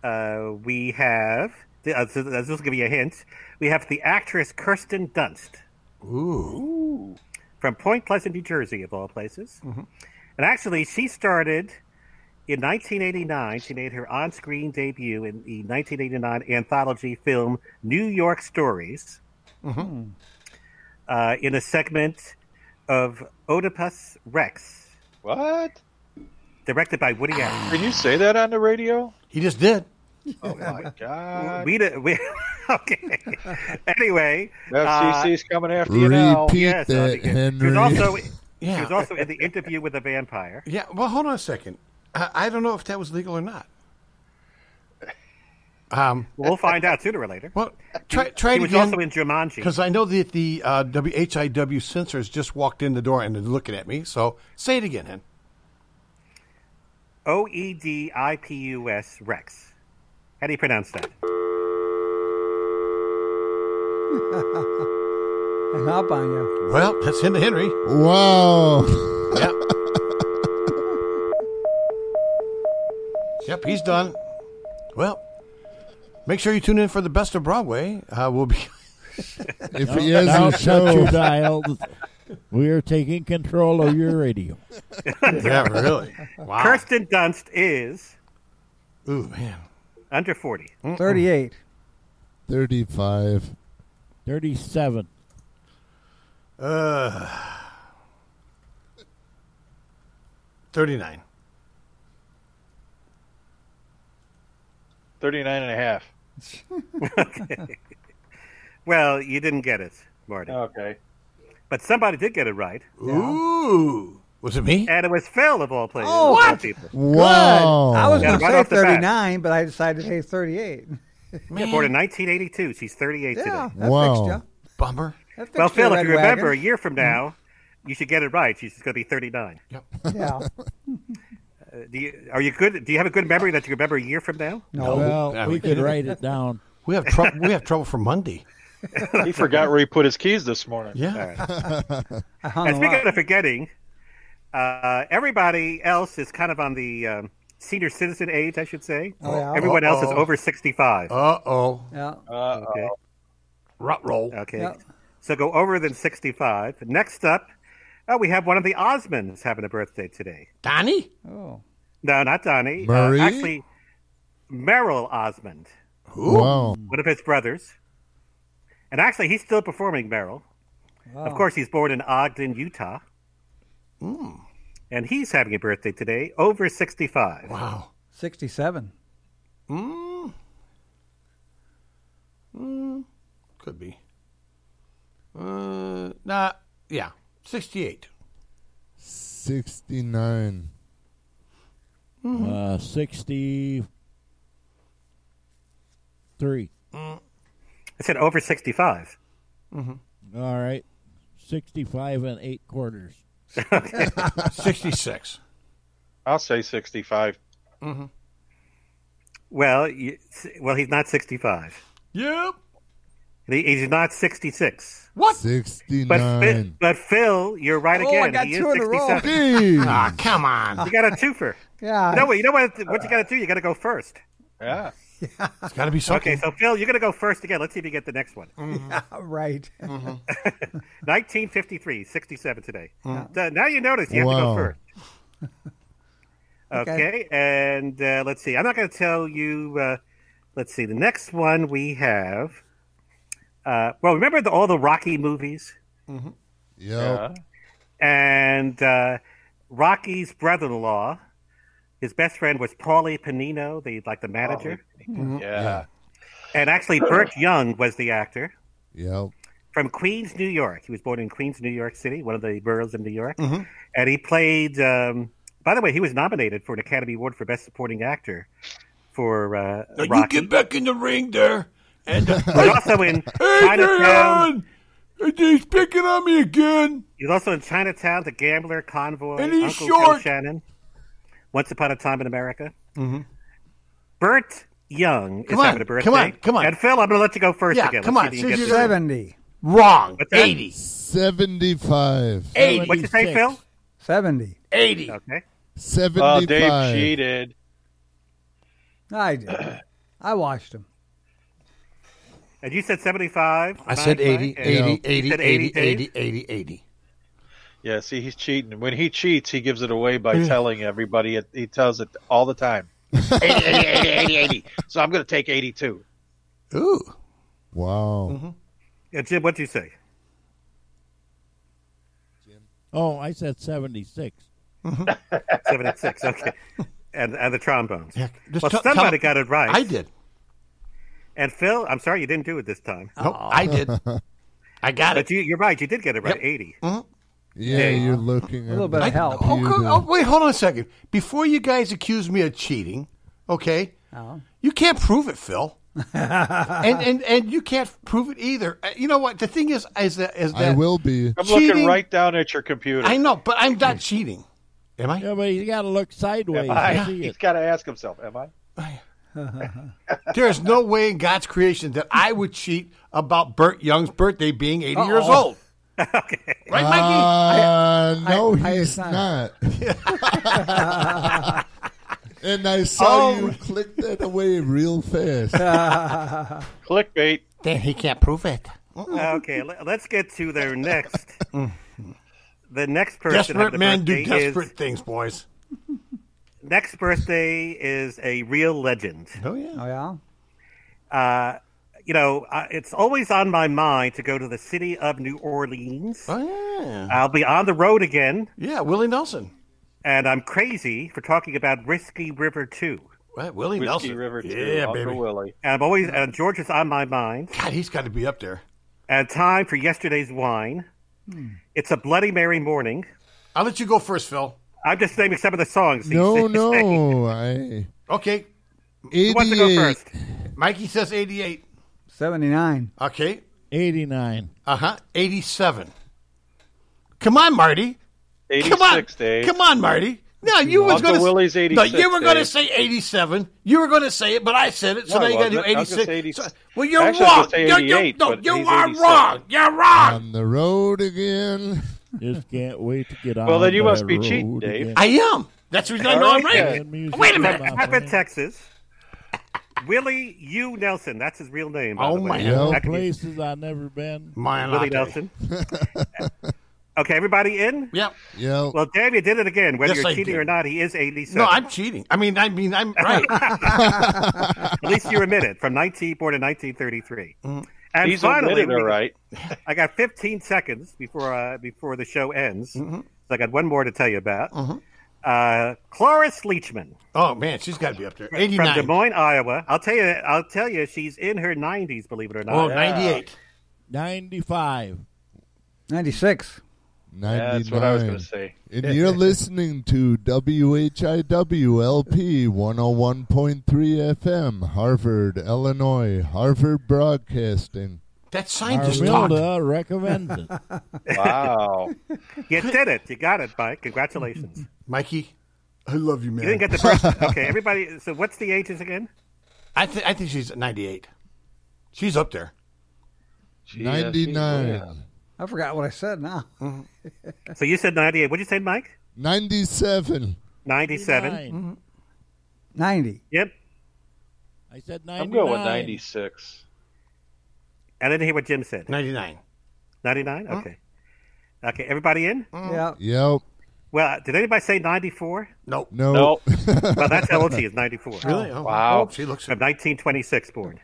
uh, we have. Uh, this this will give you a hint. We have the actress Kirsten Dunst. Ooh. From Point Pleasant, New Jersey, of all places. And actually, she started in 1989. She made her on screen debut in the 1989 anthology film New York Stories uh, in a segment of Oedipus Rex. What? Directed by Woody Allen. Did you say that on the radio? He just did. Oh, my God. We, did- we okay. anyway, uh, FCC's coming after you now. Repeat Yes, I'll that, be good. She was Henry. also, she Yeah. was also in the interview with a vampire. Yeah, well, hold on a second. I, I don't know if that was legal or not. Um, We'll find out sooner or later. Well, try, try he it was again. also in Jumanji. Because I know that the uh, WHIW censors just walked in the door and they're looking at me. So say it again, Hen. O E D I P U S Rex. How do you pronounce that? I'm up on you. Well, that's him to Henry. Wow. Yep. yep, he's done. Well, make sure you tune in for the best of Broadway. Uh, we'll be. If No, now shut your dial. We are taking control of your radio. Yeah, really. Ah. Wow. Kirsten Dunst is Ooh, man. under 40. 38. 35. 37. Uh, 39. 39 and a half. Well, you didn't get it, Marty. Oh. Okay. But somebody did get it right. Ooh. Was it me? And it was Phil, of all places. Oh, of all what? people. Wow. Good. I was Yeah, going right to off say the bat. 39, but I decided to say 38. Yeah, born in 1982. She's 38 Yeah, today. that Wow. fixed you. Bummer. That fixed Well, you, Phil, if Red you remember, Wagon. Mm-hmm. a year from now, you should get it right. She's going to be 39. yeah. Uh, do you, are you good? Do you have a good memory that you remember a year from now? No. well, that we would could be- write it down. We have trouble. we have trouble for Monday. He forgot where he put his keys this morning. Yeah. I hung And a speaking lot. of forgetting, uh, everybody else is kind of on the um, senior citizen age, I should say. Oh, yeah. Everyone else is Uh-oh. over 65. Uh oh. Yeah. Uh, Okay. Rut roll. Okay. Yeah. So go over than 65. Next up, oh, we have one of the Osmonds having a birthday today. Donnie? Oh. No, not Donnie. Uh, Marie? actually, Merrill Osmond, Wow. one of his brothers. And actually, he's still performing, Merrill. Of Wow. course, he's born in Ogden, Utah. Hmm. And he's having a birthday today, over 65. Wow. 67. Mm. Mm. Could be. Uh, nah. Yeah. 68. 69. Uh, 63. I said over 65. All right. 65 and 8 quarters. 66. I'll say 65. Well, you, well, he's not 65. yep. He- He's not 66. What? 69. But, Phil, but Phil, you're right Oh, again. I got he two is in a row. 67. Ah, come on. You got a twofer. Yeah. No, wait, you know what? What you got to do? You got to go first. Yeah. It's got to be something. Okay, so Phil, you're going to go first again. Let's see if you get the next one. right. 1953, 67 today. So now you notice you have to Wow. go first. Okay, and uh, let's see. I'm not going to tell you. Uh, let's see. The next one we have. Uh, well, remember the, all the Rocky movies? Oh, uh-huh. Yep. and uh, Rocky's brother-in-law, his best friend was Paulie Panino, the like the manager, Yeah. And actually, Burt Young was the actor Yep. from Queens, New York. He was born in Queens, New York City, one of the boroughs in New York. Mm-hmm. Mhm. And he played, um, by the way, he was nominated for an Academy Award for Best Supporting Actor for uh, Now you Rocky. get back in the ring there. And But also in Hey, Chinatown. He's picking on me again. He was also in Chinatown, The Gambler, Convoy, And he's Uncle Joe short. Shannon, Once Upon a Time in America. Mhm. Burt Young Come is on, having a come birthday. on, come on. And Phil, I'm going to let you go first Yeah, again. come Let's on, see if you can since get you're through. Seventy. Wrong. What's that? 80. 75. 80. What'd you say, Phil? 70. 80. Okay. 75. Oh, Dave cheated. I did. I watched him. And you said 75. I said 80, 80, 80, 80, 80, 80, Yeah, see, he's cheating. When he cheats, he gives it away by telling everybody. It, he tells it all the time. 80, 80, 80, 80, 80. So I'm going to take 82. Ooh. Wow. Mm-hmm. Yeah, Jim, what'd you say? Oh, I said 76. 76. Okay. And, and the trombones. just well, tell- somebody tell- got it right. I did. And Phil, I'm sorry you didn't do it this time. Uh, No, I did. I got it. But you, you're right. You did get it right. 80. Mm-hmm. Yeah, Yeah. you're looking at the I- Oh, computer. co- oh, wait, hold on a second. Before you guys accuse me of cheating, okay? Oh. You can't prove it, Phil. and, and and you can't prove it either. Uh, You know what? The thing is, is that is that I will be. I'm Cheating- looking right down at your computer. I know, but I'm not cheating. Am I? Yeah, but you got to look sideways Am I? to see He's it. got to ask himself, am I? There is no way in God's creation that I would cheat about Burt Young's birthday being 80 years Uh-oh. old. Right, Mikey? Uh, no, I- he's I- not. and I saw Oh. you click that away real fast. Clickbait. Then Uh, he can't prove it. okay, let, us get to their next. the next person. Mm-hmm. Desperate having a men do birthday is- desperate things, boys. next birthday is a real legend. Oh yeah. Oh yeah. Uh, you know, uh, it's always on my mind to go to the city of New Orleans. Oh yeah. I'll be on the road again. Yeah, Willie Nelson. And I'm crazy for talking about Risky River 2. Right, Willie Whiskey Nelson. River 2, yeah, Uncle baby. Willie. And I'm always, and George is on my mind. God, he's got to be up there. And time for yesterday's wine. Hmm. It's a Bloody Mary morning. I'll let you go first, Phil. I'm just naming some of the songs. these no, days. no. I Okay. Who wants to go 88. first? Mikey says 88. 79. Okay. 89. Uh huh. 87. Come on, Marty. Come on. 86, Dave. Come on, Marty. No, you was Uncle going to. Willie's 86, No, you were going to Dave. say 87. You were going to say it, but I said it, so No, now you I got to do wasn't. I was gonna 86. say 80 So- well, you're Actually, I wrong. was gonna say You're- you're- 88, no, but you he's are 87. wrong. You're wrong. on the road again. Just can't wait to get on. Well, then you that must be road cheating, Dave. again. I am. That's the reason I All know I'm right, right. then. Wait a minute. From Papa, Texas. Willie U. Nelson. That's his real name. by Oh, the way. my No That could be places I've never been. My Willie latte. Nelson. okay, everybody in? Yep. Yep. Well, damn, you did it again. Whether Yes, you're I cheating did. or not, he is 87. No, I'm cheating. I mean, I mean, I'm right. At least you admit it. From 19, born in 1933. And He's finally, admitted, all we- right. I got 15 seconds before uh, before the show ends. Mm-hmm. So I got one more to tell you about. Uh, Cloris Leachman oh man, she's got to be up there. from Des 89. Moines, Iowa. I'll tell you. I'll tell you. She's in her 90s. Believe it or not. Oh, 98. 95. 96. 99. that's what I was gonna say. And you're listening to WHIWLP 101.3 FM, Harvard, Illinois, Harvard Broadcasting. That's scientist talk. Armilda recommends it. Wow. You did it. You got it, Mike. Congratulations. Mikey, I love you, man. You didn't get the first. Okay, everybody. So what's the ages again? I, th- I think she's at 98. She's up there. Gee, yeah, she's 99. I forgot what I said now. So you said 98. What did you say, Mike? 97. 97. 90. Yep. I said I'm 99. going with 96. I didn't hear what Jim said. 99. 99? Okay. Okay, everybody in? Yeah. Yep. Well, did anybody say 94? Nope. No. Nope. well, that's how old she is, 94. Really? Oh, Wow. She looks From 1926 born.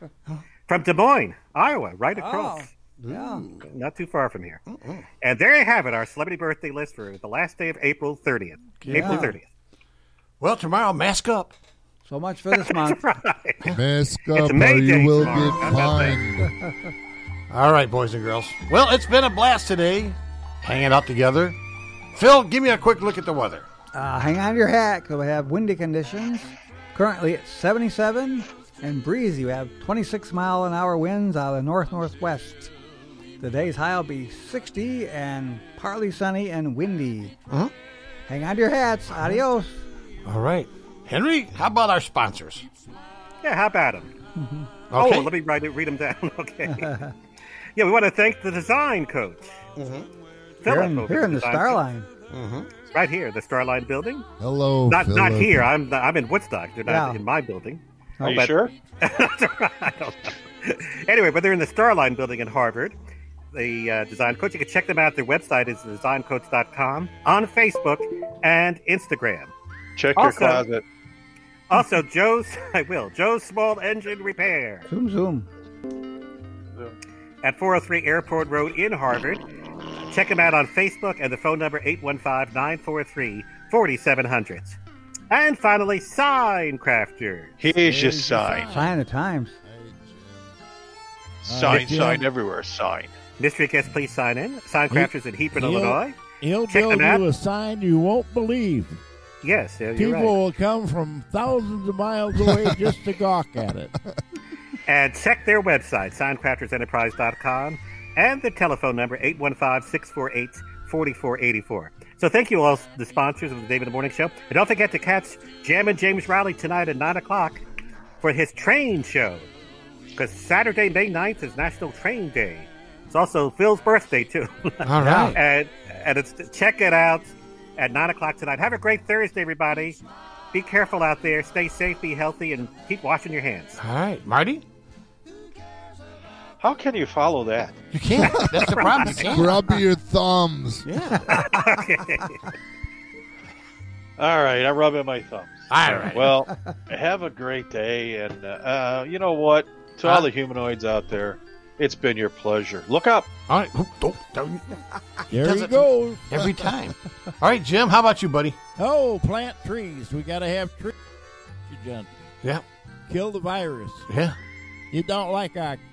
From Des Moines, Iowa, right across. Oh, Yeah. Not too far from here. And there you have it, our celebrity birthday list for the last day of April 30th. April 30th. Well, tomorrow, mask up. So much for this month. Mask up or you will get fined. All right, boys and girls. Well, it's been a blast today, hanging out together. Phil, give me a quick look at the weather. Uh, hang on to your hat 'cause we have windy conditions. Currently it's 77 and breezy. We have 26 mile an hour winds out of the north northwest. Today's high will be 60 and partly sunny and windy. Mhm. Hang on to your hats. Adios. All right, Henry. How about our sponsors? Yeah, how about him? Okay. Oh, let me write it, read them down. Okay. yeah, we want to thank the design coach. Mm-hmm. Here in- here in the Starline. Mm-hmm. Right here, the Starline building. Hello. not not Philip. here. I'm I'm in Woodstock. They're not Yeah. in my building. Are you But- sure? I don't know. Anyway, but they're in the Starline building in Harvard. The uh, Design Coach. You can check them out. Their website is designcoach.com on Facebook and Instagram. Check Also- your closet. Also, Joe's. I will. Joe's Small Engine Repair. Zoom, zoom. at 403 Airport Road in Harvard. Check them out on Facebook and the phone number 815 943 4700. And finally, Sign Crafter. Here's your sign. Sign of times. Sign, Jim. sign everywhere. Sign. Mystery guest, please sign in. Sign Crafters in Hebron, He'll- Illinois. He'll Check build them out. you a sign you won't believe. Yes, yeah, People you're right. will come from thousands of miles away just to gawk at it. And check their website, signcraftersenterprise.com, and the telephone number, 815 648 4484. So thank you all, the sponsors of the David in the Morning Show. And don't forget to catch Jam and James Riley tonight at 9 o'clock for his train show. Because Saturday, May 9th is National Train Day. It's also Phil's birthday, too. All right. and, and it's check it out at 9 o'clock tonight. Have a great Thursday, everybody. Be careful out there. Stay safe, be healthy, and keep washing your hands. All right, Marty. How can you follow that? You can't. That's the problem. You can't. Grub your thumbs. Yeah. All right, I'm rubbing my thumbs. All right. Well, have a great day, and uh, uh, you know what? To all Huh? the humanoids out there, it's been your pleasure. Look up. All right. Oop, oop, don't- There does he it goes. every time. All right, Jim. How about you, buddy? Oh, plant trees. We got to have trees. Oxygen. Yeah. Kill the virus. Yeah. You don't like oxygen.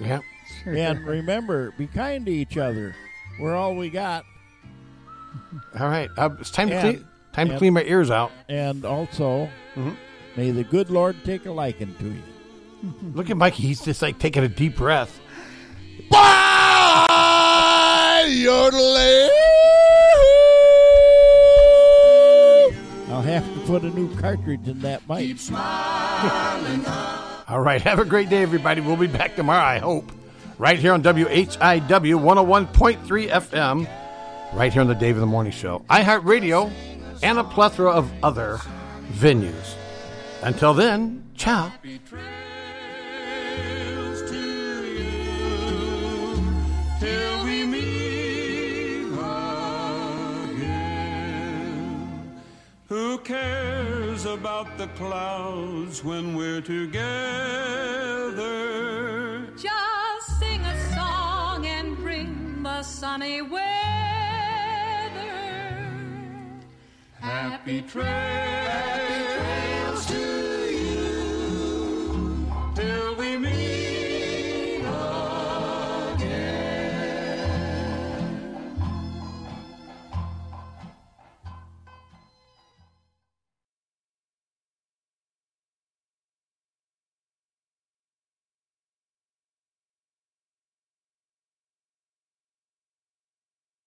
Yeah. and remember, be kind to each other. We're all we got. All right. Uh, it's time to And- clean. Time to and- clean my ears out. And also, may the good Lord take a liking to you. Look at Mikey. He's just like taking a deep breath. Bye, yodeling. I'll have to put a new cartridge in that mic. All right. Have a great day, everybody. We'll be back tomorrow, I hope. Right here on WHIW 101.3 FM. Right here on the Dave of the Morning Show. iHeartRadio and a plethora of other venues. Until then, ciao. Till we meet again. Who cares about the clouds when we're together? Just sing a song and bring the sunny weather. Happy trails to